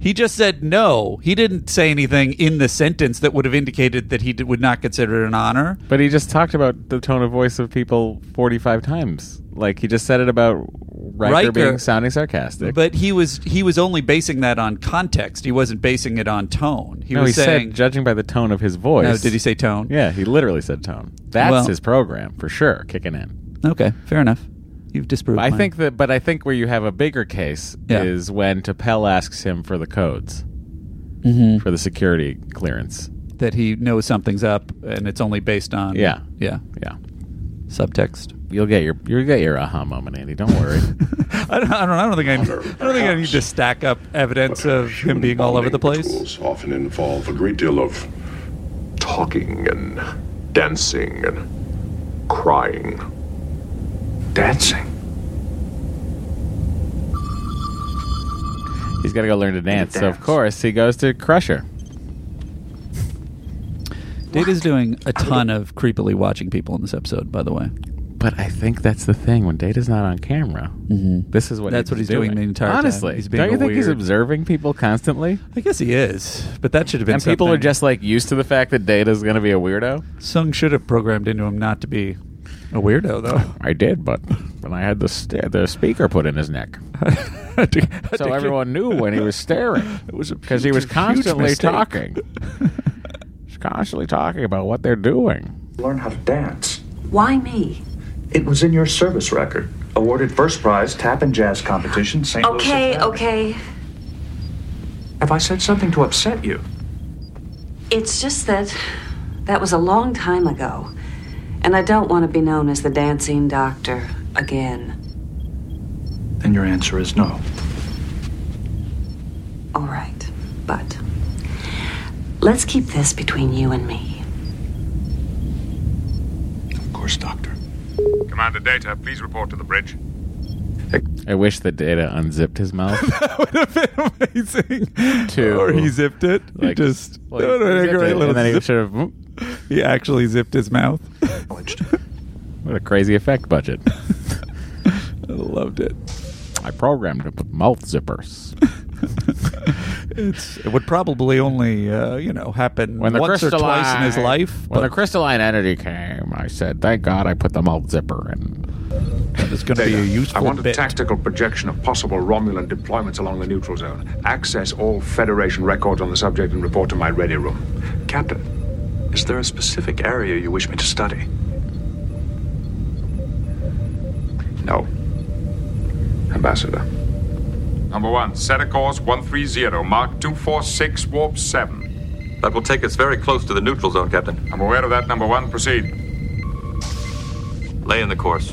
Speaker 2: He just said no. He didn't say anything in the sentence that would have indicated that he d- would not consider it an honor.
Speaker 1: But he just talked about the tone of voice of people 45 times. Like he just said it about Riker,
Speaker 2: Riker.
Speaker 1: being sounding sarcastic.
Speaker 2: But he was he was only basing that on context. He wasn't basing it on tone. He
Speaker 1: no,
Speaker 2: was
Speaker 1: he
Speaker 2: saying
Speaker 1: said judging by the tone of his voice.
Speaker 2: No, did he say tone?
Speaker 1: Yeah, he literally said tone. That's
Speaker 2: Well-
Speaker 1: his program for sure, kicking in.
Speaker 2: Okay, fair enough. You've disproved.
Speaker 1: I
Speaker 2: mine.
Speaker 1: think that, but I think where you have a bigger case
Speaker 2: Yeah.
Speaker 1: is when Tapel asks him for the codes
Speaker 2: Mhm.
Speaker 1: for the security clearance.
Speaker 2: that he knows something's up, and it's only based on
Speaker 1: Yeah.
Speaker 2: yeah,
Speaker 1: yeah.
Speaker 2: Subtext.
Speaker 1: You'll get your you'll get your aha moment, Andy. Don't worry.
Speaker 2: I don't, I don't. I don't think I. I don't think I need to stack up evidence of him being all over the place.
Speaker 16: Rituals often involve a great deal of talking and dancing and crying. Dancing?
Speaker 1: He's got to go learn to dance. So of course he goes to Crusher.
Speaker 2: Data's doing a ton of creepily watching people in this episode, by the way.
Speaker 1: But I think that's the thing. When Data's not on camera, this is what
Speaker 2: Mm-hmm. That's what he's doing the entire time.
Speaker 1: Honestly,
Speaker 2: He's being
Speaker 1: don't you
Speaker 2: a
Speaker 1: think he's
Speaker 2: weird-
Speaker 1: observing people constantly?
Speaker 2: I guess he is, but that should have been
Speaker 1: and people are
Speaker 2: something-
Speaker 1: just like used to the fact that Data's going to be a weirdo.
Speaker 2: Sung should have programmed into him not to be a weirdo, though.
Speaker 1: I did, but when I had the st- the speaker put in his neck, so everyone knew when he was staring.
Speaker 2: It was
Speaker 1: because he was
Speaker 2: huge
Speaker 1: constantly
Speaker 2: mistake.
Speaker 1: talking. He's constantly talking about what they're doing.
Speaker 12: Learn how to dance.
Speaker 17: Why me?
Speaker 12: It was in your service record. Awarded first prize tap and jazz competition, St. Louis.
Speaker 17: Okay, okay.
Speaker 12: Have I said something to upset you?
Speaker 17: It's just that that was a long time ago, and I don't want to be known as the dancing doctor again.
Speaker 12: Then your answer is no.
Speaker 17: All right, but let's keep this between you and me.
Speaker 12: Of course, Doctor.
Speaker 16: Commander Data, please report to the bridge.
Speaker 1: I wish that Data unzipped his mouth. that would have been amazing. To,
Speaker 2: Or he zipped it. he
Speaker 1: like,
Speaker 2: just.
Speaker 1: well,
Speaker 2: that
Speaker 1: he
Speaker 2: would have been a
Speaker 1: zipped
Speaker 2: great
Speaker 1: it,
Speaker 2: little
Speaker 1: and then he
Speaker 2: zip.
Speaker 1: should have.
Speaker 2: He actually zipped his mouth.
Speaker 1: What a crazy effect budget.
Speaker 2: I loved it.
Speaker 1: I programmed to put mouth zippers.
Speaker 2: It's, it would probably only, uh, you know, happen
Speaker 1: When the
Speaker 2: once or twice in his
Speaker 1: crystalline-
Speaker 2: life.
Speaker 1: when
Speaker 2: but
Speaker 1: the crystalline entity came, I said, "Thank God I put the mouth zipper in."
Speaker 2: It's going
Speaker 1: to be a useful
Speaker 16: I want a
Speaker 1: bit.
Speaker 16: tactical projection of possible Romulan deployments along the neutral zone. Access all Federation records on the subject and report to my ready room.
Speaker 12: Captain, is there a specific area you wish me to study?
Speaker 16: No. Ambassador.
Speaker 9: Number one, set a course 130, Mark 246, warp 7. That will take us very close to the neutral zone, Captain. I'm aware of that, number one. Proceed. Lay in the course.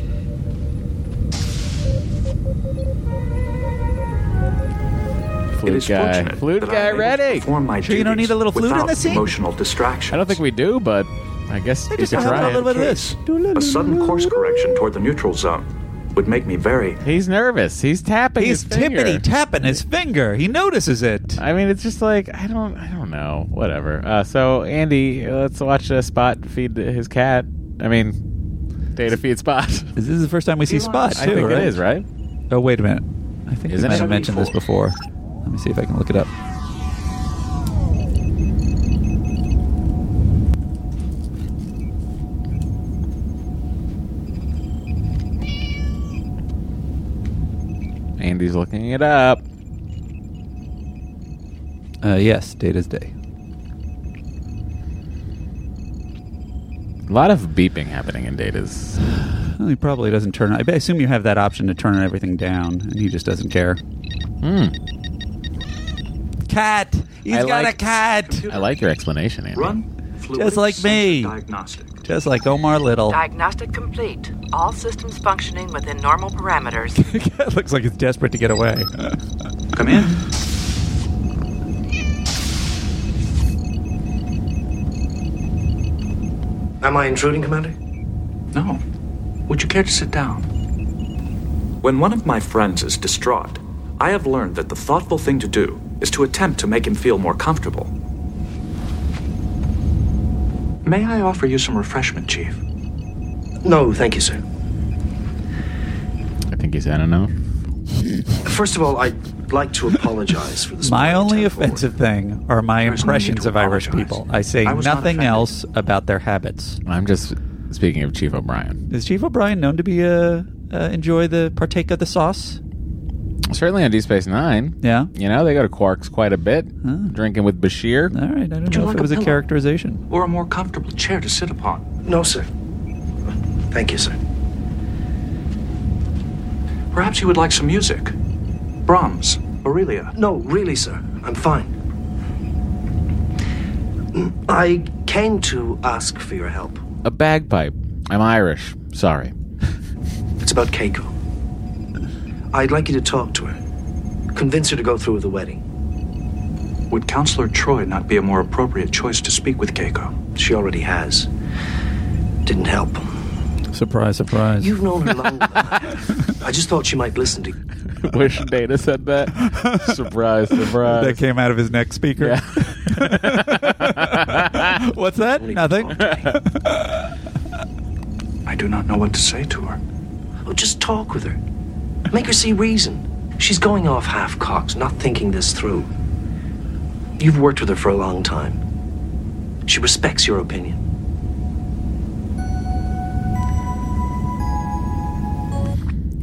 Speaker 1: Flute
Speaker 12: it is
Speaker 1: guy.
Speaker 12: fortunate
Speaker 1: Flute
Speaker 12: that
Speaker 1: guy
Speaker 12: I'm able to
Speaker 1: ready.
Speaker 12: perform my
Speaker 2: Sure you don't
Speaker 12: duties
Speaker 2: need a little flute in
Speaker 12: without
Speaker 2: the scene?
Speaker 12: emotional distraction.
Speaker 1: I don't think we do, but I guess you could try it.
Speaker 2: this.
Speaker 12: A sudden course correction toward the neutral zone would make me very
Speaker 1: He's nervous. He's tapping.
Speaker 2: He's
Speaker 1: his finger.
Speaker 2: tippity tapping his finger. He notices it.
Speaker 1: I mean, it's just like I don't, I don't know. Whatever. Uh, so Andy, let's watch uh, Spot feed his cat. I mean, Data feed Spot.
Speaker 2: This is the first time we see Spot,
Speaker 1: I
Speaker 2: too,
Speaker 1: think
Speaker 2: right?
Speaker 1: it is right.
Speaker 2: Oh, wait a minute. I think
Speaker 1: Isn't
Speaker 2: we might
Speaker 1: it?
Speaker 2: have mentioned this before. Let me see if I can look it up.
Speaker 1: Andy's looking it up.
Speaker 2: Uh, yes, Data's Day.
Speaker 1: A lot of beeping happening in Data's.
Speaker 2: Well, he probably doesn't turn. I assume you have that option to turn everything down, and he just doesn't care.
Speaker 1: Hmm.
Speaker 2: Cat. He's
Speaker 1: I
Speaker 2: got
Speaker 1: like-
Speaker 2: a cat.
Speaker 1: I like your explanation, Andy.
Speaker 2: Just like me. Just like Omar Little.
Speaker 15: Diagnostic complete. All systems functioning within normal parameters.
Speaker 2: It looks like it's desperate to get away.
Speaker 12: Come in.
Speaker 4: Am I intruding, Commander?
Speaker 12: No. Would you care to sit down? When one of my friends is distraught, I have learned that the thoughtful thing to do is to attempt to make him feel more comfortable. May I offer you some refreshment, Chief?
Speaker 4: No, thank you, sir.
Speaker 1: I think he's had enough.
Speaker 4: First of all, I'd like to apologize for the
Speaker 2: My only offensive thing are my impressions of Irish people. I say
Speaker 4: I was not
Speaker 2: nothing else about their habits.
Speaker 1: I'm just speaking of Chief O'Brien.
Speaker 2: Is Chief O'Brien known to be uh, uh enjoy the partake of the sauce?
Speaker 1: Certainly on D Space Nine.
Speaker 2: Yeah.
Speaker 1: You know, they go to Quark's quite a bit, drinking with Bashir.
Speaker 2: All right. I don't
Speaker 12: Would you know if like it a was a pillow?
Speaker 2: characterization.
Speaker 12: Or a more comfortable chair to sit upon?
Speaker 4: No, sir. Thank you, sir.
Speaker 12: Perhaps you would like some music? Brahms, Aurelia.
Speaker 4: No, really, sir. I'm fine. Mm, I came to ask for your help.
Speaker 1: A bagpipe. I'm Irish. Sorry.
Speaker 4: It's about Keiko. I'd like you to talk to her. Convince her to go through with the wedding.
Speaker 12: Would Counselor Troy not be a more appropriate choice to speak with Keiko?
Speaker 4: She already has. Didn't help.
Speaker 2: Surprise, surprise.
Speaker 4: You've known her longer than I have. I just thought she might listen to you.
Speaker 1: Wish Data said that. surprise, surprise.
Speaker 2: That came out of his next speaker. What's that? Nothing.
Speaker 12: I do not know what to say to her.
Speaker 4: Oh, just talk with her. Make her see reason. She's going off half cocked, not thinking this through. You've worked with her for a long time. She respects your opinion.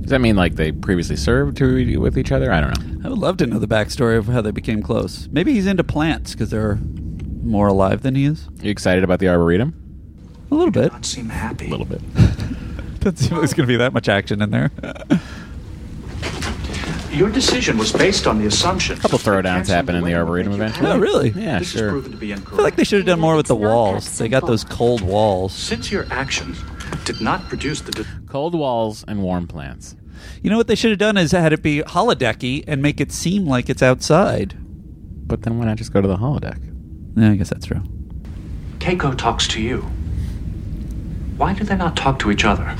Speaker 1: Does that mean like they previously served to e- with each other? I don't know.
Speaker 2: I would love to know the backstory of how they became close. Maybe he's into plants because they're more alive than he is.
Speaker 1: You excited about the arboretum?
Speaker 2: A little bit.
Speaker 12: Not seem happy.
Speaker 1: A little bit.
Speaker 2: Doesn't seem like there's going to be that much action in there.
Speaker 12: Your decision was based on the assumption. A
Speaker 1: couple throwdowns happen in the arboretum eventually.
Speaker 2: Oh, really?
Speaker 1: Yeah,
Speaker 12: this has
Speaker 1: sure.
Speaker 12: proven to be
Speaker 2: I feel
Speaker 12: incorrect.
Speaker 2: like they should have done more with the walls. They got those cold walls.
Speaker 12: Since your actions did not produce the. De-
Speaker 1: Cold walls and warm plants.
Speaker 2: You know what they should have done is had it be holodecky and make it seem like it's outside.
Speaker 1: But then why not just go to the holodeck?
Speaker 2: Yeah, I guess that's true.
Speaker 12: Keiko talks to you. Why do they not talk to each other?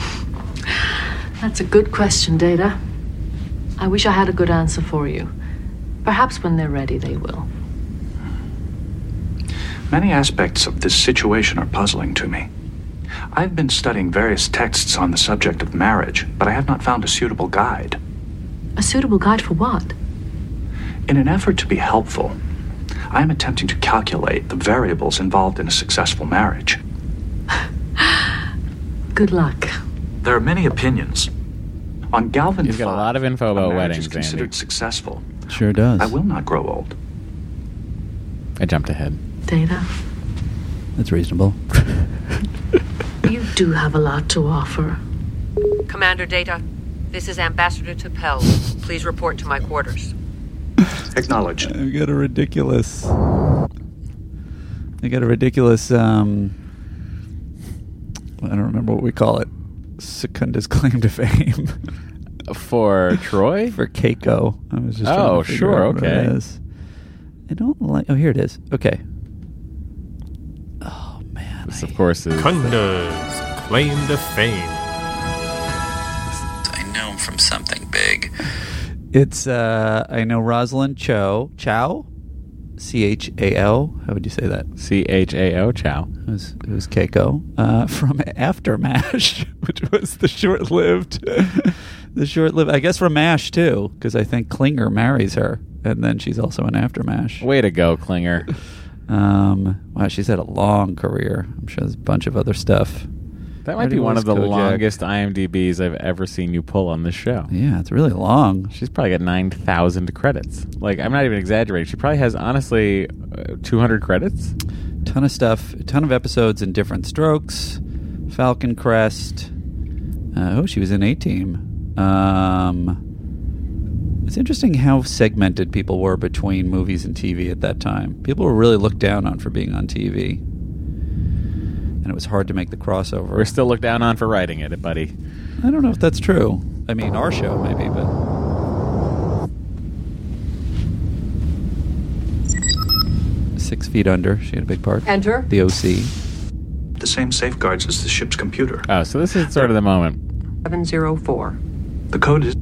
Speaker 14: That's a good question, Data. I wish I had a good answer for you. Perhaps when they're ready, they will.
Speaker 12: Many aspects of this situation are puzzling to me. I've been studying various texts on the subject of marriage, but I have not found a suitable guide.
Speaker 14: A suitable guide for what?
Speaker 12: In an effort to be helpful, I am attempting to calculate the variables involved in a successful marriage.
Speaker 14: Good luck.
Speaker 12: There are many opinions. On Galvin
Speaker 1: He's got a lot of info about
Speaker 12: marriage
Speaker 1: weddings,
Speaker 12: is considered
Speaker 1: Andy.
Speaker 12: successful.
Speaker 2: Sure does.
Speaker 12: I will not grow old.
Speaker 1: I jumped ahead.
Speaker 14: Data,
Speaker 2: That's reasonable.
Speaker 14: you do have a lot to offer.
Speaker 19: Commander Data, this is Ambassador Tapel. Please report to my quarters.
Speaker 12: Acknowledged.
Speaker 2: I've got a ridiculous. I got a ridiculous. um I don't remember what we call it. Secunda's claim to fame
Speaker 1: for Troy
Speaker 2: for Keiko. I was just. trying
Speaker 1: Oh,
Speaker 2: to figure
Speaker 1: sure,
Speaker 2: out what it
Speaker 1: okay.
Speaker 2: is. I don't like. Oh, here it is. Okay.
Speaker 1: This, of course, is.
Speaker 21: Kunda's claim to fame.
Speaker 22: I know him from something big.
Speaker 2: It's uh I know Rosalind Cho Chow, C H A O. How would you say that?
Speaker 1: C H A O Chow.
Speaker 2: It was, it was Keiko uh, from After Mash, which was the short-lived, the short-lived. I guess from Mash too, because I think Klinger marries her, and then she's also in After Mash.
Speaker 1: Way to go, Klinger.
Speaker 2: Um, wow, she's had a long career. I'm sure there's a bunch of other stuff.
Speaker 1: That might be one of the longest IMDb's I've ever seen you pull on this show.
Speaker 2: Yeah, it's really long.
Speaker 1: She's probably got nine thousand credits. Like I'm not even exaggerating. She probably has honestly uh, two hundred credits.
Speaker 2: Ton of stuff, ton of episodes in different strokes. Falcon Crest. Uh, oh, she was in A Team. Um, it's interesting how segmented people were between movies and TV at that time. People were really looked down on for being on TV, and it was hard to make the crossover.
Speaker 1: We're still looked down on for writing it, buddy.
Speaker 2: I don't know if that's true. I mean, our show maybe, but Six Feet Under. She had a big part.
Speaker 15: Enter.
Speaker 2: the OC.
Speaker 12: The same safeguards as the ship's computer.
Speaker 1: Oh, so this is sort of the moment.
Speaker 15: 704.
Speaker 12: The code is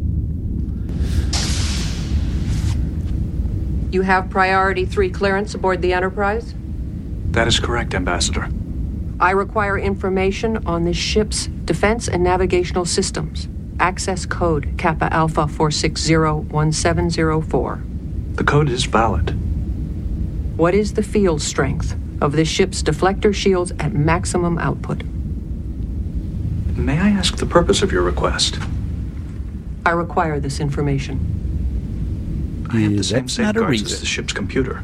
Speaker 15: You have priority 3 clearance aboard the Enterprise.
Speaker 12: That is correct, Ambassador.
Speaker 15: I require information on this ship's defense and navigational systems. Access code Kappa Alpha 4601704.
Speaker 12: The code is valid.
Speaker 15: What is the field strength of this ship's deflector shields at maximum output?
Speaker 12: May I ask the purpose of your request?
Speaker 15: I require this information.
Speaker 12: I have the same safeguards as the ship's computer.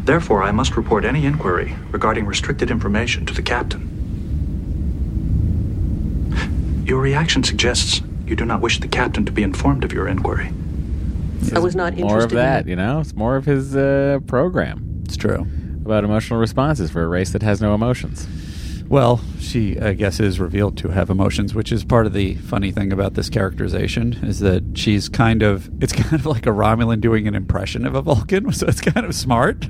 Speaker 12: Therefore, I must report any inquiry regarding restricted information to the captain. Your reaction suggests you do not wish the captain to be informed of your inquiry.
Speaker 15: I was not
Speaker 1: More of
Speaker 15: interested in
Speaker 1: that, you know. It's more of his uh, program.
Speaker 2: It's true
Speaker 1: about emotional responses for a race that has no emotions.
Speaker 2: Well, she, I guess, is revealed to have emotions, which is part of the funny thing about this characterization is that she's kind of, it's kind of like a Romulan doing an impression of a Vulcan. So it's kind of smart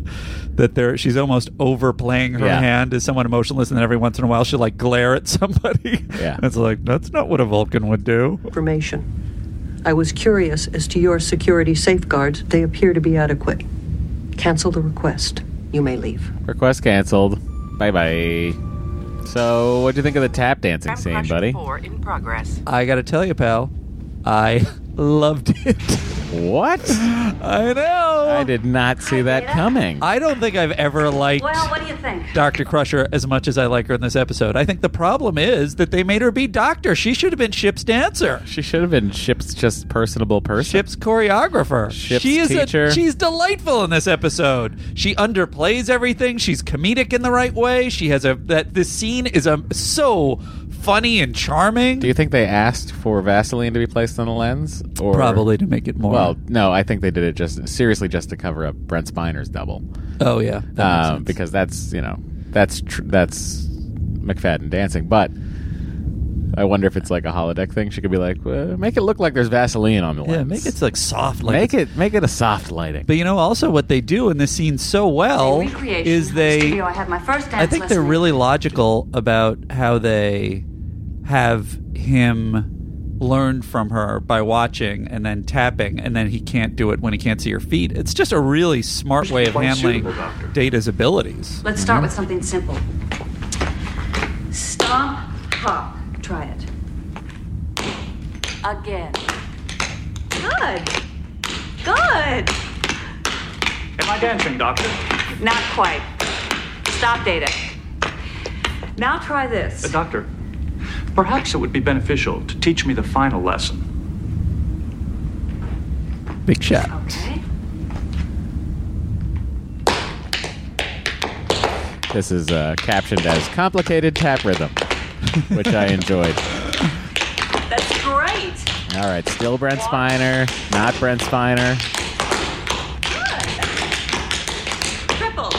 Speaker 2: that there, she's almost overplaying her
Speaker 1: Yeah.
Speaker 2: hand as someone emotionless. And then every once in a while she'll like glare at somebody.
Speaker 1: Yeah.
Speaker 2: And it's like, that's not what a Vulcan would do.
Speaker 15: information. I was curious as to your security safeguards. They appear to be adequate. Cancel the request. You may leave.
Speaker 1: Request canceled. Bye bye. So, what'd you think of the tap dancing scene, buddy? Uh,
Speaker 15: Four in progress.
Speaker 2: I got to tell you, pal, I loved it.
Speaker 1: What?
Speaker 2: I know.
Speaker 1: I did not see that coming.
Speaker 2: I don't think I've ever liked
Speaker 17: Well, what do you think?
Speaker 2: Dr. Crusher as much as I like her in this episode. I think the problem is that they made her be Doctor. She should have been Ship's dancer,
Speaker 1: She should have been Ship's just personable person.
Speaker 2: Ship's choreographer.
Speaker 1: Ship's
Speaker 2: she is a-
Speaker 1: teacher.
Speaker 2: she's delightful in this episode. She underplays everything. She's comedic in the right way. She has a that this scene is a so funny and charming.
Speaker 1: Do you think they asked for Vaseline to be placed on the lens? Or
Speaker 2: Probably to make it more-
Speaker 1: Well, no, I think they did it just seriously just to cover up Brent Spiner's double.
Speaker 2: Oh, yeah. That makes
Speaker 1: Um, because that's you know that's tr- that's McFadden dancing, but. I wonder if it's like a holodeck thing. She could be like, well, make it look like there's Vaseline on the lens.
Speaker 2: Yeah, make it like soft lighting.
Speaker 1: Make it make it a soft lighting.
Speaker 2: But you know, also what they do in this scene so well
Speaker 17: Recreation.
Speaker 2: is they
Speaker 17: Studio, I had my first dance
Speaker 2: I think they're
Speaker 17: lesson.
Speaker 2: really logical about how they have him learn from her by watching and then tapping, and then he can't do it when he can't see her feet. It's just a really smart way of
Speaker 17: Quite
Speaker 2: handling
Speaker 17: suitable, Doctor.
Speaker 2: Data's abilities.
Speaker 17: Let's start with something simple. Stomp, hop. Try it. Again. Good. Good.
Speaker 12: Am I dancing, Doctor?
Speaker 17: Not quite. Stop data. Now try this.
Speaker 12: Uh, doctor, perhaps it would be beneficial to teach me the final lesson.
Speaker 2: Big shot.
Speaker 1: This is uh, captioned as complicated tap rhythm, which I enjoyed.
Speaker 17: That's great.
Speaker 1: All right, still Brent Spiner, not Brent Spiner.
Speaker 17: Triple.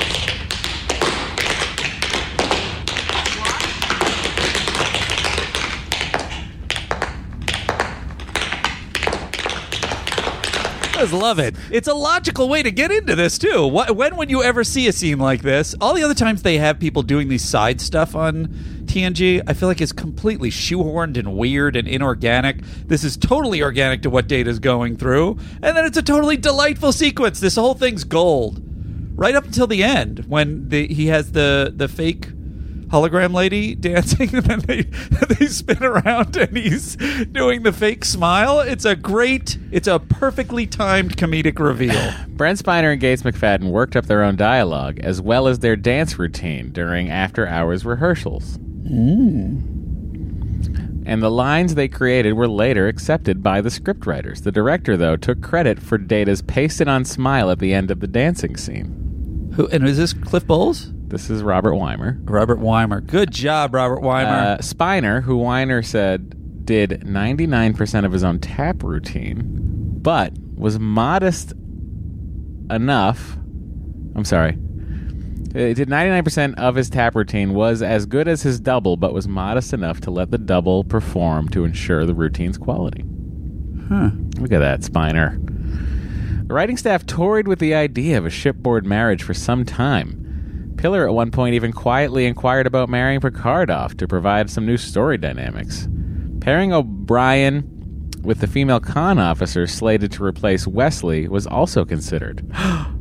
Speaker 2: I just love it. It's a logical way to get into this too. What, when would you ever see a scene like this? All the other times they have people doing these side stuff on TNG, I feel like is completely shoehorned and weird and inorganic. This is totally organic to what Data's going through, and then it's a totally delightful sequence. This whole thing's gold, right up until the end when the, he has the the fake hologram lady dancing and then they, they spin around and he's doing the fake smile it's a great it's a perfectly timed comedic reveal
Speaker 1: Brent Spiner and Gates McFadden worked up their own dialogue as well as their dance routine during after hours rehearsals. and the lines they created were later accepted by the scriptwriters. The director, though, took credit for Data's pasted-on smile at the end of the dancing scene.
Speaker 2: Who and is this Cliff Bowles?
Speaker 1: This is Robert Weimer.
Speaker 2: Robert Weimer. Good job, Robert Weimer.
Speaker 1: Uh, Spiner, who Weiner said did 99% of his own tap routine, but was modest enough. I'm sorry. It did 99% of his tap routine, was as good as his double, but was modest enough to let the double perform to ensure the routine's quality.
Speaker 2: Huh.
Speaker 1: Look at that, Spiner. The writing staff toyed with the idea of a shipboard marriage for some time. Pillar at one point even quietly inquired about marrying Picardoff to provide some new story dynamics. Pairing O'Brien with the female con officer slated to replace Wesley was also considered.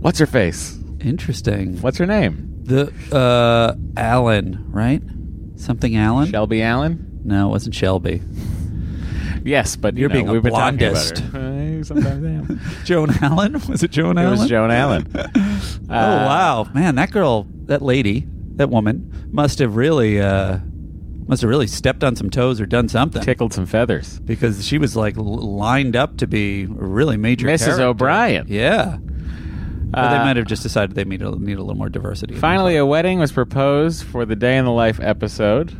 Speaker 1: What's her face?
Speaker 2: Interesting.
Speaker 1: What's her name?
Speaker 2: The uh, Allen, right? Something Allen.
Speaker 1: Shelby Allen.
Speaker 2: No, it wasn't Shelby.
Speaker 1: Yes, but you
Speaker 2: You're
Speaker 1: know,
Speaker 2: being a
Speaker 1: we've been talking about
Speaker 2: blondist.
Speaker 1: her. Uh, Sometimes I am.
Speaker 2: Joan Allen was it? Joan
Speaker 1: It
Speaker 2: Allen.
Speaker 1: was Joan Allen. Uh,
Speaker 2: oh wow, man, that girl, that lady, that woman must have really, uh, must have really stepped on some toes or done something,
Speaker 1: tickled some feathers,
Speaker 2: because she was like l- lined up to be a really major.
Speaker 1: Mrs.
Speaker 2: character.
Speaker 1: O'Brien.
Speaker 2: Yeah. But they
Speaker 1: Uh,
Speaker 2: might have just decided they need a, need a little more diversity.
Speaker 1: Finally, a wedding was proposed for the Day in the Life episode.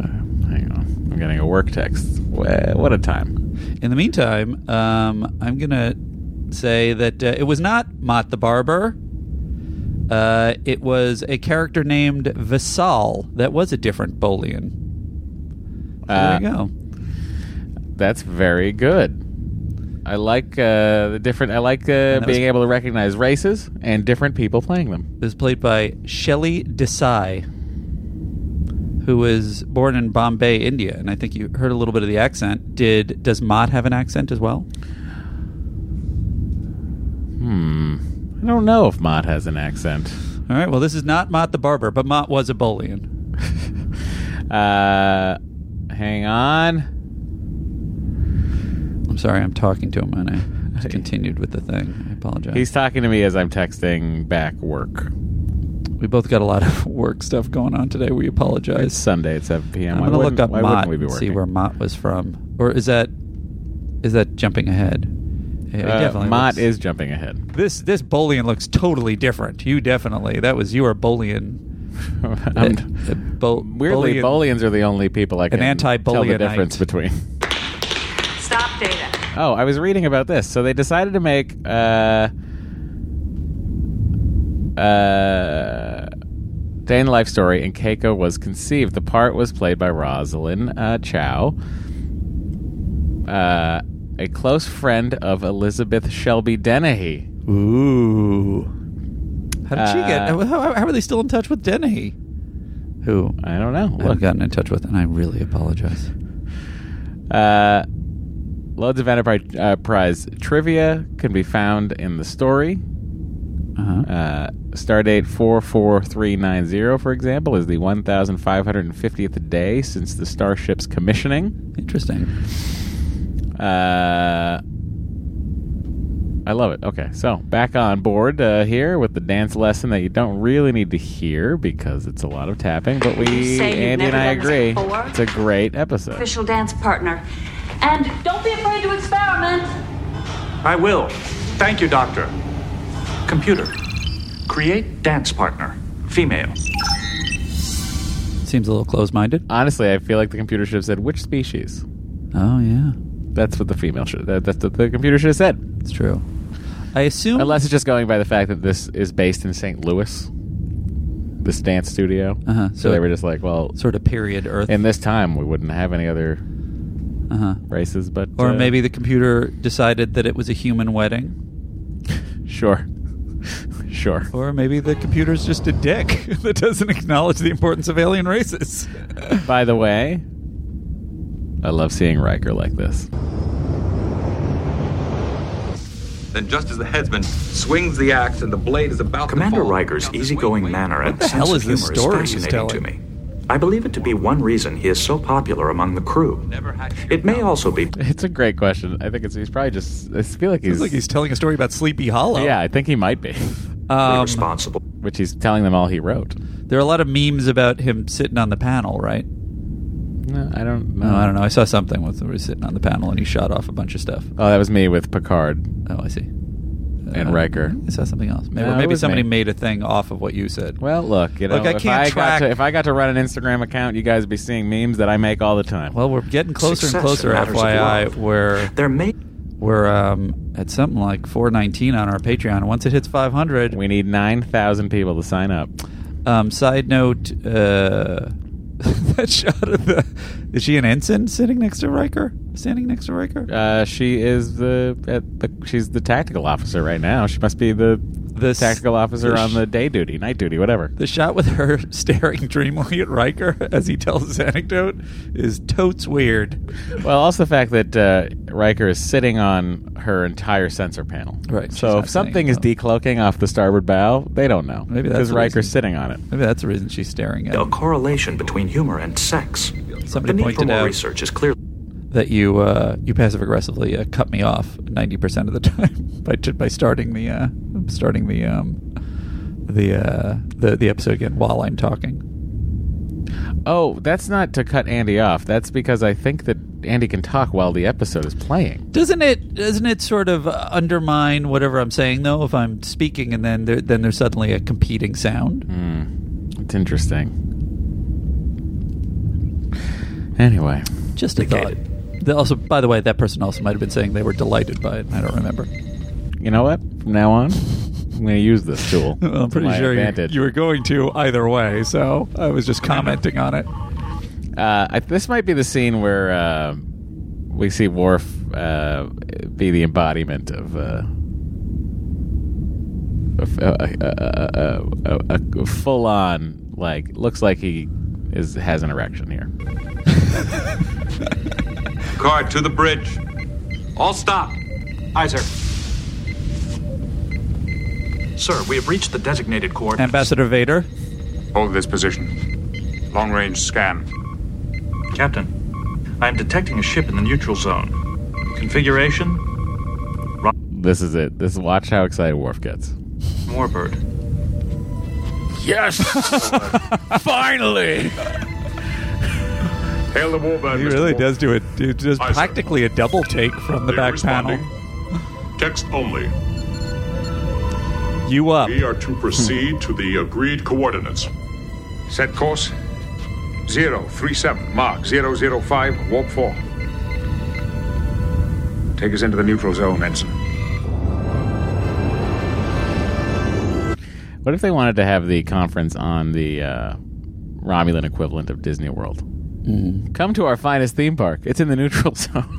Speaker 1: Uh, hang on. I'm getting a work text. Wha- What a time.
Speaker 2: In the meantime, um, I'm going to say that uh, it was not Mott the Barber. Uh, it was a character named Visal that was a different Bolian. So
Speaker 1: Uh,
Speaker 2: there you go.
Speaker 1: That's very good. I like uh, the different. I like uh,
Speaker 2: that was-
Speaker 1: being able to recognize races and different people playing them.
Speaker 2: It was played by Shelly Desai, who was born in Bombay, India. And I think you heard a little bit of the accent. Did Does Mott have an accent as well?
Speaker 1: Hmm. I don't know if Mott has an accent.
Speaker 2: All right. Well, this is not Mott the Barber, but Mott was a Bolian.
Speaker 1: Uh, hang on.
Speaker 2: I'm sorry, I'm talking to him and I just continued with the thing. I apologize.
Speaker 1: He's talking to me as I'm texting back work.
Speaker 2: We both got a lot of work stuff going on today. We
Speaker 1: It's
Speaker 2: apologize.
Speaker 1: Sunday at 7 p.m.
Speaker 2: I'm
Speaker 1: Why
Speaker 2: gonna look
Speaker 1: wouldn't-
Speaker 2: up
Speaker 1: why
Speaker 2: Mott
Speaker 1: wouldn't we be
Speaker 2: and see
Speaker 1: working?
Speaker 2: where Mott was from, or is that is that jumping ahead? Yeah, he
Speaker 1: Uh,
Speaker 2: definitely
Speaker 1: Mott
Speaker 2: looks-
Speaker 1: is jumping ahead.
Speaker 2: This this Bolian looks totally different. You definitely that was you are Bolian.
Speaker 1: I'm-
Speaker 2: Uh, uh, Bo-
Speaker 1: Weirdly, Bolians are the only people I can
Speaker 2: An
Speaker 1: tell the
Speaker 2: anti-Bolianite.
Speaker 1: difference between.
Speaker 19: Stop data.
Speaker 1: Oh, I was reading about this. So they decided to make uh, uh, Day in the Life story, and Keiko was conceived. The part was played by Rosalind uh, Chow, uh, a close friend of Elizabeth Shelby Dennehy.
Speaker 2: Ooh, how did she get?
Speaker 1: Uh,
Speaker 2: How, how are they still in touch with Denny? Who
Speaker 1: I don't know.
Speaker 2: I've
Speaker 1: Look,
Speaker 2: gotten in touch with, and I really apologize.
Speaker 1: Uh, loads of enterprise uh, prize trivia can be found in the story.
Speaker 2: Uh-huh.
Speaker 1: Uh, Stardate 44390, for example, is the 1,550th day since the starship's commissioning.
Speaker 2: Interesting.
Speaker 1: Uh, I love it. Okay, so back on board uh, here with the dance lesson that you don't really need to hear because it's a lot of tapping, but we,
Speaker 17: You say you've
Speaker 1: Andy and
Speaker 17: never
Speaker 1: I
Speaker 17: done this
Speaker 1: agree.
Speaker 17: before?
Speaker 1: It's a great episode.
Speaker 17: Official dance partner. And don't be afraid to experiment.
Speaker 11: I will. Thank you, Doctor. Computer, create dance partner, female.
Speaker 2: Seems a little close-minded.
Speaker 1: Honestly, I feel like the computer should have said which species.
Speaker 2: Oh yeah,
Speaker 1: That's what the female should. That, that's what the computer should have said.
Speaker 2: it's true. I assume
Speaker 1: Unless it's just going by the fact that this is based in St. Louis, this dance studio.
Speaker 2: Uh-huh.
Speaker 1: So,
Speaker 2: So-
Speaker 1: they were just like, well,
Speaker 2: sort of period Earth.
Speaker 1: in this time we wouldn't have any other
Speaker 2: uh-huh.
Speaker 1: races, but
Speaker 2: Or
Speaker 1: uh,
Speaker 2: maybe the computer decided that it was a human wedding.
Speaker 1: sure, sure.
Speaker 2: Or maybe the computer's just a dick that doesn't acknowledge the importance of alien races.
Speaker 1: By the way, I love seeing Riker like this.
Speaker 9: Then, just as the headsman swings the axe and the blade is about
Speaker 11: Commander
Speaker 9: to fall,
Speaker 11: Riker's easygoing manner and
Speaker 2: the
Speaker 11: sense
Speaker 2: hell
Speaker 11: of
Speaker 2: is this
Speaker 11: humor
Speaker 2: story he's
Speaker 11: is fascinating to me. I believe it to be one reason he is so popular among the crew. It may also be
Speaker 1: It's a great question. I think it's he's probably just. I feel like he's.
Speaker 2: Sounds like he's telling a story about Sleepy Hollow.
Speaker 1: yeah, I think he might be.
Speaker 2: Um,
Speaker 11: responsible.
Speaker 1: Which he's telling them all he wrote.
Speaker 2: there are a lot of memes about him sitting on the panel, right?
Speaker 1: No, I don't know.
Speaker 2: No, I don't know. I saw something with we were sitting on the panel and he shot off a bunch of stuff.
Speaker 1: Oh, that was me with Picard.
Speaker 2: Oh, I see. Uh,
Speaker 1: And Riker.
Speaker 2: I saw something else. Maybe,
Speaker 1: No,
Speaker 2: or
Speaker 1: it
Speaker 2: maybe
Speaker 1: was
Speaker 2: somebody
Speaker 1: me.
Speaker 2: made a thing off of what you said.
Speaker 1: Well, look, you know,
Speaker 2: Look, I
Speaker 1: if
Speaker 2: can't
Speaker 1: I
Speaker 2: track-
Speaker 1: Got to, if I got to run an Instagram account, you guys would be seeing memes that I make all the time.
Speaker 2: Well, we're getting closer and closer. FYI, where
Speaker 11: they're made.
Speaker 2: We're um, at something like 419 on our Patreon. Once it hits 500,
Speaker 1: we need 9,000 people to sign up.
Speaker 2: Um, side note: uh, that shot of the is she an ensign sitting next to Riker? Standing next to Riker?
Speaker 1: Uh, she is the at the she's the tactical officer right now. She must be the the tactical officer
Speaker 2: the sh-
Speaker 1: on the day duty, night duty, whatever.
Speaker 2: The shot with her staring dreamily at Riker as he tells his anecdote is totes weird.
Speaker 1: Well, also the fact that uh, Riker is sitting on her entire sensor panel.
Speaker 2: Right, she's
Speaker 1: So
Speaker 2: not
Speaker 1: if something is decloaking off the starboard bow, they don't know.
Speaker 2: Maybe that's
Speaker 1: because
Speaker 2: the
Speaker 1: Riker's
Speaker 2: reason.
Speaker 1: sitting on it.
Speaker 2: Maybe that's the reason she's staring at.
Speaker 11: A correlation between humor and sex. the
Speaker 2: Somebody
Speaker 11: need for
Speaker 2: pointed
Speaker 11: more
Speaker 2: out-
Speaker 11: research is clear.
Speaker 2: that you uh, you passive aggressively uh, cut me off ninety percent of the time by by starting the uh, starting the um, the uh, the the episode again while I'm talking.
Speaker 1: Oh, that's not to cut Andy off. That's because I think that Andy can talk while the episode is playing.
Speaker 2: Doesn't it doesn't it sort of uh, undermine whatever I'm saying though if I'm speaking and then there, then there's suddenly a competing sound?
Speaker 1: Hmm. It's interesting. Anyway,
Speaker 2: just a thought. They also, by the way, that person also might have been saying they were delighted by it. I don't remember.
Speaker 1: You know what? From now on, I'm going to use this tool.
Speaker 2: Well, I'm
Speaker 1: to
Speaker 2: pretty
Speaker 1: my
Speaker 2: sure you,
Speaker 1: advantage.
Speaker 2: you were going to either way, so I was just commenting on it.
Speaker 1: Uh, I, this might be the scene where uh, we see Worf uh, be the embodiment of. Uh, of, uh, uh, uh, uh, uh, uh, full on, like looks like he is has an erection here.
Speaker 13: Picard, to the bridge. All stop.
Speaker 11: Aye, sir. Sir, we have reached the designated coordinates.
Speaker 2: Ambassador Vader,
Speaker 11: Hold this position. Long range scan. Captain, I am detecting a ship in the neutral zone. Configuration
Speaker 1: This is it. This watch how excited Worf gets.
Speaker 11: Warbird.
Speaker 3: Yes! Finally!
Speaker 16: Hail the Warbird.
Speaker 2: he
Speaker 16: Mr.
Speaker 2: really
Speaker 16: Warbird.
Speaker 2: does do it. It does
Speaker 16: Aye, sir.
Speaker 2: practically a double take from the
Speaker 16: They
Speaker 2: back
Speaker 16: responding.
Speaker 2: panel.
Speaker 20: Text only.
Speaker 2: You up.
Speaker 20: We are to proceed to the agreed coordinates.
Speaker 16: Set course. Zero three seven. Mark zero zero five. Warp four. Take us into the neutral zone, Ensign.
Speaker 1: What if they wanted to have the conference on the uh, Romulan equivalent of Disney World?
Speaker 2: Hmm.
Speaker 1: Come to our finest theme park. It's in the neutral zone.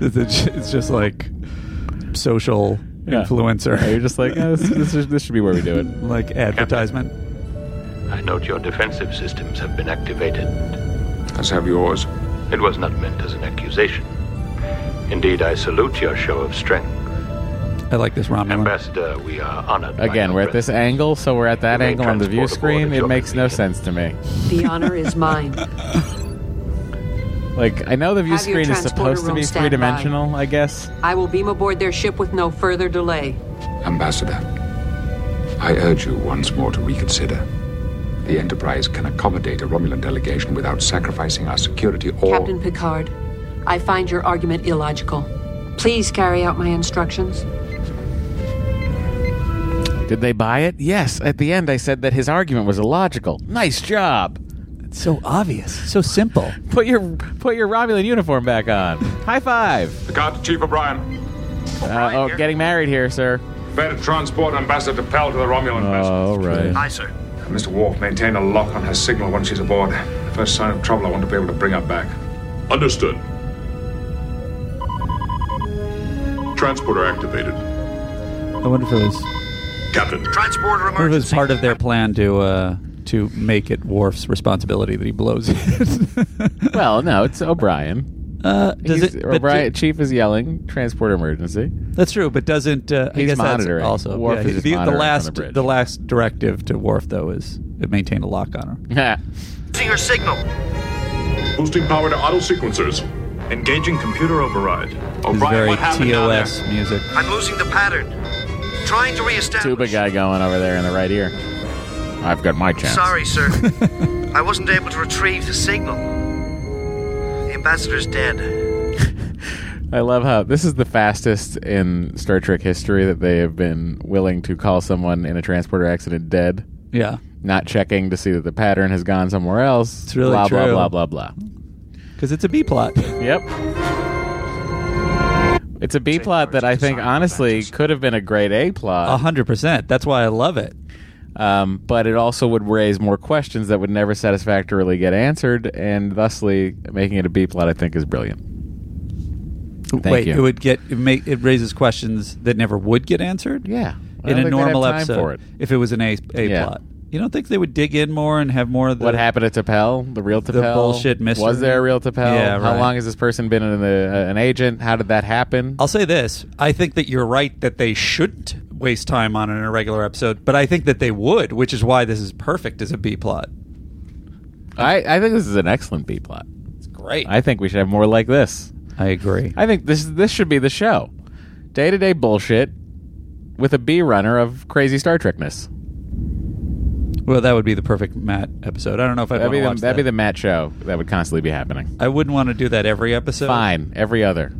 Speaker 2: it's it's just like social influencer.
Speaker 1: Yeah, You're just like, "Yeah, this, this, is- this should be where we do it.
Speaker 2: like advertisement.
Speaker 6: I note your defensive systems have been activated.
Speaker 16: Let's have yours.
Speaker 6: It was not meant as an accusation. Indeed, I salute your show of strength.
Speaker 2: I like this Romulan.
Speaker 6: Ambassador, we are honored. by
Speaker 1: Again,
Speaker 6: your
Speaker 1: we're at this angle, so we're at that
Speaker 6: Remain
Speaker 1: angle on the view screen. It makes no sense to me.
Speaker 19: The honor is mine.
Speaker 1: Like, I know the view
Speaker 19: Have your
Speaker 1: screen is
Speaker 19: transporter
Speaker 1: supposed to
Speaker 19: room
Speaker 1: be
Speaker 19: stand by.
Speaker 1: three dimensional, I guess.
Speaker 19: I will beam aboard their ship with no further delay.
Speaker 20: Ambassador, I urge you once more to reconsider. The Enterprise can accommodate a Romulan delegation without sacrificing our security or.
Speaker 19: Captain Picard, I find your argument illogical. Please carry out my instructions.
Speaker 1: Did they buy it? Yes. At the end, I said that his argument was illogical. Nice job.
Speaker 2: It's so obvious. So simple.
Speaker 1: Put your put your Romulan uniform back on. High five.
Speaker 16: Picard, Chief O'Brien.
Speaker 1: Uh, oh, getting married here, sir.
Speaker 16: Better transport Ambassador Pell to the Romulan
Speaker 1: All right.
Speaker 16: Aye, sir. Mr. Worf, maintain a lock on her signal once she's aboard. The first sign of trouble, I want to be able to bring her back.
Speaker 20: Understood. Transporter activated.
Speaker 2: I wonder if it was,
Speaker 20: Captain. Transporter
Speaker 2: I wonder if it was part of their plan to uh, to make it Worf's responsibility that he blows it.
Speaker 1: well, no, it's O'Brien.
Speaker 2: Uh, does
Speaker 1: He's-
Speaker 2: it- but
Speaker 1: O'Brien,
Speaker 2: do-
Speaker 1: Chief is yelling, transport emergency.
Speaker 2: that's true, but doesn't uh, I
Speaker 1: He's
Speaker 2: guess that's
Speaker 1: monitoring.
Speaker 2: also
Speaker 1: Worf
Speaker 2: yeah,
Speaker 1: is
Speaker 2: he-
Speaker 1: just
Speaker 2: the, the
Speaker 1: monitoring from
Speaker 2: last
Speaker 1: the
Speaker 2: the,
Speaker 1: bridge.
Speaker 2: last directive to Worf though is it maintained a lock on her.
Speaker 20: To your signal. Boosting power to auto sequencers.
Speaker 11: Engaging computer override.
Speaker 2: It's
Speaker 11: O'Brien,
Speaker 2: very
Speaker 11: what happened down there?
Speaker 2: TOS music.
Speaker 18: I'm losing the pattern. Trying to reestablish.
Speaker 1: Tuba guy going over there in the right ear. I've got my chance.
Speaker 18: Sorry, sir. I wasn't able to retrieve the signal. The ambassador's dead.
Speaker 1: I love how this is the fastest in Star Trek history that they have been willing to call someone in a transporter accident dead.
Speaker 2: Yeah.
Speaker 1: Not checking to see that the pattern has gone somewhere else.
Speaker 2: It's really
Speaker 1: blah,
Speaker 2: true.
Speaker 1: blah, blah, blah, blah.
Speaker 2: Because it's a B plot.
Speaker 1: Yep. It's a B plot that I think honestly could have been a grade A plot.
Speaker 2: hundred percent. That's why I love it.
Speaker 1: Um, but it also would raise more questions that would never satisfactorily get answered, and thusly making it a B plot. I think is brilliant. Thank
Speaker 2: Wait,
Speaker 1: you.
Speaker 2: it would get it make it raises questions that never would get answered.
Speaker 1: Yeah, I don't
Speaker 2: in
Speaker 1: think
Speaker 2: a
Speaker 1: they'd
Speaker 2: normal
Speaker 1: have time
Speaker 2: episode,
Speaker 1: for it.
Speaker 2: if it was an A, a
Speaker 1: Yeah.
Speaker 2: plot, you don't think they would dig in more and have more of the
Speaker 1: what happened to Tapel? The real
Speaker 2: The
Speaker 1: Tapel?
Speaker 2: bullshit mystery?
Speaker 1: Was there a real Tapel?
Speaker 2: Yeah,
Speaker 1: How
Speaker 2: right.
Speaker 1: long has this person been in the, uh, an agent? How did that happen?
Speaker 2: I'll say this: I think that you're right that they shouldn't waste time on an irregular episode, but I think that they would, which is why this is perfect as a B plot.
Speaker 1: I, I think this is an excellent B plot. It's
Speaker 2: great.
Speaker 1: I think we should have more like this.
Speaker 2: I agree.
Speaker 1: I think this this should be the show. Day to day bullshit with a B runner of crazy Star Trekness.
Speaker 2: Well, that would be the perfect Matt episode. I don't know if I'd
Speaker 1: That'd
Speaker 2: want
Speaker 1: be
Speaker 2: to
Speaker 1: the,
Speaker 2: watch
Speaker 1: that'd be
Speaker 2: that.
Speaker 1: the Matt show that would constantly be happening.
Speaker 2: I wouldn't want to do that every episode.
Speaker 1: Fine, every other.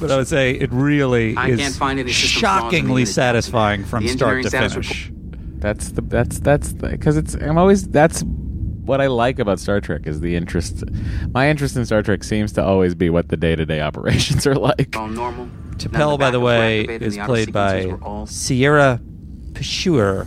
Speaker 2: but I would say it really
Speaker 1: I
Speaker 2: is
Speaker 1: can't find any system flaws in the
Speaker 2: shockingly
Speaker 1: unit.
Speaker 2: satisfying from
Speaker 1: The
Speaker 2: start
Speaker 1: engineering
Speaker 2: to
Speaker 1: status
Speaker 2: finish.
Speaker 1: That's the that's that's because it's I'm always that's what I like about Star Trek is the interest. My interest in Star Trek seems to always be what the day to day operations are like.
Speaker 2: All normal. Tapel, by the way, is played by Sierra Peshur.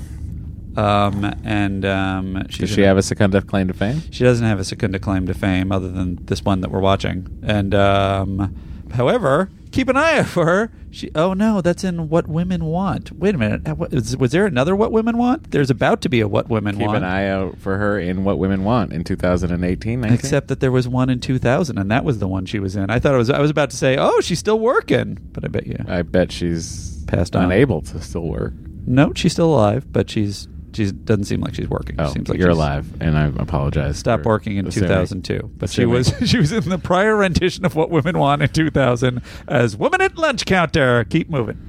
Speaker 2: Um, and um,
Speaker 1: Does she have a secunda claim to fame?
Speaker 2: She doesn't have a secunda claim to fame other than this one that we're watching. And um, however, keep an eye out for her. She oh no, that's in What Women Want. Wait a minute, uh, what- is- was there another What Women Want? There's about to be a What Women
Speaker 1: Keep
Speaker 2: Want.
Speaker 1: an eye out for her in What Women Want in 2018. 19.
Speaker 2: Except that there was one in 2000, and that was the one she was in. I thought it was. I was about to say, "Oh, she's still working," but I bet you.
Speaker 1: I bet she's
Speaker 2: passed on.
Speaker 1: unable to still work.
Speaker 2: No, she's still alive, but she's she doesn't seem like she's working.
Speaker 1: Oh,
Speaker 2: seems like
Speaker 1: you're
Speaker 2: she's-
Speaker 1: alive, and I apologize.
Speaker 2: Stopped
Speaker 1: for
Speaker 2: working in
Speaker 1: assuming-
Speaker 2: 2002, but she
Speaker 1: assuming.
Speaker 2: was she was in the prior rendition of What Women Want in 2000 as Woman at Lunch Counter. Keep moving.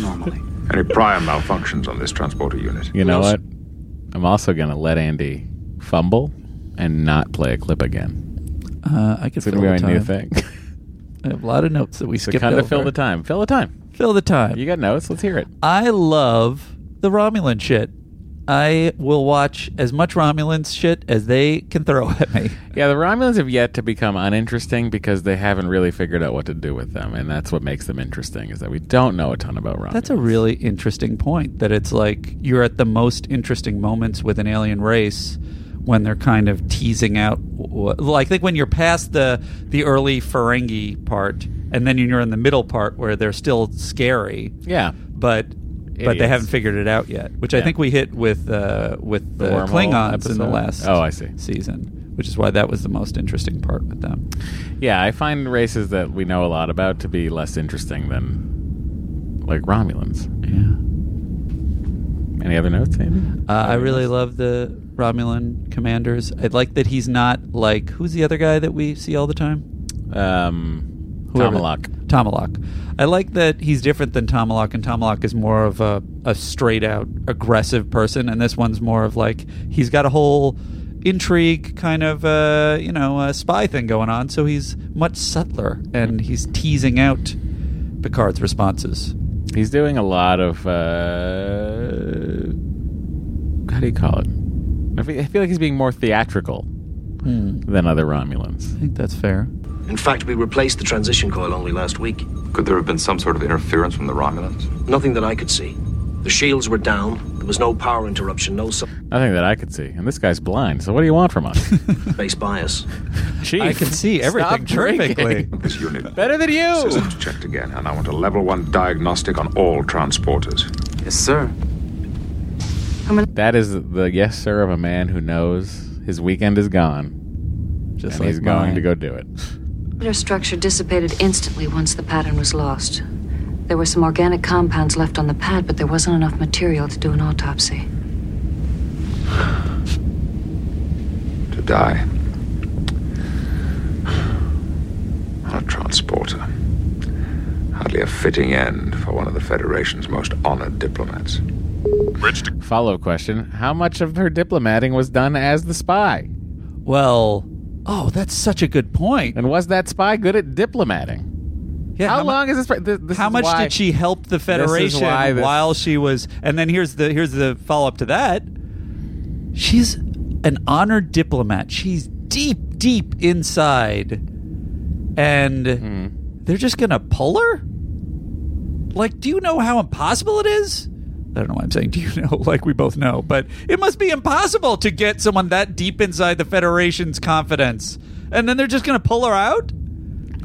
Speaker 16: Normally.
Speaker 20: Any prior malfunctions on this transporter unit?
Speaker 1: You know what? I'm also gonna let Andy fumble and not play a clip again.
Speaker 2: Uh, I could
Speaker 1: It's
Speaker 2: fill
Speaker 1: gonna be
Speaker 2: the
Speaker 1: my
Speaker 2: time.
Speaker 1: new thing.
Speaker 2: I have a lot of notes that we
Speaker 1: So
Speaker 2: skipped
Speaker 1: kinda
Speaker 2: over.
Speaker 1: fill the time. Fill the time.
Speaker 2: Fill the time.
Speaker 1: You got notes? Let's hear it.
Speaker 2: I love the Romulan shit. I will watch as much Romulan shit as they can throw at me.
Speaker 1: Yeah, the Romulans have yet to become uninteresting because they haven't really figured out what to do with them, and that's what makes them interesting. Is that we don't know a ton about Romulans.
Speaker 2: That's a really interesting point. That it's like you're at the most interesting moments with an alien race when they're kind of teasing out. wh- wh- I think when you're past the the early Ferengi part, and then you're in the middle part where they're still scary.
Speaker 1: Yeah.
Speaker 2: but but they
Speaker 1: Idiots.
Speaker 2: haven't figured it out yet, which I
Speaker 1: Yeah.
Speaker 2: think we hit with uh, with
Speaker 1: The
Speaker 2: the,
Speaker 1: wormhole
Speaker 2: Klingons in the
Speaker 1: episode?
Speaker 2: last.
Speaker 1: Oh, I see.
Speaker 2: season, which is why that was the most interesting part with them.
Speaker 1: Yeah, I find races that we know a lot about to be less interesting than like Romulans. Yeah. Any other notes, Andy?
Speaker 2: Uh, I really love the Romulan commanders. I like that he's not like who's the other guy that we see all the time.
Speaker 1: Um,
Speaker 2: Whoever-
Speaker 1: Tomalak.
Speaker 2: Tomalak. I like that he's different than Tomalak, and Tomalak is more of a, a straight out aggressive person, and this one's more of like he's got a whole intrigue kind of uh, you know uh, spy thing going on. So he's much subtler, and he's teasing out Picard's responses.
Speaker 1: He's doing a lot of uh, how do you call it? I fe- I feel like he's being more theatrical
Speaker 2: Hmm.
Speaker 1: than other Romulans.
Speaker 2: I think that's fair.
Speaker 4: In fact, we replaced the transition coil only last week.
Speaker 13: Could there have been some sort of interference from the Romulans?
Speaker 4: Nothing that I could see. The shields were down. There was no power interruption, no sub-
Speaker 1: Nothing that I could see, and this guy's blind. So what do you want from us?
Speaker 4: base bias.
Speaker 1: Chief,
Speaker 2: I can see everything perfectly.
Speaker 16: This unit.
Speaker 1: Better than you!
Speaker 16: This is checked again, and I want a level one diagnostic on all transporters. Yes, sir.
Speaker 1: That is the yes sir of a man who knows his weekend is gone,
Speaker 2: Just
Speaker 1: and
Speaker 2: like
Speaker 1: he's going
Speaker 2: mine.
Speaker 1: to go do it.
Speaker 14: Their structure dissipated instantly once the pattern was lost. There were some organic compounds left on the pad, but there wasn't enough material to do an autopsy.
Speaker 16: To die. On a transporter. Hardly a fitting end for one of the Federation's most honored diplomats.
Speaker 1: Follow up question How much of her diplomating was done as the spy?
Speaker 2: Well, oh, that's such a good point.
Speaker 1: And was that spy good at diplomating?
Speaker 2: Yeah,
Speaker 1: how, long is this? pro- This, this
Speaker 2: How
Speaker 1: is
Speaker 2: much
Speaker 1: why-
Speaker 2: did she help the
Speaker 1: This is
Speaker 2: Federation
Speaker 1: why this-
Speaker 2: while she was? And then here's the here's the follow up to that. She's an honored diplomat. She's deep, deep inside, and
Speaker 1: Hmm.
Speaker 2: they're just gonna pull her. Like, do you know how impossible it is? I don't know why I'm saying do you know, like we both know, but it must be impossible to get someone that deep inside the Federation's confidence. And then they're just going to pull her out?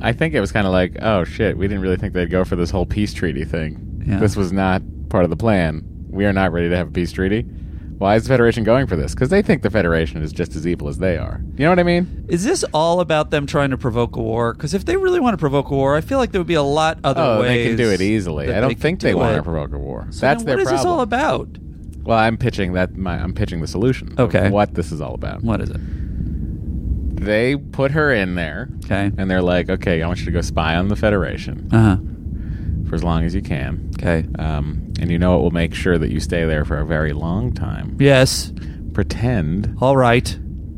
Speaker 1: I think it was kind of like, oh shit, we didn't really think they'd go for this whole peace treaty thing. This was not part of the plan. We are not ready to have a peace treaty. Why is the Federation going for this? Because they think the Federation is just as evil as they are. You know what I mean?
Speaker 2: Is this all about them trying to provoke a war? Because if they really want to provoke a war, I feel like there would be a lot other
Speaker 1: oh,
Speaker 2: ways.
Speaker 1: they can do it easily.
Speaker 2: that
Speaker 1: I don't
Speaker 2: could
Speaker 1: think they
Speaker 2: do
Speaker 1: want
Speaker 2: it.
Speaker 1: to provoke a war.
Speaker 2: So
Speaker 1: That's their
Speaker 2: then What is
Speaker 1: problem.
Speaker 2: this all about?
Speaker 1: Well, I'm pitching that. My, I'm pitching the solution. Okay. What this is all about.
Speaker 2: What is it?
Speaker 1: They put her in there.
Speaker 2: Okay.
Speaker 1: And they're like, okay, I want you to go spy on the Federation.
Speaker 2: Uh huh.
Speaker 1: For as long as you can.
Speaker 2: Okay.
Speaker 1: Um, and you know it will make sure that you stay there for a very long time.
Speaker 2: Yes.
Speaker 1: Pretend.
Speaker 2: All right.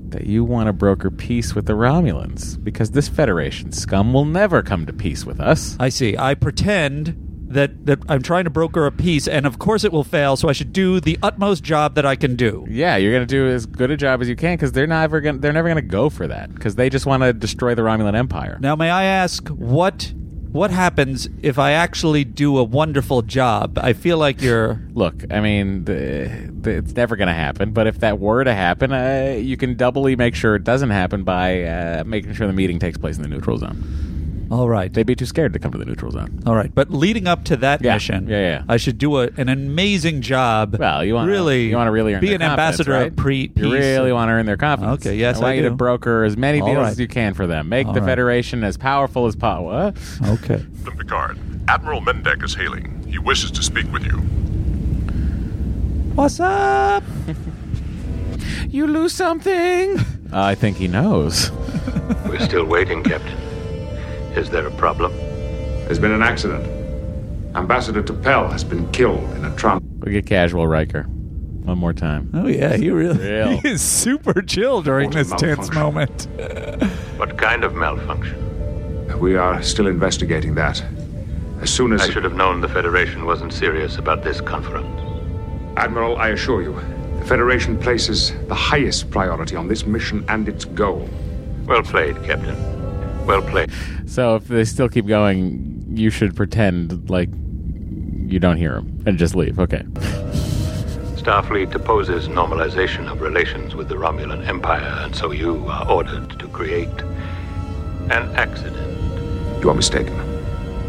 Speaker 1: That you want to broker peace with the Romulans because this Federation scum will never come to peace with us.
Speaker 2: I see. I pretend that, that I'm trying to broker a peace, and of course it will fail, so I should do the utmost job that I can do.
Speaker 1: Yeah, you're gonna do as good a job as you can because they're never gonna they're never gonna go for that because they just want to destroy the Romulan Empire.
Speaker 2: Now, may I ask what what happens if I actually do a wonderful job? I feel like you're.
Speaker 1: Look, I mean, the, the, it's never going to happen. But if that were to happen, uh, you can doubly make sure it doesn't happen by uh, making sure the meeting takes place in the neutral zone.
Speaker 2: All right,
Speaker 1: they'd be too scared to come to the neutral zone.
Speaker 2: All right, but leading up to that mission,
Speaker 1: yeah, yeah.
Speaker 2: I should do a, an amazing job. Well,
Speaker 1: You wanna,
Speaker 2: really,
Speaker 1: you want to really earn
Speaker 2: be
Speaker 1: their
Speaker 2: an
Speaker 1: confidence,
Speaker 2: ambassador
Speaker 1: right?
Speaker 2: of pre- peace.
Speaker 1: You really want to earn their confidence.
Speaker 2: Okay, yes,
Speaker 1: I want
Speaker 2: I
Speaker 1: you to
Speaker 2: do.
Speaker 1: broker as many
Speaker 2: All
Speaker 1: deals
Speaker 2: right.
Speaker 1: as you can for them. Make
Speaker 2: All
Speaker 1: the
Speaker 2: right.
Speaker 1: Federation as powerful as Pawa.
Speaker 2: Okay.
Speaker 5: Captain Picard, Admiral Mendek is hailing. He wishes to speak with you.
Speaker 2: What's up?
Speaker 1: you lose something. Uh, I think he knows.
Speaker 6: We're still waiting, Captain. Is there a problem?
Speaker 16: There's been an accident. Ambassador Topel has been killed in a trunk.
Speaker 1: We get casual Riker. One more time.
Speaker 2: Oh yeah, he really
Speaker 1: Real.
Speaker 2: he is super chill during this tense moment.
Speaker 6: What kind of malfunction?
Speaker 16: We are still investigating that. As soon as.
Speaker 6: I should have known the Federation wasn't serious about this conference.
Speaker 16: Admiral, I assure you, the Federation places the highest priority on this mission and its goal.
Speaker 6: Well played, Captain. Well played.
Speaker 1: So if they still keep going, you should pretend like you don't hear him and just leave. Okay.
Speaker 6: Starfleet opposes normalization of relations with the Romulan Empire, and so you are ordered to create an accident.
Speaker 16: You are mistaken.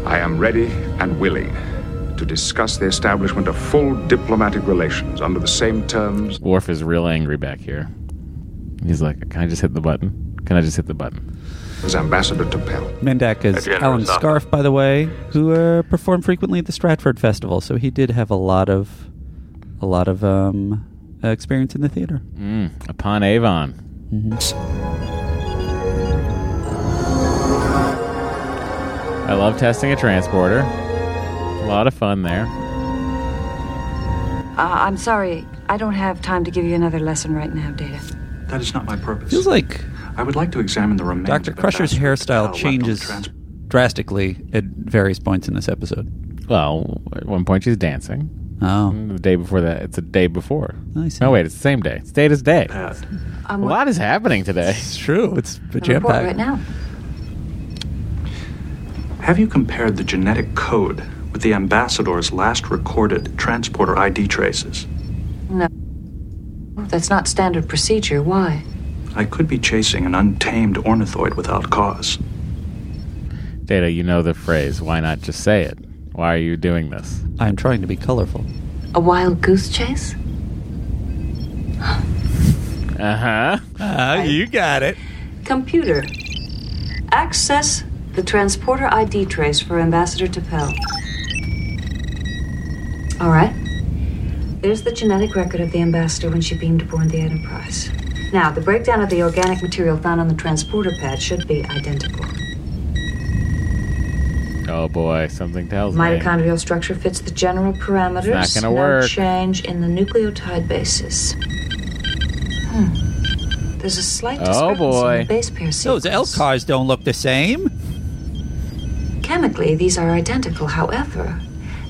Speaker 16: I am ready and willing to discuss the establishment of full diplomatic relations under the same terms.
Speaker 1: Worf is real angry back here. He's like, "Can I just hit the button? Can I just hit the button?"
Speaker 16: As Ambassador Topel.
Speaker 2: Mendak is
Speaker 1: Again,
Speaker 2: Alan
Speaker 1: it's not-
Speaker 2: Scarf, by the way, who uh, performed frequently at the Stratford Festival, so he did have a lot of a lot of um, uh, experience in the theater.
Speaker 1: Mm, upon Avon.
Speaker 2: Mm-hmm.
Speaker 1: I love testing a transporter. A lot of fun there.
Speaker 17: Uh, I'm sorry, I don't have time to give you another lesson right now, Data.
Speaker 12: That is not my purpose.
Speaker 2: Feels like
Speaker 12: I would like to examine the remains.
Speaker 2: Dr.
Speaker 12: of
Speaker 2: Crusher's
Speaker 12: Ambassador
Speaker 2: hairstyle
Speaker 12: Topel left on
Speaker 2: changes
Speaker 12: the trans-
Speaker 2: drastically at various points in this episode.
Speaker 1: Well, at one point she's dancing. Mm,
Speaker 2: Oh.
Speaker 1: The day before that, it's a day before.
Speaker 2: I
Speaker 1: No, wait, it's the same day. It's day to day. A
Speaker 17: I'm
Speaker 1: lot is happening today. It's
Speaker 2: true. It's
Speaker 17: report right now.
Speaker 12: Have you compared the genetic code with the ambassador's last recorded transporter ID traces?
Speaker 17: No. That's not standard procedure. Why?
Speaker 12: I could be chasing an untamed ornithoid without cause.
Speaker 1: Data, you know the phrase. Why not just say it? Why are you doing this?
Speaker 2: I'm trying to be colorful.
Speaker 17: A wild goose chase?
Speaker 1: Uh huh.
Speaker 2: Uh, you got it.
Speaker 17: Computer. Access the transporter ID trace for Ambassador Tapel. All right. There's the genetic record of the ambassador when she beamed aboard the Enterprise. Now, the breakdown of the organic material found on the transporter pad should be identical.
Speaker 1: Oh boy, something tells me.
Speaker 17: Mitochondrial structure fits the general parameters.
Speaker 1: It's not gonna
Speaker 17: no
Speaker 1: work.
Speaker 17: change in the nucleotide bases. Hmm. There's a slight
Speaker 2: Oh
Speaker 17: discrepancy in
Speaker 2: boy.
Speaker 17: the base pair
Speaker 2: Those L cars don't look the same.
Speaker 17: Chemically, these are identical. However,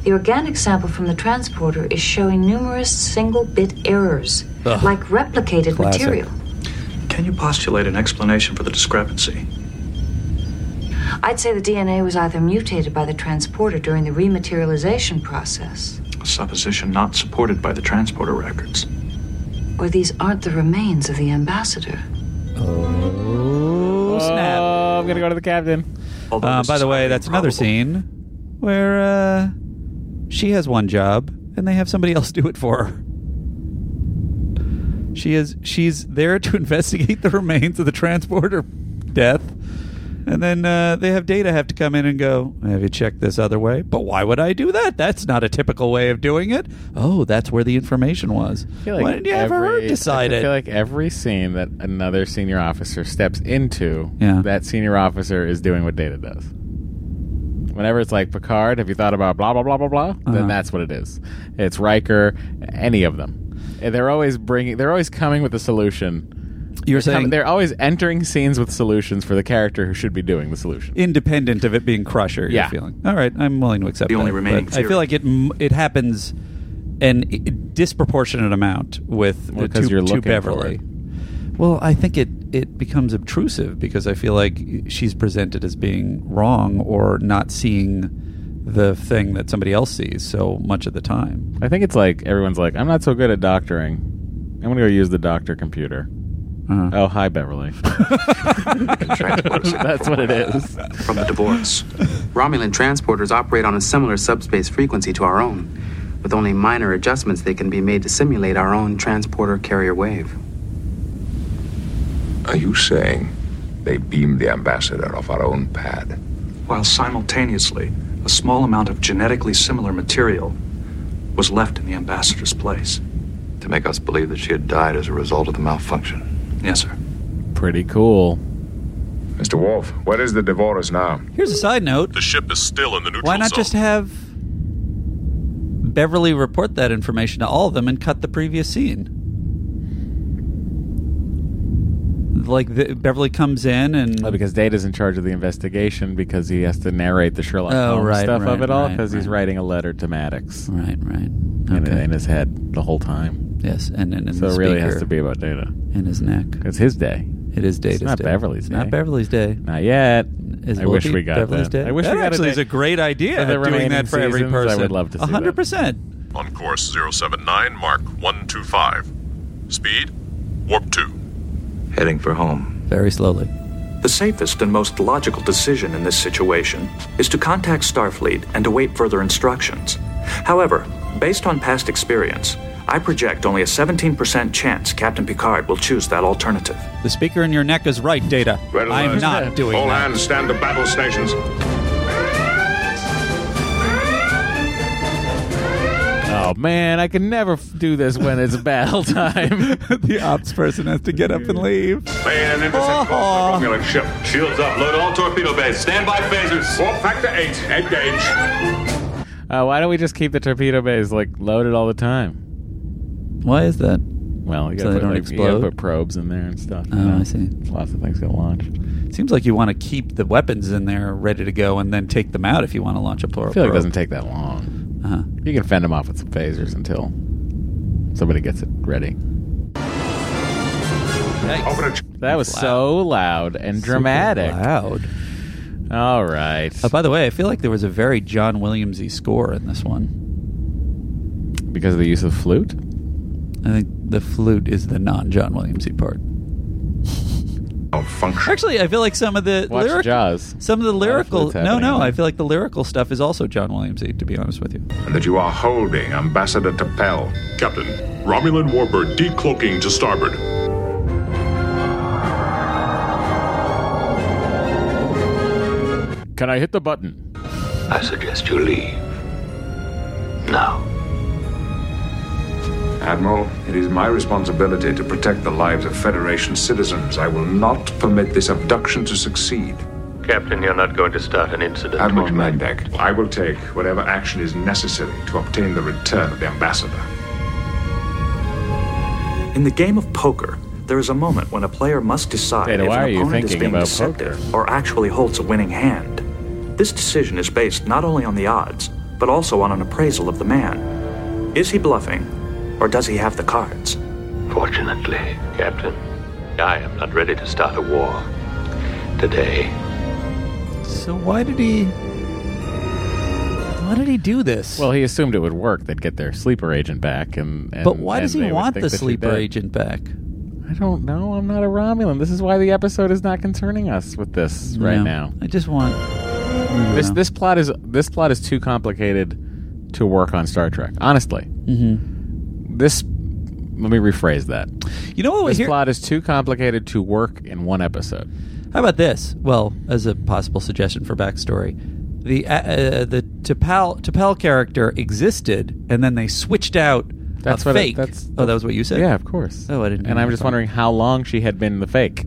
Speaker 17: the organic sample from the transporter is showing numerous single bit errors,
Speaker 12: Ugh.
Speaker 17: like replicated
Speaker 12: Classic.
Speaker 17: material.
Speaker 12: Can you postulate an explanation for the discrepancy?
Speaker 17: I'd say the DNA was either mutated by the transporter during the rematerialization process,
Speaker 12: A supposition not supported by the transporter records.
Speaker 17: or these aren't the remains of the ambassador.
Speaker 2: Uh. Oh, snap.
Speaker 1: I'm going to go to the captain.
Speaker 2: Uh, by the way, that's another scene where uh, she has one job and they have somebody else do it for her. She is she's there to investigate the remains of the transporter death, and then uh, they have data have to come in and go. Have you checked this other way? But why would I do that? That's not a typical way of doing it. Oh, that's where the information was.
Speaker 1: I feel like
Speaker 2: why did you ever
Speaker 1: every-
Speaker 2: decide
Speaker 1: I
Speaker 2: it?
Speaker 1: feel like every scene that another senior officer steps into, that senior officer is doing what Data does. Whenever it's like Picard, have you thought about blah blah blah blah blah?
Speaker 2: Uh-huh.
Speaker 1: Then that's what it is. It's Riker, any of them. And they're always bringing. They're always coming with a solution.
Speaker 2: You're
Speaker 1: They're
Speaker 2: saying-
Speaker 1: coming- they're always entering scenes with solutions for the character who should be doing the solution.
Speaker 2: independent of it being Crusher.
Speaker 1: Yeah.
Speaker 2: You're feeling all right. I'm willing to accept
Speaker 1: The only
Speaker 2: that,
Speaker 1: remaining
Speaker 2: but I feel
Speaker 1: theory.
Speaker 2: like it m- it happens an i- disproportionate amount with
Speaker 1: Well,
Speaker 2: the
Speaker 1: 'cause
Speaker 2: two,
Speaker 1: you're
Speaker 2: two
Speaker 1: looking for
Speaker 2: Beverly.
Speaker 1: it.
Speaker 2: Well, I think it it becomes obtrusive because I feel like she's presented as being wrong or not seeing the thing that somebody else sees so much of the time.
Speaker 1: I think it's like everyone's like, I'm not so good at doctoring. I'm gonna go use the doctor computer.
Speaker 2: Uh-huh.
Speaker 1: Oh, hi, Beverly. That's what it is.
Speaker 18: From the divorce. Romulan transporters operate on a similar subspace frequency to our own, with only minor adjustments that can be made to simulate our own transporter carrier wave.
Speaker 16: Are you saying they beamed the ambassador off our own pad?
Speaker 12: While simultaneously, a small amount of genetically similar material was left in the ambassador's place.
Speaker 23: To make us believe that she had died as a result of the malfunction.
Speaker 12: Yes, sir.
Speaker 1: Pretty cool.
Speaker 2: Oh,
Speaker 16: Mr. Wolf, where is the Devorah now?
Speaker 2: Here's a side note.
Speaker 20: The ship is still in the neutral
Speaker 2: Why not
Speaker 20: zone.
Speaker 2: just have Beverly report that information to all of them and cut the previous scene? Like the, Beverly comes in and
Speaker 1: Well, Oh, because Data's in charge of the investigation because he has to narrate the Sherlock
Speaker 2: Oh,
Speaker 1: Holmes
Speaker 2: right,
Speaker 1: stuff
Speaker 2: right,
Speaker 1: of it all
Speaker 2: right,
Speaker 1: because he's writing a letter to Maddox.
Speaker 2: Right, right.
Speaker 1: In,
Speaker 2: Okay.
Speaker 1: in his head the whole time.
Speaker 2: Yes, and, and, and
Speaker 1: so
Speaker 2: the
Speaker 1: it really has
Speaker 2: speaker
Speaker 1: to be about Data
Speaker 2: and his neck.
Speaker 1: It's his day.
Speaker 2: It is Data's
Speaker 1: It's not
Speaker 2: day.
Speaker 1: Beverly's
Speaker 2: It's
Speaker 1: day.
Speaker 2: not Beverly's day.
Speaker 1: Not yet.
Speaker 2: Is-
Speaker 1: I
Speaker 2: will
Speaker 1: wish
Speaker 2: be
Speaker 1: we got
Speaker 2: Beverly's
Speaker 1: that.
Speaker 2: day?
Speaker 1: I wish
Speaker 2: That
Speaker 1: we got
Speaker 2: actually
Speaker 1: a
Speaker 2: is a great idea,
Speaker 1: For the
Speaker 2: doing
Speaker 1: remaining
Speaker 2: that for every
Speaker 1: seasons, I
Speaker 2: person.
Speaker 1: would love to see
Speaker 2: 100%.
Speaker 1: that.
Speaker 20: On course 079, mark 125. Speed, warp 2.
Speaker 12: Heading for home.
Speaker 2: Very slowly.
Speaker 12: The safest and most logical decision in this situation is to contact Starfleet and await further instructions. However, based on past experience, I project only a 17% chance Captain Picard will choose that alternative.
Speaker 2: The speaker in your neck is right, Data.
Speaker 12: Red alert.
Speaker 2: I'm not doing
Speaker 16: All
Speaker 2: that.
Speaker 16: hands stand to battle stations.
Speaker 1: Oh man, I can never f- do this when it's battle time.
Speaker 2: the ops person has to get up and leave.
Speaker 20: Main and intercept
Speaker 2: Oh.
Speaker 20: the Romulan ship.
Speaker 23: Shields up. Load all torpedo bays. Stand by phasers.
Speaker 20: Warp factor 8, engage.
Speaker 1: Uh, why don't we just keep the torpedo bays like loaded all the time?
Speaker 2: Why is that?
Speaker 1: Well, you
Speaker 2: So
Speaker 1: gotta
Speaker 2: they
Speaker 1: put,
Speaker 2: don't
Speaker 1: like, you gotta
Speaker 2: explode?
Speaker 1: put probes in there and stuff. you
Speaker 2: Oh,
Speaker 1: know?
Speaker 2: I see.
Speaker 1: Lots of things get launched.
Speaker 2: Seems like you want to keep the weapons in there ready to go and then take them out if you want to launch a plural.
Speaker 1: I feel like it doesn't take that long.
Speaker 2: Uh-huh.
Speaker 1: You can fend them off with some phasers until somebody gets it ready. That was so loud and dramatic.
Speaker 2: loud.
Speaker 1: All right.
Speaker 2: Uh, by the way, I feel like there was a very John Williamsy score in this one.
Speaker 1: Because of the use of flute?
Speaker 2: I think the flute is the non John Williamsy part. Actually, I feel like some of the
Speaker 1: Watch
Speaker 2: lyric-
Speaker 1: Jaws.
Speaker 2: some of the
Speaker 1: Lot of
Speaker 2: lyrical.
Speaker 1: flutes
Speaker 2: No,
Speaker 1: happening.
Speaker 2: no, I feel like the lyrical stuff is also John Williamsy. To be honest with you,
Speaker 16: And that you are holding Ambassador T'Pel.
Speaker 20: Captain, Romulan warbird decloaking to starboard.
Speaker 1: Can I hit the button?
Speaker 6: I suggest you leave.
Speaker 16: Now. Admiral, it is my responsibility to protect the lives of Federation citizens. I will not permit this abduction to succeed.
Speaker 6: Captain, you're not going to start an incident.
Speaker 16: Admiral Mandek, I will take whatever action is necessary to obtain the return of the ambassador.
Speaker 11: In the game of poker, there is a moment when a player must decide
Speaker 1: Dana,
Speaker 11: if
Speaker 1: why
Speaker 11: an
Speaker 1: are you
Speaker 11: opponent is
Speaker 1: thinking
Speaker 11: being
Speaker 1: about
Speaker 11: deceptive or actually holds a winning hand. This decision is based not only on the odds, but also on an appraisal of the man. Is he bluffing, or does he have the cards?
Speaker 6: Fortunately, Captain, I am not ready to start a war today.
Speaker 2: So why did he? Why did he do this?
Speaker 1: Well, he assumed it would work. They'd get their sleeper agent back, and, and
Speaker 2: But why does
Speaker 1: and
Speaker 2: he
Speaker 1: they would
Speaker 2: want
Speaker 1: think
Speaker 2: the
Speaker 1: that she
Speaker 2: sleeper
Speaker 1: did.
Speaker 2: agent back?
Speaker 1: I don't know. I'm not a Romulan. This is why the episode is not concerning us with this right
Speaker 2: No.
Speaker 1: now.
Speaker 2: I just want.
Speaker 1: This this plot is this plot is too complicated to work on Star Trek. Honestly, mm-hmm. this let me rephrase that.
Speaker 2: You know what?
Speaker 1: This plot is too complicated to work in one episode.
Speaker 2: How about this? Well, as a possible suggestion for backstory, the uh, uh, the Tapal Tapal character existed, and then they switched out.
Speaker 1: That's
Speaker 2: a
Speaker 1: what I-
Speaker 2: fake.
Speaker 1: that's-
Speaker 2: oh, that was what you said.
Speaker 1: Yeah, of course.
Speaker 2: Oh, I didn't.
Speaker 1: And I'm just wondering how long she had been the fake.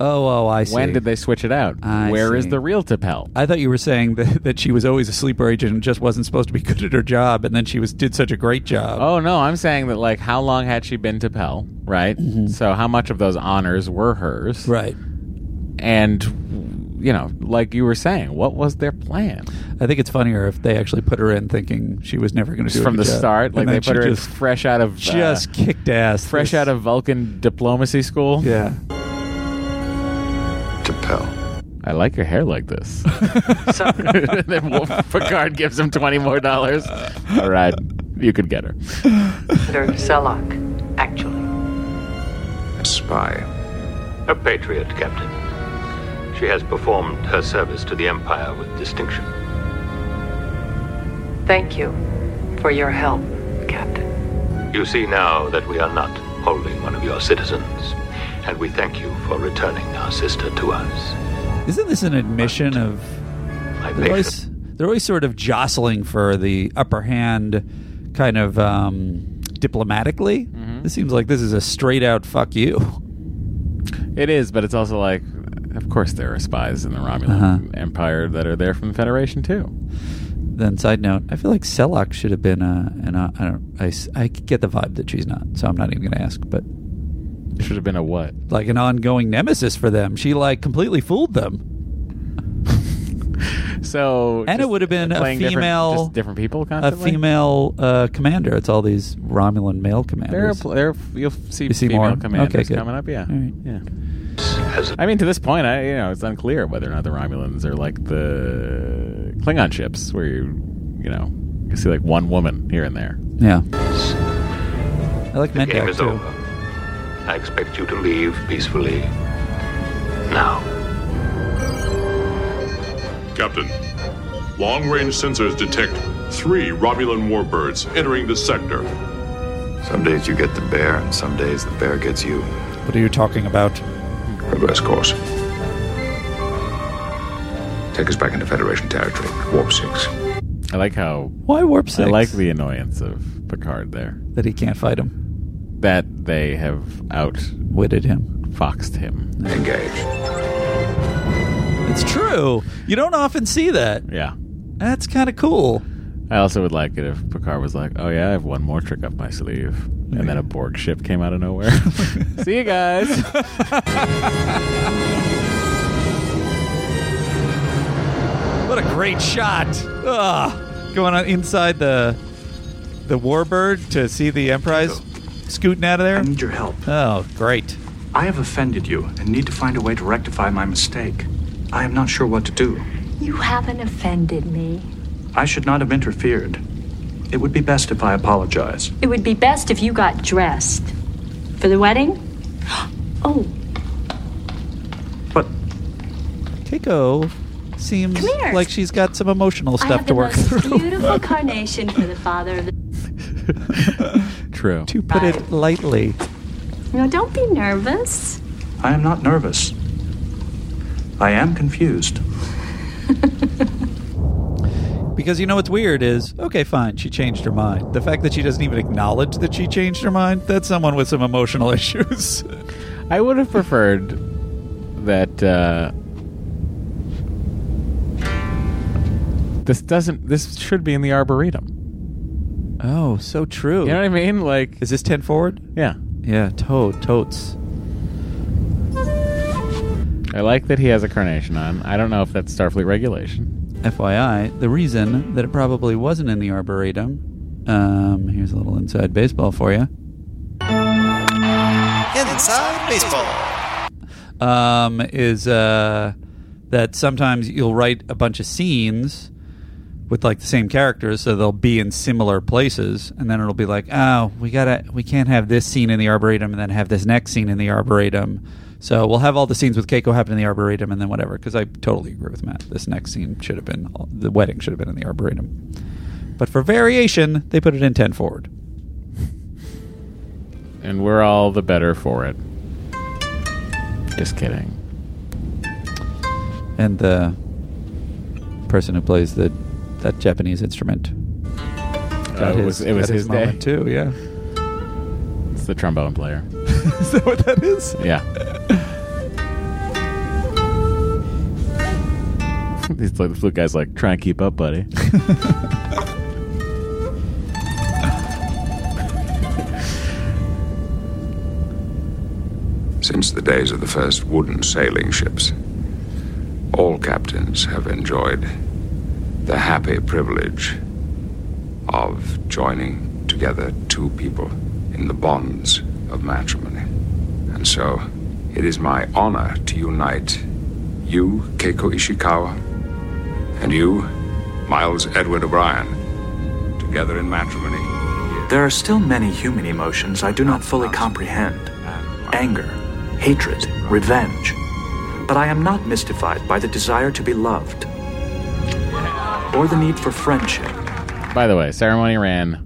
Speaker 2: Oh, oh, I see.
Speaker 1: When did they switch it out? Where is the real Tapel?
Speaker 2: I thought you were saying that, that she was always a sleeper agent and just wasn't supposed to be good at her job, and then she was did such a great job.
Speaker 1: Oh no, I'm saying that like how long had she been to Pell, right? So how much of those honors were hers?
Speaker 2: Mm-hmm. Right.
Speaker 1: And you know, like you were saying, what was their plan?
Speaker 2: I think it's funnier if they actually put her in thinking she was never going to do
Speaker 1: Just
Speaker 2: a
Speaker 1: from
Speaker 2: good
Speaker 1: the
Speaker 2: job.
Speaker 1: start, like
Speaker 2: And
Speaker 1: they
Speaker 2: then
Speaker 1: put
Speaker 2: she
Speaker 1: her in
Speaker 2: just-
Speaker 1: fresh out of uh,
Speaker 2: just kicked ass.
Speaker 1: fresh out of Vulcan diplomacy school.
Speaker 2: Yeah.
Speaker 1: To Pell. I like your hair like this. then Wolf Picard gives him twenty more dollars. All right, you could get her.
Speaker 19: Under Selak, actually.
Speaker 6: A spy. A patriot, Captain. She has performed her service to the Empire with distinction.
Speaker 19: Thank you for your help.
Speaker 6: You see now that we are not holding one of your citizens, and we thank you for returning our sister to us.
Speaker 2: Isn't this an admission of? They're always, they're always sort of jostling for the upper hand, kind of um, diplomatically.
Speaker 1: Mm-hmm.
Speaker 2: This seems like this is a straight out fuck you.
Speaker 1: It is, but it's also like, of course, there are spies in the Romulan
Speaker 2: Uh-huh.
Speaker 1: Empire that are there from the Federation too.
Speaker 2: Then, side note, I feel like Selak should have been. Uh, an, uh, I don't. I, s- I get the vibe that she's not, so I'm not even going to ask. But
Speaker 1: should have been a what?
Speaker 2: Like an ongoing nemesis for them. She like completely fooled them.
Speaker 1: So,
Speaker 2: And it
Speaker 1: just
Speaker 2: would have been a
Speaker 1: playing different-
Speaker 2: female-
Speaker 1: just different people. Constantly?
Speaker 2: A female uh, commander. It's all these Romulan
Speaker 1: There
Speaker 2: male
Speaker 1: are,
Speaker 2: commanders.
Speaker 1: pl- there are, you'll see,
Speaker 2: You see
Speaker 1: female
Speaker 2: more? Okay,
Speaker 1: commanders
Speaker 2: good.
Speaker 1: coming up. Yeah,
Speaker 2: All right.
Speaker 1: yeah. I mean, to this point, I you know it's unclear whether or not the Romulans are like the Klingon ships, where you you know you see like one woman here and there.
Speaker 2: Yeah. I like
Speaker 6: The
Speaker 2: Mendak
Speaker 6: game is
Speaker 2: too.
Speaker 6: over. I expect you to leave peacefully. Now.
Speaker 5: Captain, long range sensors detect three Romulan warbirds entering the sector.
Speaker 10: Some days you get the bear, and some days the bear gets you.
Speaker 2: What are you talking about?
Speaker 16: Reverse course. Take us back into Federation territory. Warp 6.
Speaker 1: I like how.
Speaker 2: Why warp
Speaker 1: I
Speaker 2: six?
Speaker 1: like the annoyance of Picard there.
Speaker 2: That he can't fight him.
Speaker 1: That they have outwitted
Speaker 2: him,
Speaker 1: foxed him.
Speaker 16: Engage.
Speaker 2: It's true. You don't often see that.
Speaker 1: Yeah.
Speaker 2: That's kind of cool.
Speaker 1: I also would like it if Picard was like, "Oh yeah, I have one more trick up my sleeve," and then a Borg ship came out of nowhere. See you guys.
Speaker 2: What a great shot! Ugh. Going on uh, inside the the warbird to see the Emprise scooting out of there. I need
Speaker 12: your help.
Speaker 2: Oh, great.
Speaker 12: I have offended you and need to find a way to rectify my mistake. I am not sure what to do.
Speaker 7: You haven't offended me.
Speaker 12: I should not have interfered. It would be best if I apologize.
Speaker 7: It would be best if you got dressed. For the wedding? Oh,
Speaker 2: Keiko seems
Speaker 7: Come here.
Speaker 2: like she's got some emotional
Speaker 7: I have
Speaker 2: stuff to
Speaker 7: the
Speaker 2: work
Speaker 7: most
Speaker 2: through.
Speaker 7: beautiful carnation for the father of the.
Speaker 1: True.
Speaker 2: to put it lightly.
Speaker 7: No, don't be nervous.
Speaker 12: I am not nervous. I am confused.
Speaker 2: Because you know what's weird is, okay, fine, she changed her mind. The fact that she doesn't even acknowledge that she changed her mind, that's someone with some emotional issues.
Speaker 1: I would have preferred that uh, This doesn't. This should be in the arboretum.
Speaker 2: Oh, so true. You know
Speaker 1: what I mean? Like,
Speaker 2: is this ten forward?
Speaker 1: Yeah.
Speaker 2: Yeah. Toad. Totes.
Speaker 1: I like that he has a carnation on. I don't know if that's Starfleet regulation.
Speaker 2: FYI, the reason that it probably wasn't in the arboretum. Um, here's a little inside baseball for you.
Speaker 21: Inside baseball.
Speaker 2: um, is uh, that sometimes you'll write a bunch of scenes with like the same characters, so they'll be in similar places, and then it'll be like, oh, we gotta, we can't have this scene in the arboretum, and then have this next scene in the arboretum. So we'll have all the scenes with Keiko happen in the arboretum, and then whatever. Because I totally agree with Matt. This next scene should have been the wedding should have been in the arboretum, but for variation, they put it in ten forward.
Speaker 1: and we're all the better for it. Just kidding.
Speaker 2: and the person who plays the that Japanese instrument.
Speaker 1: Uh, it was- it was
Speaker 2: got
Speaker 1: his day.
Speaker 2: moment too. Yeah,
Speaker 1: It's the trombone player.
Speaker 2: is that what that is?
Speaker 1: Yeah. These like, the flute guy's like, try and keep up, buddy.
Speaker 16: Since the days of the first wooden sailing ships, all captains have enjoyed the happy privilege of joining together two people in the bonds of matrimony. And so, it is my honor to unite you, Keiko Ishikawa, and you, Miles Edward O'Brien, together in matrimony.
Speaker 11: There are still many human emotions I do not fully comprehend anger, hatred, revenge. But I am not mystified by the desire to be loved or the need for friendship.
Speaker 1: By the way, ceremony ran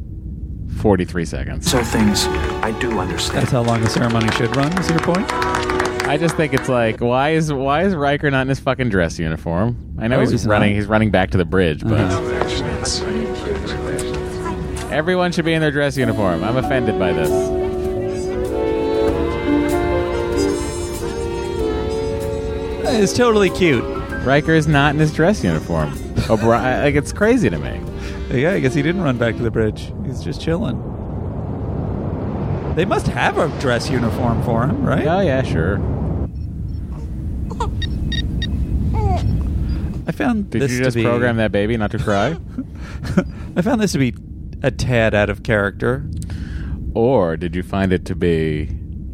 Speaker 1: 43 seconds.
Speaker 11: So things I do understand.
Speaker 2: That's how long the ceremony should run. Is your point?
Speaker 1: I just think it's like, why is why is Riker not in his fucking dress uniform? I know
Speaker 2: Oh,
Speaker 1: he's,
Speaker 2: he's
Speaker 1: running.
Speaker 2: not. Uh-huh.
Speaker 1: He's running back to the bridge, but everyone should be in their dress uniform. I'm offended by this.
Speaker 2: It's totally cute.
Speaker 1: Riker is not in his dress uniform. O'Brien, like it's crazy to me.
Speaker 2: Yeah, I guess he didn't run back to the bridge. He's just chilling. They must have a dress uniform for him, right?
Speaker 1: Oh yeah, sure.
Speaker 2: I found
Speaker 1: Did
Speaker 2: this
Speaker 1: you just
Speaker 2: to be,
Speaker 1: program that baby not to cry?
Speaker 2: I found this to be a tad out of character.
Speaker 1: Or did you find it to be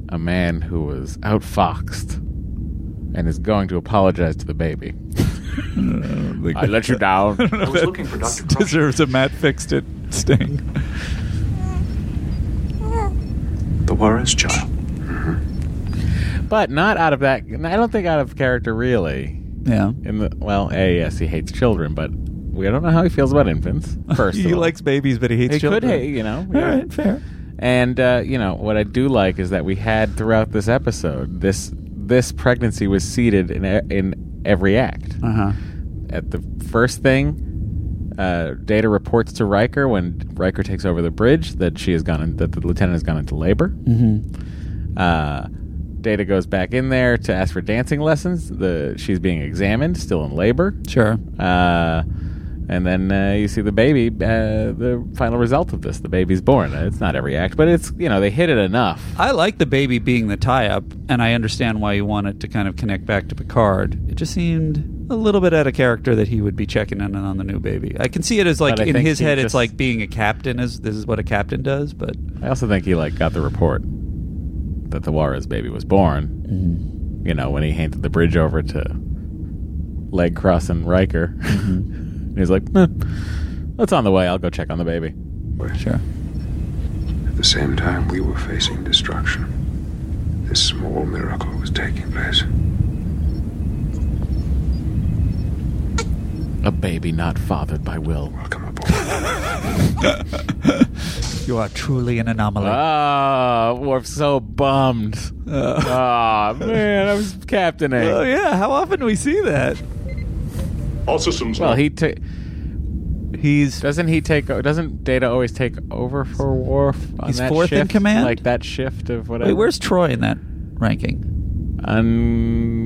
Speaker 1: a man who was outfoxed and is going to apologize to the baby? I let you down.
Speaker 2: I was looking for Dr. Deserves a Matt fixed it sting.
Speaker 11: The Juarez child.
Speaker 1: But not out of that. I don't think out of character, really.
Speaker 2: Yeah.
Speaker 1: In the well, a yes, he hates children, but we don't know how he feels about infants. First,
Speaker 2: he
Speaker 1: of all.
Speaker 2: likes babies, but he hates
Speaker 1: He could
Speaker 2: children.
Speaker 1: hate, you know.
Speaker 2: All right, fair.
Speaker 1: And uh, you know what I do like is that we had throughout this episode this this pregnancy was seeded in e- in every act.
Speaker 2: Uh-huh.
Speaker 1: Uh, At the first thing, uh, Data reports to Riker when Riker takes over the bridge that she has gone in, that the lieutenant has gone into labor. Mm-hmm. Uh, Data goes back in there to ask for dancing lessons. The she's being examined, still in labor.
Speaker 2: Sure.
Speaker 1: Uh, and then uh, you see the baby. Uh, the final result of this: the baby's born. It's not every act, but it's you know they hit it enough.
Speaker 2: I like the baby being the tie up, and I understand why you want it to kind of connect back to Picard. It just seemed a little bit out of character that he would be checking in on the new baby. I can see it as like
Speaker 1: But I
Speaker 2: in
Speaker 1: think
Speaker 2: his
Speaker 1: he
Speaker 2: head,
Speaker 1: just-
Speaker 2: it's like being a captain is this is what a captain does, but
Speaker 1: I also think he like got the report that the Juarez baby was born. You know when he handed the bridge over to leg crossing Riker, and he's like, eh, "That's on the way. I'll go check on the baby."
Speaker 2: Sure.
Speaker 16: At the same time, we were facing destruction. This small miracle was taking place.
Speaker 1: A baby not fathered by will.
Speaker 16: Welcome
Speaker 2: you are truly an anomaly.
Speaker 1: Ah, Worf's so bummed. Ah, man, I was captaining.
Speaker 2: Uh. Oh yeah, how often do we see that?
Speaker 5: All systems.
Speaker 1: Well, he ta-
Speaker 2: he's
Speaker 1: doesn't he take o- doesn't Data always take over for Worf? On
Speaker 2: He's
Speaker 1: that
Speaker 2: fourth in
Speaker 1: shift?
Speaker 2: command?
Speaker 1: like that shift of whatever.
Speaker 2: Wait, where's Troy in that ranking?
Speaker 1: Unclear.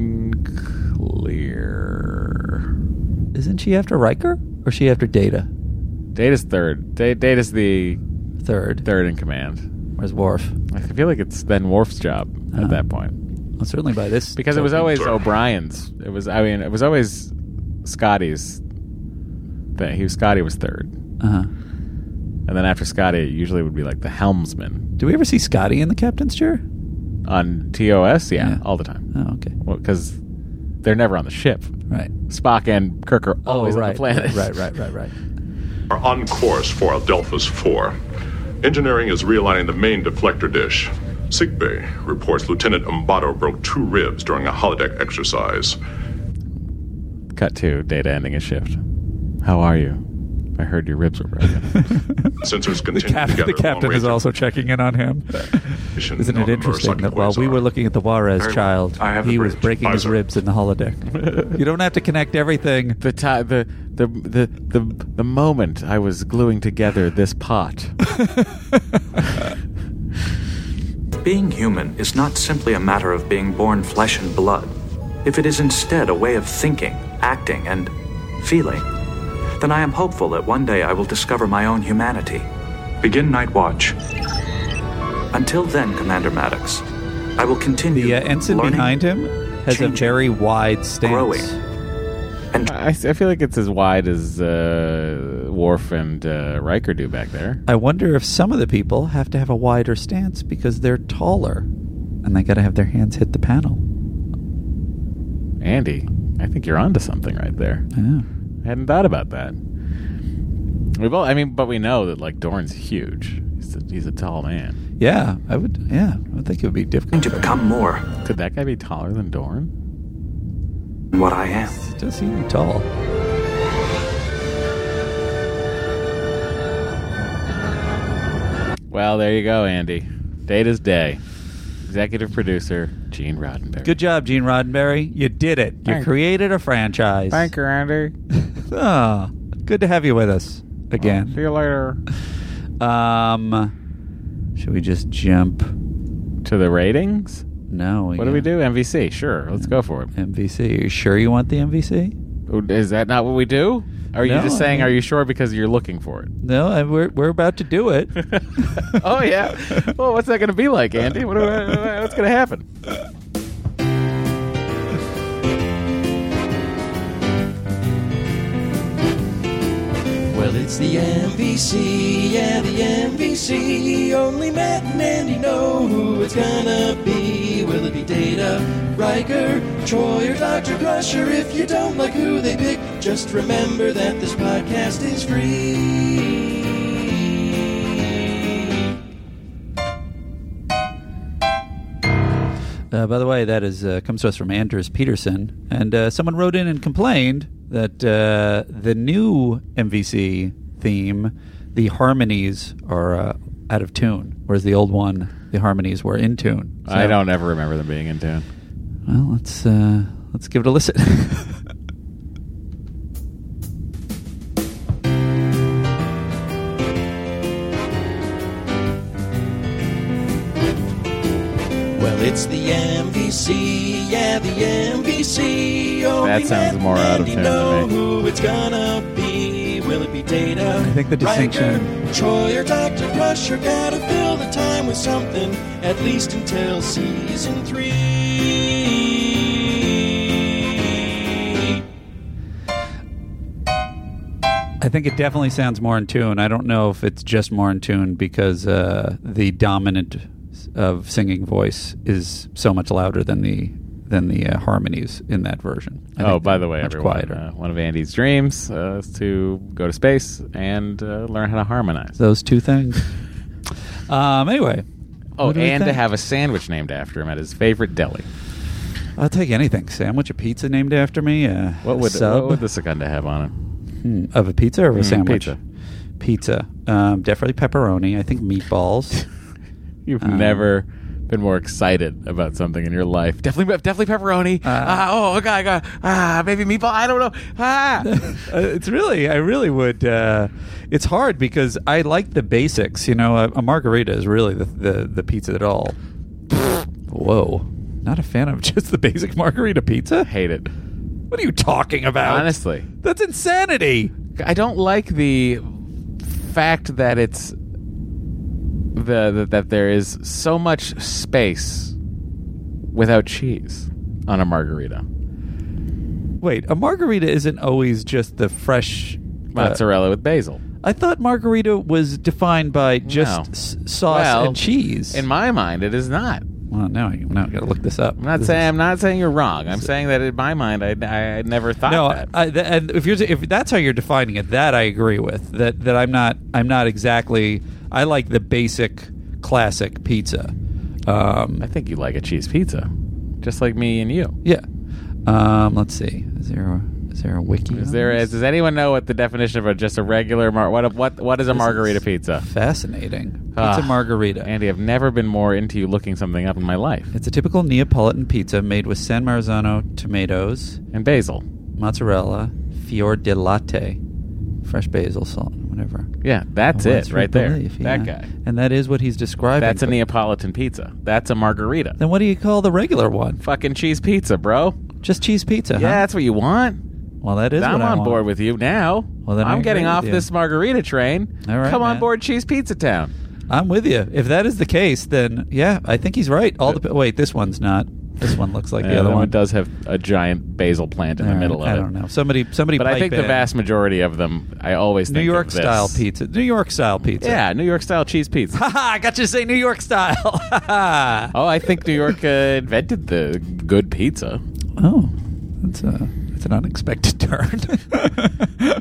Speaker 2: Isn't she after Riker? or is she after Data?
Speaker 1: Data's third. Da- Data's the
Speaker 2: third,
Speaker 1: third in command.
Speaker 2: Where's Worf?
Speaker 1: I feel like it's then Worf's job
Speaker 2: Oh.
Speaker 1: at that point.
Speaker 2: Well, certainly by this
Speaker 1: because it was always O'Brien's. It was I mean it was always Scotty's thing. He was Scotty was 3rd
Speaker 2: Uh-huh.
Speaker 1: and then after Scotty, it usually would be like the helmsman.
Speaker 2: Do we ever see Scotty in the captain's chair?
Speaker 1: on TOS? Yeah, all the time.
Speaker 2: Oh, okay.
Speaker 1: because they're never on the ship.
Speaker 2: Right. Oh,
Speaker 1: Spock and Kirk are always on
Speaker 2: right,
Speaker 1: the planet.
Speaker 2: right, right, right, right.
Speaker 5: are on course for Adelphus 4. Engineering is realigning the main deflector dish. Sigbay reports Lieutenant Umbato broke two ribs during a holodeck exercise.
Speaker 1: Cut to Data ending his shift. How are you? I heard your ribs were broken.
Speaker 5: Sensors
Speaker 2: The,
Speaker 5: continue
Speaker 2: cap-
Speaker 5: to gather
Speaker 2: the captain is also checking in on him. Isn't it interesting that while we were looking at the Juarez
Speaker 5: Very well.
Speaker 2: child,
Speaker 5: I have the
Speaker 2: he was
Speaker 5: bridge.
Speaker 2: breaking
Speaker 5: Bye,
Speaker 2: his
Speaker 5: sir.
Speaker 2: ribs in the holodeck? you don't have to connect everything.
Speaker 1: The ti the, the the the the moment I was gluing together this pot.
Speaker 11: Being human is not simply a matter of being born flesh and blood. If it is instead a way of thinking, acting, and feeling, then I am hopeful that one day I will discover my own humanity. Begin Night Watch. Until then, Commander Maddox, I will continue.
Speaker 2: The uh, ensign
Speaker 11: learning,
Speaker 2: behind him has a very wide stance.
Speaker 11: Growing.
Speaker 1: I, I feel like it's as wide as uh, Worf and uh, Riker do back there.
Speaker 2: I wonder if some of the people have to have a wider stance because they're taller and they got to have their hands hit the panel.
Speaker 1: Andy, I think you're onto something right there.
Speaker 2: Yeah.
Speaker 1: I hadn't thought about that. We both, I mean, but we know that like Dorn's huge. He's a, he's a tall man.
Speaker 2: Yeah, I would. Yeah, I would think it would be difficult
Speaker 11: to become more.
Speaker 1: Could that guy be taller than Dorn?
Speaker 11: What I am.
Speaker 2: It does seem tall.
Speaker 1: Well, there you go, Andy. Data's day. Executive producer Gene Roddenberry.
Speaker 2: Good job, Gene Roddenberry. You did it. You
Speaker 1: Thank-
Speaker 2: created a franchise.
Speaker 1: Thank you, Andy.
Speaker 2: Ah, good to have you with us again.
Speaker 1: See you later.
Speaker 2: Um, should we just jump
Speaker 1: to the ratings?
Speaker 2: No.
Speaker 1: What do we do? MVC. Sure, let's go for it. Oh,
Speaker 2: MVC. Are you sure you want the MVC?
Speaker 1: Is that not what we do? Are you
Speaker 2: No,
Speaker 1: just saying?
Speaker 2: I-
Speaker 1: Are you sure because you're looking for it?
Speaker 2: No, I, we're we're about to do it.
Speaker 1: oh yeah. Well, what's that going to be like, Andy? What, do I- what's going to happen?
Speaker 3: Well, it's the MVC, yeah, the MVC. Only Matt and Andy know who it's gonna be. Will it be Data, Riker, Troy, or Dr. Crusher? If you don't like who they pick, just remember that this podcast is free.
Speaker 2: Uh, by the way, that is uh, comes to us from Anders Peterson, and uh, someone wrote in and complained that uh, the new MVC theme, the harmonies are uh, out of tune, whereas the old one, the harmonies were in tune.
Speaker 1: I don't ever remember them being in tune.
Speaker 2: Well, let's uh, let's give it a listen.
Speaker 3: Well, it's the MVC, yeah, the MVC. Only
Speaker 1: That sounds
Speaker 3: Matt
Speaker 1: more
Speaker 3: and
Speaker 1: out of
Speaker 3: Andy
Speaker 1: tune
Speaker 3: know
Speaker 1: to me.
Speaker 3: who it's gonna be. Will it be Data?
Speaker 2: I think the distinction-
Speaker 3: Riker, Troy or Dr. Crusher gotta fill the time with something, at least until season three.
Speaker 2: I think it definitely sounds more in tune. I don't know if it's just more in tune because uh, the dominant s- of singing voice is so much louder than the than the uh, harmonies in that version. I
Speaker 1: oh,
Speaker 2: think
Speaker 1: by
Speaker 2: they're
Speaker 1: the way,
Speaker 2: much
Speaker 1: everyone,
Speaker 2: quieter.
Speaker 1: uh, one of Andy's dreams uh, is to go to space and uh, learn how to harmonize.
Speaker 2: Those two things. um. Anyway.
Speaker 1: Oh,
Speaker 2: What do we
Speaker 1: and to
Speaker 2: think?
Speaker 1: have a sandwich named after him at his favorite deli.
Speaker 2: I'll take anything. Sandwich, a pizza named after me. Uh,
Speaker 1: What would
Speaker 2: sub
Speaker 1: what would the Secunda have on it?
Speaker 2: Hmm, of a pizza or of a
Speaker 1: Mm,
Speaker 2: sandwich?
Speaker 1: pizza.
Speaker 2: Pizza. Um, definitely pepperoni. I think meatballs.
Speaker 1: You've
Speaker 2: Um,
Speaker 1: never been more excited about something in your life. Definitely, definitely
Speaker 2: Uh,
Speaker 1: pepperoni. Ah, oh, okay, I got ah, maybe meatball. I don't know. Ah.
Speaker 2: Uh, it's really, I really would. Uh, it's hard because I like the basics. You know, a, a margarita is really the, the the pizza at all. Whoa, not a fan of just the basic margarita pizza.
Speaker 1: Hate it.
Speaker 2: What are you talking about?
Speaker 1: Honestly.
Speaker 2: that's insanity.
Speaker 1: I don't like the fact that it's the, that that there is so much space without cheese on a margarita.
Speaker 2: Wait, a margarita isn't always just the fresh uh,
Speaker 1: Mozzarella with basil.
Speaker 2: I thought margarita was defined by just
Speaker 1: No.
Speaker 2: s- sauce
Speaker 1: Well,
Speaker 2: and cheese.
Speaker 1: In my mind, it is not.
Speaker 2: Well, now you now got to look this up.
Speaker 1: I'm not saying I'm not saying you're wrong. I'm saying that in my mind, I, I, I never thought
Speaker 2: no,
Speaker 1: that.
Speaker 2: I, th- and if you're if that's how you're defining it, that I agree with. That that I'm not I'm not exactly. I like the basic classic pizza. Um, I
Speaker 1: think you like a cheese pizza, just like me and you.
Speaker 2: Yeah. Um, let's see. Is there a, is there a wiki?
Speaker 1: Is there? Is, does anyone know what the definition of a, just a regular mar- what a, what what is a
Speaker 2: This
Speaker 1: margarita
Speaker 2: is
Speaker 1: pizza?
Speaker 2: Fascinating.
Speaker 1: Ah,
Speaker 2: Pizza margarita.
Speaker 1: Andy, I've never been more into you looking something up in my life.
Speaker 2: It's a typical Neapolitan pizza made with San Marzano tomatoes
Speaker 1: and basil,
Speaker 2: mozzarella, fior di latte, fresh basil, salt, whatever.
Speaker 1: Yeah, that's
Speaker 2: Oh,
Speaker 1: it right there.
Speaker 2: relief,
Speaker 1: That
Speaker 2: yeah.
Speaker 1: guy.
Speaker 2: And that is what he's describing.
Speaker 1: That's a
Speaker 2: but-
Speaker 1: Neapolitan pizza. That's a margarita.
Speaker 2: Then what do you call the regular one?
Speaker 1: Fucking cheese pizza, bro.
Speaker 2: Just cheese pizza.
Speaker 1: Yeah,
Speaker 2: huh?
Speaker 1: that's what you want.
Speaker 2: Well, that is
Speaker 1: I'm
Speaker 2: what I
Speaker 1: on
Speaker 2: want.
Speaker 1: board with you now.
Speaker 2: Well, then I
Speaker 1: I'm getting
Speaker 2: agree with
Speaker 1: off
Speaker 2: you.
Speaker 1: this margarita train.
Speaker 2: All right,
Speaker 1: Come on
Speaker 2: man.
Speaker 1: board, Cheese Pizza Town.
Speaker 2: I'm with you. If that is the case, then yeah, I think he's right. All the wait, this one's not. This one looks like
Speaker 1: Yeah,
Speaker 2: the other
Speaker 1: that
Speaker 2: one.
Speaker 1: does have a giant basil plant in
Speaker 2: All
Speaker 1: the
Speaker 2: right,
Speaker 1: middle of
Speaker 2: I
Speaker 1: it.
Speaker 2: don't know. Somebody- somebody
Speaker 1: But I
Speaker 2: pipe
Speaker 1: think the
Speaker 2: in.
Speaker 1: vast majority of them, I always
Speaker 2: New
Speaker 1: think
Speaker 2: York
Speaker 1: of this.
Speaker 2: style pizza. New York style pizza.
Speaker 1: Yeah, New York style cheese pizza.
Speaker 2: Haha, I got you to say New York style. Haha.
Speaker 1: oh, I think New York uh, invented the good pizza.
Speaker 2: oh, that's a that's an unexpected turn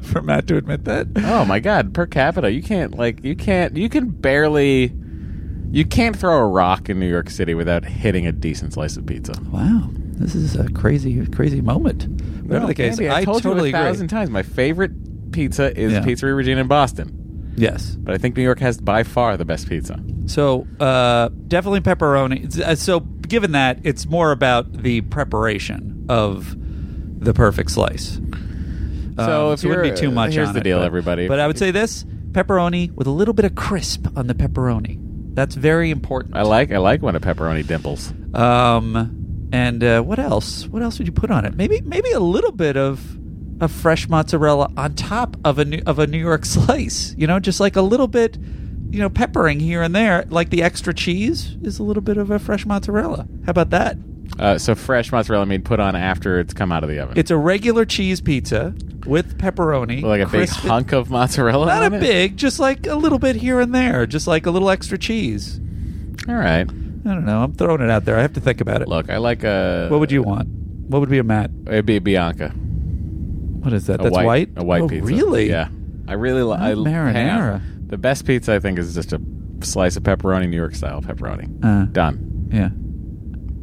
Speaker 2: for Matt to admit that.
Speaker 1: Oh my God, per capita, you can't like you can't you can barely you can't throw a rock in New York City without hitting a decent slice of pizza.
Speaker 2: Wow, this is a crazy crazy moment. Whatever
Speaker 1: No,
Speaker 2: the case,
Speaker 1: Andy, I, told
Speaker 2: totally
Speaker 1: you a thousand
Speaker 2: agree.
Speaker 1: times. My favorite pizza is
Speaker 2: Yeah.
Speaker 1: Pizzeria Regina in Boston.
Speaker 2: Yes,
Speaker 1: but I think New York has by far the best pizza.
Speaker 2: So uh, definitely pepperoni. It's- uh, So given that, it's more about the preparation of the perfect slice. Um,
Speaker 1: So if
Speaker 2: it wouldn't
Speaker 1: you're-
Speaker 2: be too much.
Speaker 1: here's
Speaker 2: on
Speaker 1: the
Speaker 2: it,
Speaker 1: deal,
Speaker 2: but-
Speaker 1: everybody.
Speaker 2: But I would say this: pepperoni with a little bit of crisp on the pepperoni. That's very important.
Speaker 1: I like I like when a pepperoni dimples.
Speaker 2: Um, and uh, what else? What else would you put on it? Maybe maybe a little bit of a fresh mozzarella on top of a new, of a New York slice. You know, just like a little bit, you know, peppering here and there. Like the extra cheese is a little bit of a fresh mozzarella. How about that?
Speaker 1: Uh, so fresh mozzarella meat put on after it's come out of the oven.
Speaker 2: It's a regular cheese pizza with pepperoni,
Speaker 1: like a big
Speaker 2: crisp-
Speaker 1: hunk of mozzarella.
Speaker 2: Not
Speaker 1: on
Speaker 2: a
Speaker 1: it?
Speaker 2: big, just like a little bit here and there, just like a little extra cheese.
Speaker 1: All right.
Speaker 2: I don't know. I'm throwing it out there. I have to think about it.
Speaker 1: Look, I like a.
Speaker 2: What would you want? What would be a Matt?
Speaker 1: It'd be a Bianca.
Speaker 2: What is that?
Speaker 1: A
Speaker 2: That's
Speaker 1: white,
Speaker 2: white.
Speaker 1: A white
Speaker 2: Oh,
Speaker 1: pizza.
Speaker 2: Really?
Speaker 1: Yeah. I really like
Speaker 2: Not marinara.
Speaker 1: The best pizza I think is just a slice of pepperoni, New York style pepperoni.
Speaker 2: Uh,
Speaker 1: Done.
Speaker 2: Yeah.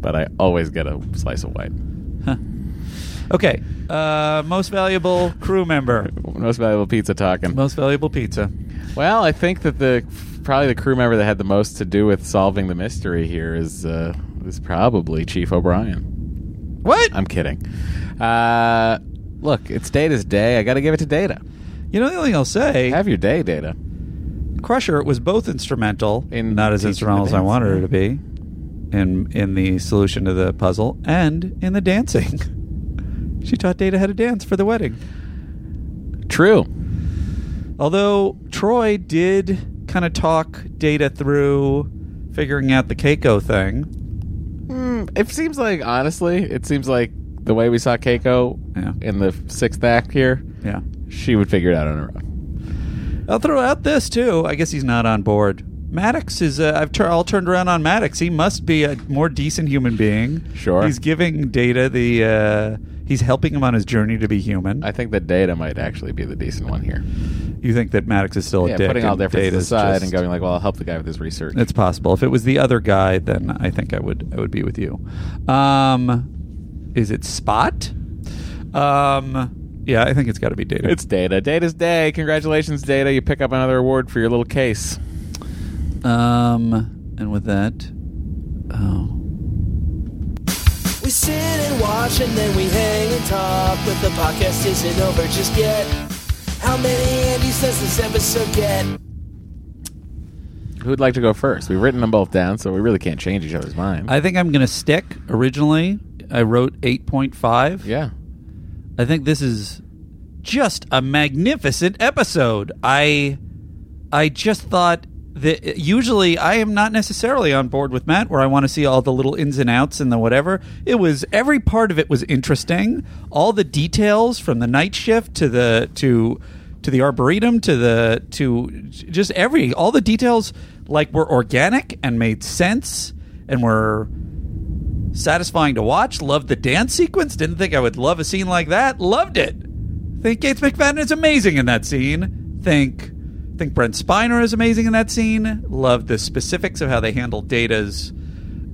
Speaker 1: But I always get a slice of white.
Speaker 2: Okay. Uh, most valuable crew member.
Speaker 1: Most valuable pizza talking.
Speaker 2: Most valuable pizza.
Speaker 1: Well, I think that the probably the crew member that had the most to do with solving the mystery here is uh, is probably Chief O'Brien.
Speaker 2: What?
Speaker 1: I'm kidding. Uh, look, it's Data's day. I got to give it to Data.
Speaker 2: You know the only thing I'll say.
Speaker 1: Have your day, Data.
Speaker 2: Crusher was both instrumental,
Speaker 1: In
Speaker 2: not as
Speaker 1: teaching
Speaker 2: instrumental
Speaker 1: the
Speaker 2: as I
Speaker 1: dance.
Speaker 2: wanted her to be, in in the solution to the puzzle and in the dancing. she taught Data how to dance for the wedding.
Speaker 1: True.
Speaker 2: Although Troy did kind of talk Data through figuring out the Keiko thing.
Speaker 3: Hmm,
Speaker 1: Mm, it seems like honestly, it seems like the way we saw Keiko in the sixth act here.
Speaker 2: Yeah,
Speaker 1: she would figure it out on her own.
Speaker 2: I'll throw out this too. I guess he's not on board. Maddox is. Uh, I've tur- all turned around on Maddox. He must be a more decent human being.
Speaker 1: Sure.
Speaker 2: He's giving Data the. Uh, he's helping him on his journey to be human.
Speaker 1: I think that Data might actually be the decent one here.
Speaker 2: You think that Maddox is still a
Speaker 1: yeah,
Speaker 2: dick?
Speaker 1: putting all
Speaker 2: and
Speaker 1: differences
Speaker 2: Data's
Speaker 1: aside
Speaker 2: just-
Speaker 1: and going like, "Well, I'll help the guy with his research."
Speaker 2: It's possible. If it was the other guy, then I think I would. I would be with you. Um, is it Spot? Um, yeah, I think it's got to be Data.
Speaker 1: It's Data. Data's day. Congratulations, Data. You pick up another award for your little case.
Speaker 2: Um, and with that, oh.
Speaker 3: We sit and watch and then we hang and talk, but the podcast isn't over just yet. How many Andys does this episode get?
Speaker 1: Who'd like to go first? We've written them both down, so we really can't change each other's mind.
Speaker 2: I think I'm going to stick. Originally, I wrote 8.5.
Speaker 1: Yeah.
Speaker 2: I think this is just a magnificent episode. I I just thought that usually I am not necessarily on board with Matt where I want to see all the little ins and outs and the whatever. It was every part of it was interesting. All the details from the night shift to the to to the arboretum to the to just every all the details like were organic and made sense and were satisfying to watch. Loved the dance sequence. Didn't think I would love a scene like that. Loved it. Think Gates McFadden is amazing in that scene. Think think Brent Spiner is amazing in that scene. Loved the specifics of how they handle Data's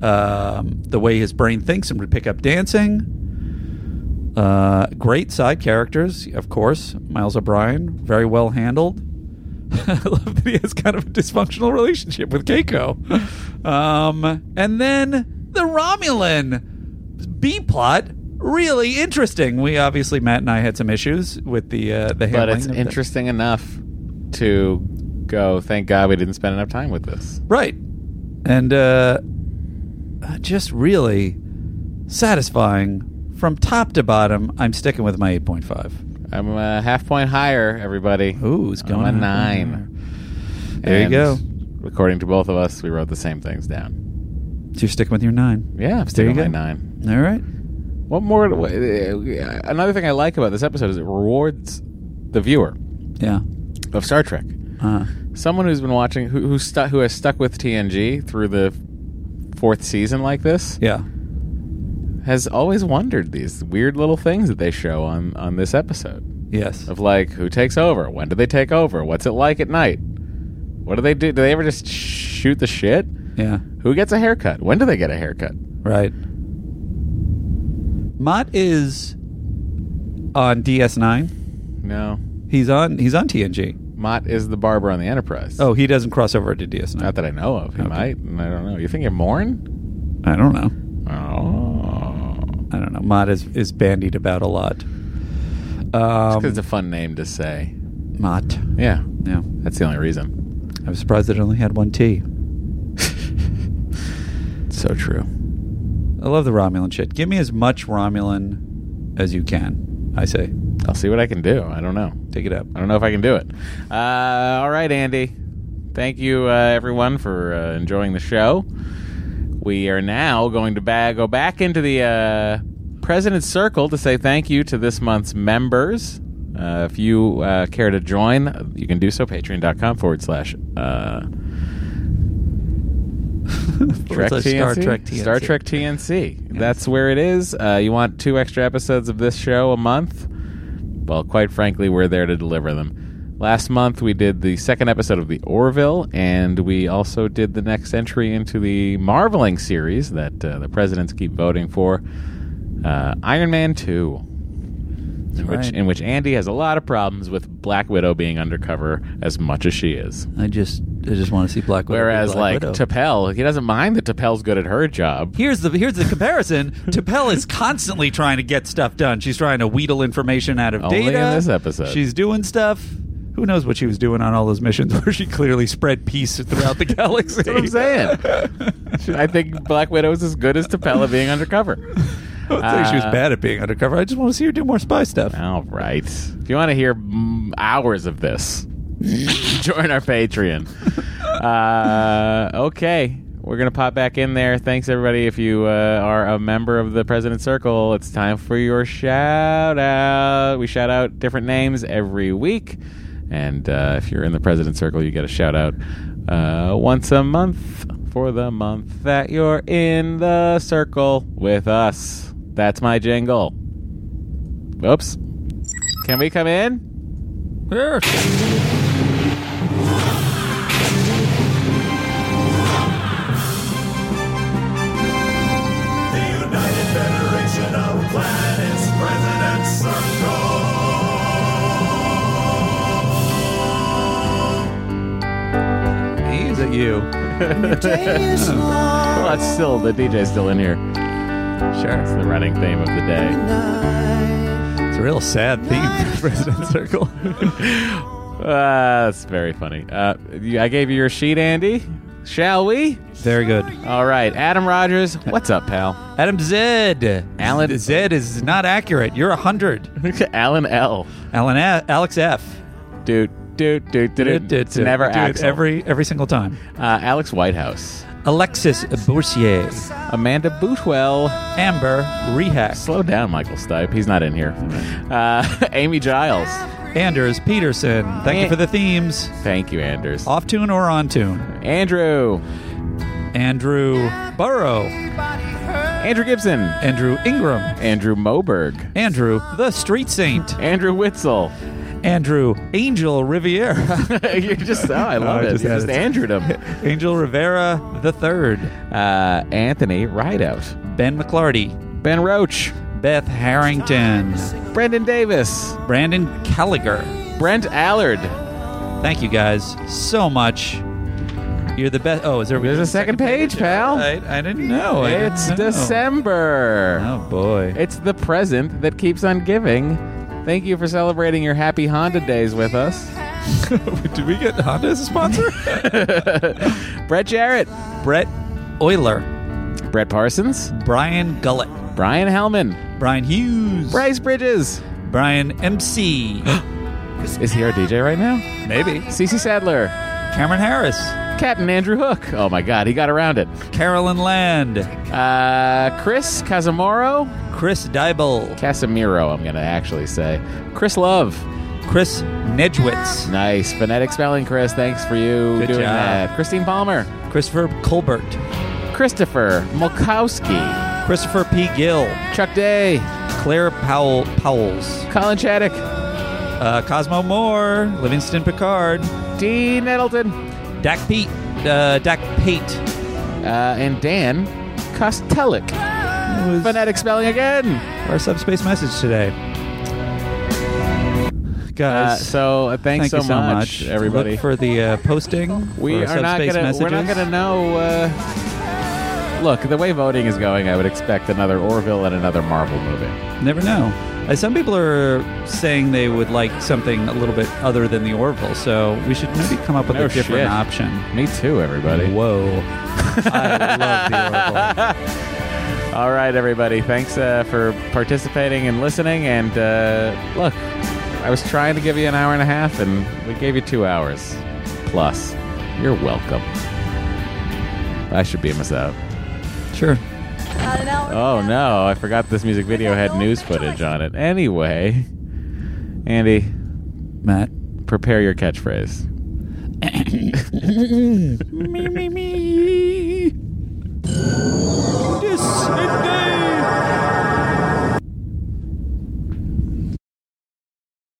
Speaker 2: um, the way his brain thinks and would pick up dancing. Uh, great side characters, of course. Miles O'Brien, very well handled. I love that he has kind of a dysfunctional relationship with Keiko. Um, and then the Romulan B plot, really interesting. We obviously Matt and I had some issues with the uh, the
Speaker 1: but
Speaker 2: handling
Speaker 1: it's
Speaker 2: of the-
Speaker 1: interesting enough to go. Thank God we didn't spend enough time with this.
Speaker 2: Right. And uh, uh, just really satisfying from top to bottom. I'm sticking with my 8.5.
Speaker 1: I'm a half point higher, everybody.
Speaker 2: Ooh, it's going
Speaker 1: I'm a
Speaker 2: half
Speaker 1: nine.
Speaker 2: There you
Speaker 1: And
Speaker 2: go.
Speaker 1: According to both of us, we wrote the same things down.
Speaker 2: So you're sticking with your nine.
Speaker 1: Yeah, I'm
Speaker 2: There you
Speaker 1: sticking with
Speaker 2: go.
Speaker 1: my nine.
Speaker 2: All right.
Speaker 1: What more? do we- uh, Another thing I like about this episode is it rewards the viewer.
Speaker 2: Yeah.
Speaker 1: Of Star Trek.
Speaker 2: Uh,
Speaker 1: Someone who's been watching, who who, stu- who has stuck with TNG through the fourth season like this.
Speaker 2: Yeah.
Speaker 1: Has always wondered these weird little things that they show on on this episode.
Speaker 2: Yes.
Speaker 1: Of like who takes over, when do they take over, what's it like at night, what do they do? Do they ever just shoot the shit?
Speaker 2: Yeah.
Speaker 1: Who gets a haircut? When do they get a haircut?
Speaker 2: Right. Mott is on DS9.
Speaker 1: No.
Speaker 2: He's on he's on TNG.
Speaker 1: Mott is the barber on the Enterprise.
Speaker 2: Oh, he doesn't cross over to DS9.
Speaker 1: Not that I know of. He might. I don't know. You think you're Morn?
Speaker 2: I don't know.
Speaker 1: Oh.
Speaker 2: I don't know. Mod is, is bandied about a lot. Um,
Speaker 1: it's a fun name to say.
Speaker 2: Mott.
Speaker 1: Yeah.
Speaker 2: Yeah.
Speaker 1: That's the only reason.
Speaker 2: I was surprised that it only had one T.
Speaker 1: so true.
Speaker 2: I love the Romulan shit. Give me as much Romulan as you can, I say.
Speaker 1: I'll see what I can do. I don't know.
Speaker 2: Take it up.
Speaker 1: I don't know if I can do it. Uh, all right, Andy. Thank you, uh, everyone, for uh, enjoying the show. We are now going to ba- go back into the uh, President's Circle to say thank you to this month's members. Uh, if you uh, care to join, you can do so. Patreon.com forward slash. Uh, Trek
Speaker 2: slash Star
Speaker 1: TNC?
Speaker 2: Trek
Speaker 1: Star
Speaker 2: TNC.
Speaker 1: Trek TNC. That's where it is. Uh, you want two extra episodes of this show a month? Well, quite frankly, we're there to deliver them. Last month, we did the second episode of The Orville, and we also did the next entry into the Marveling series that uh, the presidents keep voting for uh, Iron Man 2. In which,
Speaker 2: right.
Speaker 1: in which Andy has a lot of problems with Black Widow being undercover as much as she is.
Speaker 2: I just I just want to see Black Widow. be
Speaker 1: Whereas,
Speaker 2: Black
Speaker 1: like
Speaker 2: Widow.
Speaker 1: T'Pel, he doesn't mind that T'Pel's good at her job.
Speaker 2: Here's the here's the comparison. Tapel is constantly trying to get stuff done. She's trying to wheedle information out of
Speaker 1: Only in
Speaker 2: data.
Speaker 1: this episode.
Speaker 2: she's doing stuff. Who knows what she was doing on all those missions where she clearly spread peace throughout the galaxy?
Speaker 1: That's what I'm saying. I think Black Widow is as good as T'Pel at being undercover. I
Speaker 2: don't think she was bad at being undercover. I just want to see her do more spy stuff.
Speaker 1: All right. If you want to hear mm, hours of this, join our Patreon. Uh, okay. We're going to pop back in there. Thanks, everybody. If you uh, are a member of the President's Circle, it's time for your shout out. We shout out different names every week. And uh, if you're in the President's Circle, you get a shout out uh, once a month for the month that you're in the circle with us. That's my jingle. Oops. Can we come in?
Speaker 2: Sure.
Speaker 3: The United Federation of Planets President Circle.
Speaker 2: He's at you.
Speaker 1: well, that's still the DJ's still in here. Sure. It's the running theme of the day.
Speaker 2: It's a real sad theme for President Circle.
Speaker 1: Uh, that's very funny. Uh, you, I gave you your sheet, Andy. Shall we?
Speaker 2: Very good.
Speaker 1: All right, Adam Rogers, what's up, pal?
Speaker 2: Adam Zed.
Speaker 1: Alan
Speaker 2: Zed is not accurate. You're a hundred.
Speaker 1: Alan L.
Speaker 2: Alan A- Alex F.
Speaker 1: Dude, dude, dude, dude. It's never
Speaker 2: do it
Speaker 1: Axel.
Speaker 2: every every single time.
Speaker 1: Uh, Alex Whitehouse.
Speaker 2: Alexis Boursier.
Speaker 1: Amanda Bootwell.
Speaker 2: Amber Rehack.
Speaker 1: Slow down, Michael Stipe. He's not in here. Uh, Amy Giles.
Speaker 2: Anders Peterson. Thank you for the themes.
Speaker 1: Thank you, Anders.
Speaker 2: Off tune or on tune?
Speaker 1: Andrew.
Speaker 2: Andrew Burrow.
Speaker 1: Andrew Gibson.
Speaker 2: Andrew Ingram.
Speaker 1: Andrew Moberg.
Speaker 2: Andrew the Street Saint.
Speaker 1: Andrew Witzel.
Speaker 2: Andrew Angel Riviera.
Speaker 1: You're just, oh, I love it. You just Andrewed him.
Speaker 2: Angel Rivera the third.
Speaker 1: Uh, Anthony Rideout.
Speaker 2: Ben McClarty.
Speaker 1: Ben Roach.
Speaker 2: Beth Harrington.
Speaker 1: Brandon Davis.
Speaker 2: Brandon Calliger.
Speaker 1: Brent Allard.
Speaker 2: Thank you guys so much. You're the best. Oh, is there?
Speaker 1: There's a second page, pal.
Speaker 2: I, I didn't know. I didn't
Speaker 1: It's
Speaker 2: know.
Speaker 1: December.
Speaker 2: Oh boy.
Speaker 1: It's the present that keeps on giving. Thank you for celebrating your happy Honda days with us.
Speaker 2: Did we get Honda as a sponsor?
Speaker 1: Brett Jarrett.
Speaker 2: Brett Euler.
Speaker 1: Brett Parsons.
Speaker 2: Brian Gullett.
Speaker 1: Brian Hellman.
Speaker 2: Brian Hughes.
Speaker 1: Bryce Bridges.
Speaker 2: Brian MC.
Speaker 1: Is he our DJ right now?
Speaker 2: Maybe.
Speaker 1: CC Sadler.
Speaker 2: Cameron Harris.
Speaker 1: Captain Andrew Hook. Oh my God, he got around it.
Speaker 2: Carolyn Land.
Speaker 1: Uh, Chris Casamoro.
Speaker 2: Chris Dybel.
Speaker 1: Casimiro, I'm going to actually say. Chris Love.
Speaker 2: Chris Nedjwitz.
Speaker 1: Nice. Phonetic spelling, Chris. Thanks for you
Speaker 2: Good
Speaker 1: doing
Speaker 2: job.
Speaker 1: that. Christine Palmer.
Speaker 2: Christopher Colbert.
Speaker 1: Christopher Mulkowski.
Speaker 2: Christopher P. Gill.
Speaker 1: Chuck Day.
Speaker 2: Claire Powell Powells.
Speaker 1: Colin Chaddock.
Speaker 2: Uh, Cosmo Moore. Livingston Picard.
Speaker 1: Dean Nettleton.
Speaker 2: Dak Pete. Uh, Dak Pate.
Speaker 1: Uh, and Dan Kostelik. Phonetic spelling again.
Speaker 2: Our subspace message today.
Speaker 1: Uh,
Speaker 2: Guys,
Speaker 1: so uh, thanks
Speaker 2: thank
Speaker 1: so,
Speaker 2: you so much,
Speaker 1: everybody.
Speaker 2: Look for the uh, posting.
Speaker 1: we
Speaker 2: for
Speaker 1: are not
Speaker 2: subspace
Speaker 1: gonna we're not
Speaker 2: messages.
Speaker 1: gonna know. Uh, look, the way voting is going, I would expect another Orville and another Marvel movie.
Speaker 2: Never know. Uh, some people are saying they would like something a little bit other than the Orville, so we should maybe come up with
Speaker 1: No
Speaker 2: a different
Speaker 1: shit.
Speaker 2: option.
Speaker 1: Me too, everybody.
Speaker 2: Whoa. I love the Orville.
Speaker 1: All right, everybody. Thanks uh, for participating and listening. And uh, look, I was trying to give you an hour and a half, and we gave you two hours plus. You're welcome. I should beam us out.
Speaker 2: Sure.
Speaker 1: Oh no, I forgot this music video had news footage on it. Anyway, Andy,
Speaker 2: Matt,
Speaker 1: prepare your catchphrase.
Speaker 2: me, me, me. This and